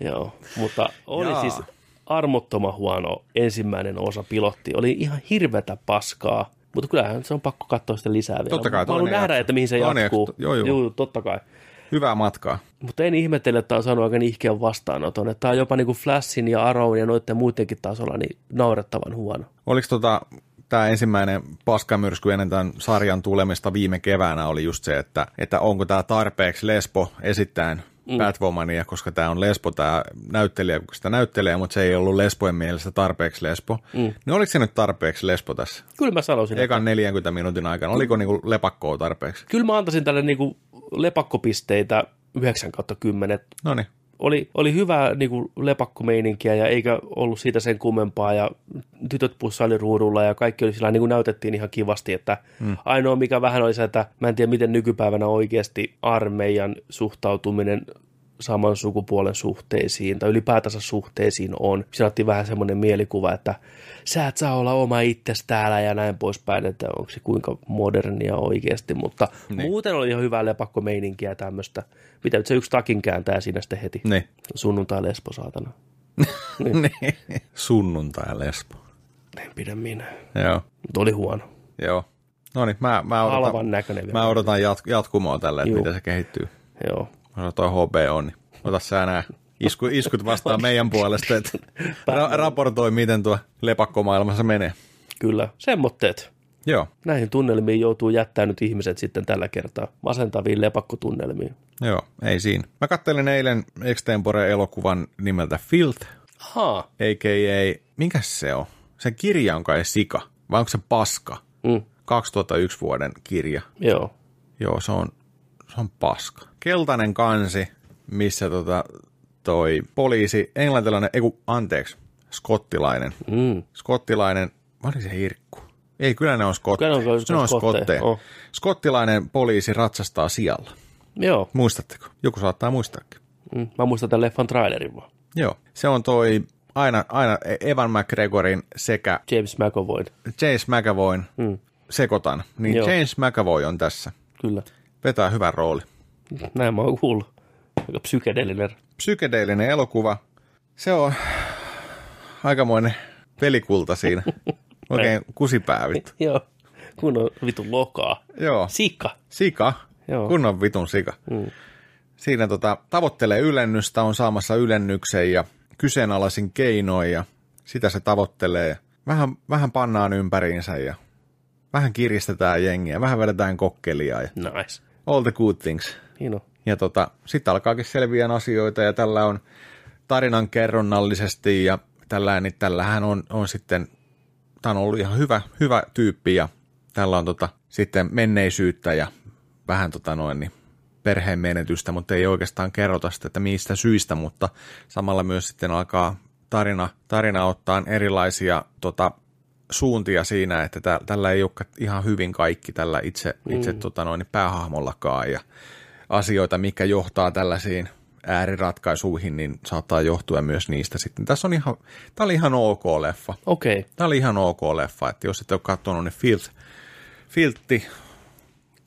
Speaker 1: Joo, mutta oli
Speaker 3: Jaa.
Speaker 1: Jaa. siis armottoman huono ensimmäinen osa pilotti. Oli ihan hirvetä paskaa, mutta kyllähän se on pakko katsoa sitä lisää vielä.
Speaker 3: Totta kai,
Speaker 1: Mä haluan
Speaker 3: toinen
Speaker 1: nähdä,
Speaker 3: jakso.
Speaker 1: että mihin se
Speaker 3: Toinen
Speaker 1: jatkuu.
Speaker 3: jakso, joo, joo.
Speaker 1: Juu, totta kai.
Speaker 3: Hyvää matkaa.
Speaker 1: Mutta en ihmetellä, että tämä on saanut aika nihkeän vastaanoton. Että Tämä on jopa niinku Flashin ja Arrowin ja noiden muidenkin tasolla niin naurettavan huono.
Speaker 3: Oliko tota, tämä ensimmäinen paskamyrsky ennen tämän sarjan tulemista viime keväänä oli just se, että, että onko tämä tarpeeksi Lesbo esittäen mm. Batwomania, koska tämä on Lesbo, tämä näyttelijä, kuka sitä näyttelee, mutta se ei ollut Lesbojen mielestä tarpeeksi Lesbo. Mm. Niin oliko se nyt tarpeeksi Lesbo tässä?
Speaker 1: Kyllä mä sanoisin, että
Speaker 3: Ekan 40 minuutin aikana, oliko niinku lepakkoa tarpeeksi?
Speaker 1: kyllä mä antaisin tälle niinku lepakkopisteitä 9 10.
Speaker 3: No niin,
Speaker 1: Oli, oli hyvää niinku lepakkomeininkiä ja eikä ollut siitä sen kummempaa ja tytöt pussaili ruudulla ja kaikki oli sillä niinku näytettiin ihan kivasti, että mm. ainoa mikä vähän oli se, että mä en tiedä miten nykypäivänä oikeasti armeijan suhtautuminen saman sukupuolen suhteisiin tai ylipäätänsä suhteisiin on. Siinä otti vähän semmoinen mielikuva, että sä et saa olla oma itsesi täällä ja näin poispäin, että onko se kuinka modernia oikeasti, mutta niin. muuten oli ihan hyvää lepakkomeininkiä ja tämmöistä. Mitä nyt se yksi takin kääntää siinä sitten heti?
Speaker 3: niin.
Speaker 1: Sunnuntai lesbo, saatana.
Speaker 3: niin. Sunnuntai Lesbo.
Speaker 1: En pidä minä.
Speaker 3: Joo,
Speaker 1: Mutta oli huono.
Speaker 3: joo. No niin, mä, mä odotan,
Speaker 1: Halvan näköinen vielä.
Speaker 3: mä odotan jat- jatkumoa tälle, että
Speaker 1: Juu.
Speaker 3: miten se kehittyy.
Speaker 1: Joo.
Speaker 3: Mä sanoin, toi HB on, niin ota sä nää isku, iskut vastaan meidän puolesta, että ra- raportoi, miten tuo lepakkomaailmassa menee.
Speaker 1: Kyllä. Semmoitteet.
Speaker 3: Joo,
Speaker 1: Näihin tunnelmiin joutuu jättää nyt ihmiset sitten tällä kertaa. Masentaviin lepakkotunnelmiin.
Speaker 3: joo, ei siinä. Mä kattelin eilen Extempore-elokuvan nimeltä Filth,
Speaker 1: Ahaa.
Speaker 3: a.k.a. Mikä se on? Sen kirja on kai Sika, vai onko se Paska?
Speaker 1: Mm.
Speaker 3: 2001 vuoden kirja.
Speaker 1: Joo.
Speaker 3: Joo, se on, se on paska. Keltainen kansi, missä tota, toi poliisi, englantilainen, ei kun, anteeksi, skottilainen.
Speaker 1: Mm.
Speaker 3: skottilainen, vai oliko se Irkku? Ei, kyllä ne on skotteja.
Speaker 1: Kyllä ne on-
Speaker 3: ne on
Speaker 1: skotteja, Oh.
Speaker 3: skotteja.
Speaker 1: joo.
Speaker 3: Skottilainen poliisi ratsastaa sijalla.
Speaker 1: Joo.
Speaker 3: Muistatteko? Joku saattaa muistaakin.
Speaker 1: Mm. Mä muistan tämän leffan trailerin vaan.
Speaker 3: Joo. Se on toi aina, aina Evan McGregorin sekä
Speaker 1: James McAvoy.
Speaker 3: James McAvoyn mm. sekoitan. Niin
Speaker 1: Joo.
Speaker 3: Joo. James McAvoy on tässä.
Speaker 1: Kyllä.
Speaker 3: Vetää hyvän rooli.
Speaker 1: Näin mä oon kuullut. Aika psykedelinen.
Speaker 3: Psykedeellinen elokuva. Se on aikamoinen pelikulta siinä. Oikein kusipää vittu.
Speaker 1: Joo. Kun on vitun lokaa.
Speaker 3: Joo.
Speaker 1: Sika.
Speaker 3: Sika,
Speaker 1: Joo.
Speaker 3: Joo. kunnon vitun sika. Mm. Siinä tota, tavoittelee ylennystä, on saamassa ylennyksen ja kyseenalaisin keinoin ja sitä se tavoittelee. Vähän, vähän pannaan ympäriinsä ja vähän kiristetään jengiä, vähän vedetään kokkelia ja
Speaker 1: Nice. Niin
Speaker 3: all the good things.
Speaker 1: Hieno.
Speaker 3: Ja tota, sitten alkaakin selviä asioita ja tällä on tarinan kerronnallisesti ja tällä, niin tällähän on, on sitten, tämä on ollut ihan hyvä, hyvä tyyppi ja tällä on tota, sitten menneisyyttä ja vähän tota noin, niin perheen menetystä, mutta ei oikeastaan kerrota sitä, että mistä syistä, mutta samalla myös sitten alkaa tarina, tarina ottaa erilaisia tota, suuntia siinä, että tä, tällä ei olekaan ihan hyvin kaikki tällä itse, itse tota noin, päähahmollakaan ja asioita, mikä johtaa tällaisiin ääriratkaisuihin, niin saattaa johtua myös niistä sitten. Tässä on ihan, tämä oli ihan ok leffa.
Speaker 1: Okei. Okay.
Speaker 3: Tämä oli ihan ok leffa, että jos et ole katsonut, niin Filt, Filtti,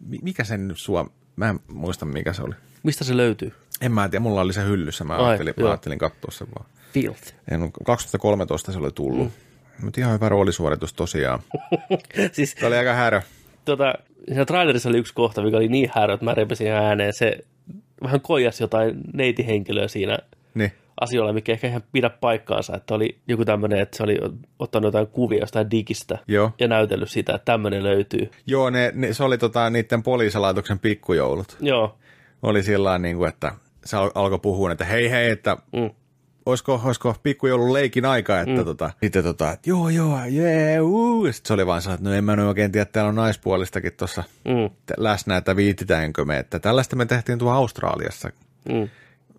Speaker 3: mi- mikä sen nyt sua, mä en muista mikä se oli.
Speaker 1: Mistä se löytyy?
Speaker 3: En mä tiedä, mulla oli se hyllyssä, mä
Speaker 1: Ai,
Speaker 3: ajattelin,
Speaker 1: joo.
Speaker 3: mä ajattelin katsoa sen vaan.
Speaker 1: Filth.
Speaker 3: En, ole- 2013 se oli tullut. Mm. Mutta ihan hyvä roolisuoritus tosiaan.
Speaker 1: siis
Speaker 3: Tämä oli aika härö.
Speaker 1: tota, siinä trailerissa oli yksi kohta, mikä oli niin härö, että mä repesin ihan ääneen. Se vähän koijasi jotain neitihenkilöä siinä
Speaker 3: Niin.
Speaker 1: asioilla, mikä ehkä ihan pidä paikkaansa, että oli joku tämmöinen, että se oli ottanut jotain kuvia jostain digistä
Speaker 3: Joo.
Speaker 1: ja näytellyt sitä, että tämmöinen löytyy.
Speaker 3: Joo, ne, ne, se oli tota, niiden poliisilaitoksen pikkujoulut.
Speaker 1: Joo,
Speaker 3: oli sillä niin kuin, että se al- alkoi puhua, että hei hei, että mm. olisiko, olisiko pikkujoulun leikin aika, että mm. tota, sitten tota, että joo joo, jee, uu. Sitten se oli vaan sellainen, että no en mä nyt oikein tiedä, täällä on naispuolistakin tuossa
Speaker 1: Mm.
Speaker 3: t- läsnä, että viititäänkö me, että tällaista me tehtiin tuolla Australiassa
Speaker 1: Mm.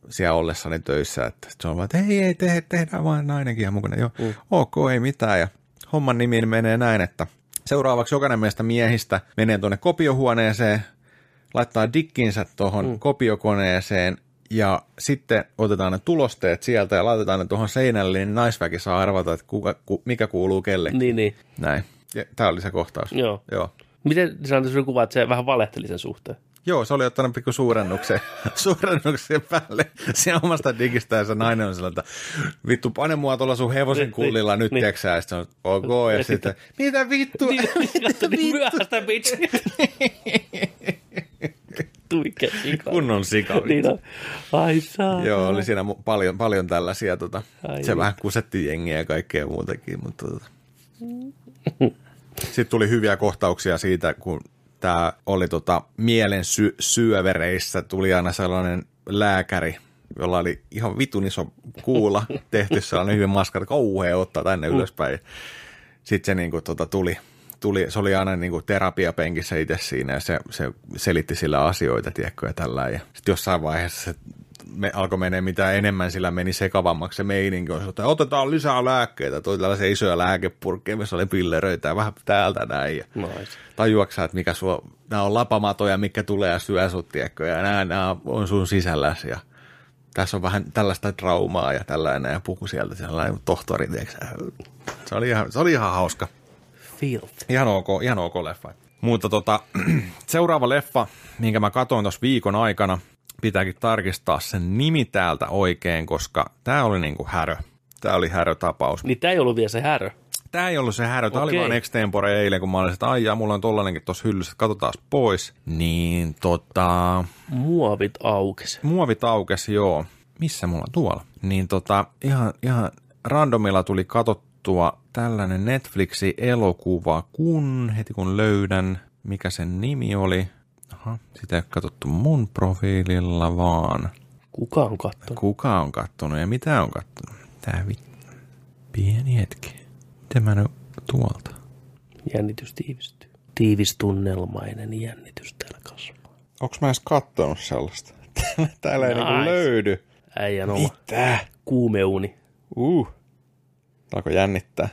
Speaker 3: siellä ollessani töissä, että sit se on vaan, että hei, ei, te, tehdään vaan nainenkin ihan mukana, joo, mm. ok, ei mitään, ja homman nimi menee näin, että seuraavaksi jokainen meistä miehistä menee tuonne kopiohuoneeseen, laittaa dikkinsä tuohon mm. kopiokoneeseen, ja sitten otetaan ne tulosteet sieltä ja laitetaan ne tuohon seinälle, niin naisväki saa arvata, että kuka, ku, mikä kuuluu kellekin.
Speaker 1: niin niin,
Speaker 3: Näin. Ja Tämä oli se kohtaus.
Speaker 1: joo.
Speaker 3: Joo.
Speaker 1: Miten sä antaisit kuva, että se vähän valehteli sen suhteen?
Speaker 3: Joo, se oli ottanut pikku suurennuksen, suurennuksen päälle. Siinä omasta digistään se nainen on sillä, että vittu, pane mua tuolla sun hevosen
Speaker 1: Niin,
Speaker 3: kullilla
Speaker 1: niin,
Speaker 3: nyt,
Speaker 1: niin.
Speaker 3: tiedätkö Ja sitten on, ok, ja,
Speaker 1: Ja
Speaker 3: sitten,
Speaker 1: sitten-
Speaker 3: mitä vittu?
Speaker 1: Niin, katso, niin myöhäistä, bitch. Tuikka sika.
Speaker 3: Kunnon sika.
Speaker 1: Niin on. Ai saa.
Speaker 3: Joo, oli siinä mu- paljon, paljon tällaisia. Tota,
Speaker 1: Ai
Speaker 3: se
Speaker 1: vittu.
Speaker 3: vähän kusetti jengiä ja kaikkea muutakin. Mutta, tota. Sitten tuli hyviä kohtauksia siitä, kun tämä oli tota, mielen sy- syövereissä. Tuli aina sellainen lääkäri, jolla oli ihan vitun iso kuula tehty sellainen hyvin maskara, kauhea ottaa tänne ylöspäin. Sitten se niinku, tota, tuli, tuli, se oli aina niinku terapiapenkissä itse siinä ja se, se selitti sillä asioita, tiedätkö, ja tällä. Ja sitten jossain vaiheessa se me, alkoi menee mitä enemmän, sillä meni sekavammaksi se meininki, on se, että otetaan lisää lääkkeitä, toi tällaisia isoja lääkepurkkeja, missä oli pilleröitä ja vähän täältä näin. Ja
Speaker 1: Nice.
Speaker 3: tajuaksä, että mikä sua, nämä on lapamatoja, mikä tulee ja syö sut, tiedätkö, ja nämä, nämä on sun sisälläsi ja tässä on vähän tällaista traumaa ja tällainen ja puku sieltä sellainen tohtori, tiedätkö. Se oli ihan, se oli ihan hauska.
Speaker 1: Field.
Speaker 3: Ihan ok, ihan ok leffa. Mutta tota, seuraava leffa, minkä mä katsoin tuossa viikon aikana, pitääkin tarkistaa sen nimi täältä oikein, koska tämä oli niinku härö. Tämä oli härötapaus.
Speaker 1: Niin tää ei ollut vielä se härö.
Speaker 3: Tämä ei ollut se härö, tämä oli
Speaker 1: Okei.
Speaker 3: vaan extempore eilen, kun mä olin, että aijaa, mulla on tollanenkin tuossa hyllyssä, että katsotaan pois. Niin tota,
Speaker 1: Muovit aukesi.
Speaker 3: muovit aukesi, joo. Missä mulla on? tuolla? Niin tota, ihan, ihan randomilla tuli katottua tällainen Netflixin elokuva, kun heti kun löydän, mikä sen nimi oli. Aha, sitä ei ole katsottu mun profiililla vaan.
Speaker 1: Kuka on kattonut?
Speaker 3: Kuka on kattonut ja mitä on kattonut? Tää vittu. Pieni hetki. Miten mä nyt tuolta?
Speaker 1: Jännitys tiivistyy. Tiivistunnelmainen jännitys täällä kasvaa.
Speaker 3: Onko mä edes kattonut sellaista? Täällä ei nice.
Speaker 1: Nice.
Speaker 3: niinku löydy.
Speaker 1: Äijän
Speaker 3: Niin.
Speaker 1: oma
Speaker 3: Mitä?
Speaker 1: kuumeuni.
Speaker 3: Uh. Alkoi jännittää.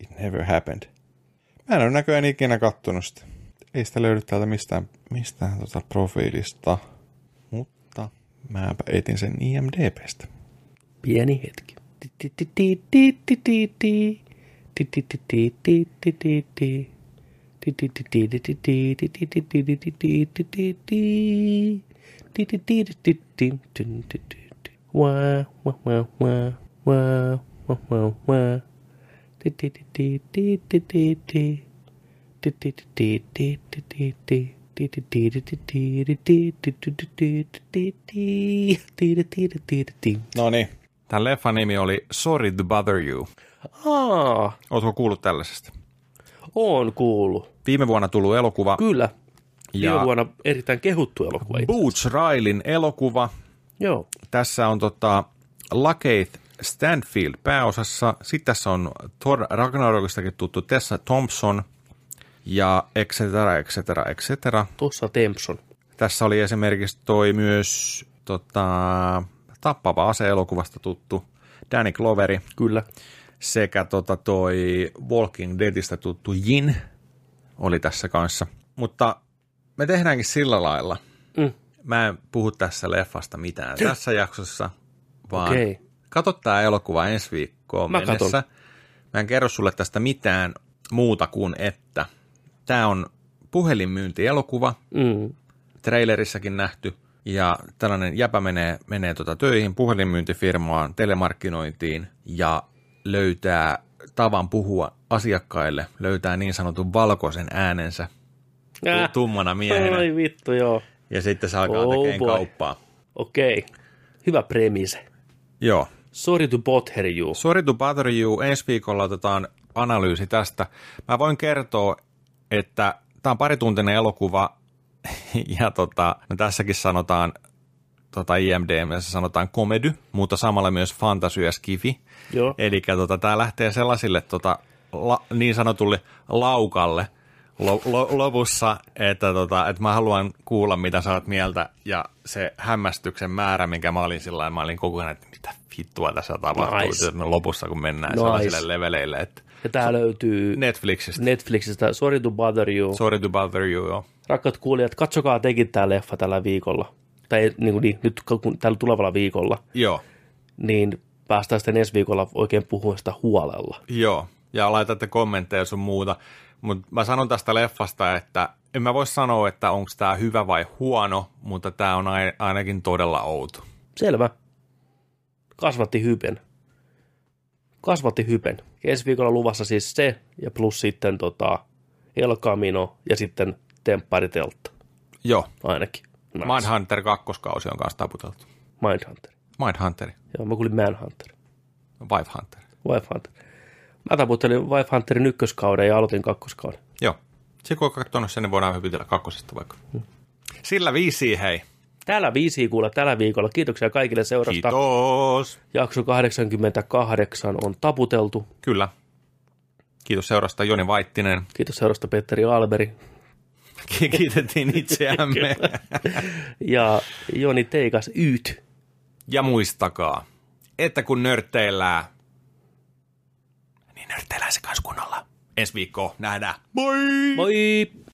Speaker 3: It never happened. Mä en ole näköjään ikinä kattonut sitä. Ei sitä löydy täältä mistään, mistään tota profiilista. Mutta mäpä etin sen IMDBstä.
Speaker 1: Pieni hetki. Ti- ti- ti- ti- ti- ti- ti- ti. Ti- ti- ti- ti- ti- ti- ti- ti. Ti- ti- ti- ti- ti- ti- ti- ti- ti- ti- ti- ti- ti- ti- ti- ti- ti. Ti- ti- ti- ti- ti- ti- ti- ti- ti- ti. Wää, wää, wää, wää. Wää, wää, wää, wää. Ti- ti- ti- ti- ti- ti- ti- ti. Ti- ti- ti- ti- ti- ti- ti- ti. Ti- ti- ti- ti- ti- ti- ti- ti- ti- ti- ti- ti- ti- ti. Ti- ti- ti- ti- ti- ti.
Speaker 3: No niin. Tämän leffan nimi oli Sorry to Bother You.
Speaker 1: Aa,
Speaker 3: Ootko kuullut tällaisesta?
Speaker 1: on kuullut.
Speaker 3: Viime vuonna tullut elokuva
Speaker 1: Kyllä. Ja.
Speaker 3: ja
Speaker 1: Viime vuonna erittäin kehuttu elokuva. Bu-
Speaker 3: Boots Railin elokuva.
Speaker 1: Joo.
Speaker 3: Tässä on tota, Lakeith Stanfield pääosassa. Sitten tässä on Thor Ragnarokistakin tuttu Tessa Thompson ja et cetera, et cetera, et cetera.
Speaker 1: Tuossa Tempson.
Speaker 3: Tässä oli esimerkiksi toi myös tota, tappava ase-elokuvasta tuttu Danny Cloveri
Speaker 1: Kyllä.
Speaker 3: sekä tota toi Walking Deadistä tuttu Jin oli tässä kanssa. Mutta me tehdäänkin sillä lailla.
Speaker 1: Mm.
Speaker 3: Mä en puhu tässä leffasta mitään tässä jaksossa, vaan okay.
Speaker 1: Okei.
Speaker 3: kato tämä elokuva ensi viikkoon
Speaker 1: Mä
Speaker 3: mennessä.
Speaker 1: katon.
Speaker 3: Mä en kerro sulle tästä mitään muuta kuin, että tämä on puhelinmyyntielokuva,
Speaker 1: Mm.
Speaker 3: trailerissakin nähty. Ja tällainen jäpä menee, menee tota töihin puhelinmyyntifirmaan, telemarkkinointiin ja löytää tavan puhua asiakkaille, löytää niin sanotun valkoisen äänensä
Speaker 1: Äh.
Speaker 3: tummana miehenä.
Speaker 1: Ai vittu, joo.
Speaker 3: Ja sitten se alkaa
Speaker 1: Oh
Speaker 3: tekemään
Speaker 1: boy.
Speaker 3: kauppaa.
Speaker 1: Okei. Hyvä premise.
Speaker 3: Joo.
Speaker 1: Sorry to bother you.
Speaker 3: Sorry to bother you. Ensi viikolla otetaan analyysi tästä. Mä voin kertoa, että tämä on parituntinen elokuva ja tota, no tässäkin sanotaan tota IMDMssä sanotaan komedy, mutta samalla myös fantasy ja skifi.
Speaker 1: Joo.
Speaker 3: Eli tota, tämä lähtee sellaisille tota, la, niin sanotulle laukalle lo, lo, lopussa, että tota, et mä haluan kuulla, mitä sä oot mieltä, ja se hämmästyksen määrä, minkä mä olin sillä lailla, mä olin koko ajan, että mitä vittua tässä tapahtuu
Speaker 1: Nice.
Speaker 3: nice. lopussa, kun mennään
Speaker 1: Nice.
Speaker 3: nice. sellaisille leveleille, että
Speaker 1: Ja tää löytyy
Speaker 3: Netflixistä.
Speaker 1: Netflixistä. Sorry to bother you. So-
Speaker 3: Sorry to bother you, joo.
Speaker 1: Rakkaat kuulijat, katsokaa tekin tää leffa tällä viikolla. Tai ei, niin, kuin niin nyt kun tällä tulevalla viikolla,
Speaker 3: Joo,
Speaker 1: niin päästään sitten ensi viikolla oikein puhumaan sitä huolella.
Speaker 3: joo. Ja laitatte kommentteja sun muuta. Mutta mä sanon tästä leffasta, että en mä voi sanoa, että onko tämä hyvä vai huono, mutta tämä on ai- ainakin todella outo.
Speaker 1: Selvä. Kasvatti hypen. Kasvatti hypen. Ensi viikolla luvassa siis se, ja plus sitten tota, El Camino, ja sitten temppariteltta
Speaker 3: Joo,
Speaker 1: ainakin. Nice.
Speaker 3: Mindhunter kakkoskausi on kanssa taputeltu.
Speaker 1: Mindhunter.
Speaker 3: Mindhunteri,
Speaker 1: Joo, mä kuulin Manhunter.
Speaker 3: Wifehunter.
Speaker 1: Wifehunter. Mä taputtelin Wifehunterin ykköskauden ja aloitin kakkoskauden.
Speaker 3: Joo. Se kun on katsonut sen, niin voidaan hypytellä kakkosesta vaikka. Sillä viisi hei.
Speaker 1: Täällä viisi kuulla tällä viikolla. Kiitoksia kaikille seurasta.
Speaker 3: Kiitos.
Speaker 1: Jakso 88 on taputeltu.
Speaker 3: Kyllä. Kiitos seurasta Joni Vaittinen.
Speaker 1: Kiitos seurasta Petteri Alberi.
Speaker 3: Ki- Kiitettiin itseämme.
Speaker 1: Ja Joni Teikas Yyt.
Speaker 3: ja muistakaa, että kun nörtteillään, niin nörtteillään se kanssa kunnolla. Ensi viikkoon nähdään. Moi!
Speaker 1: Moi!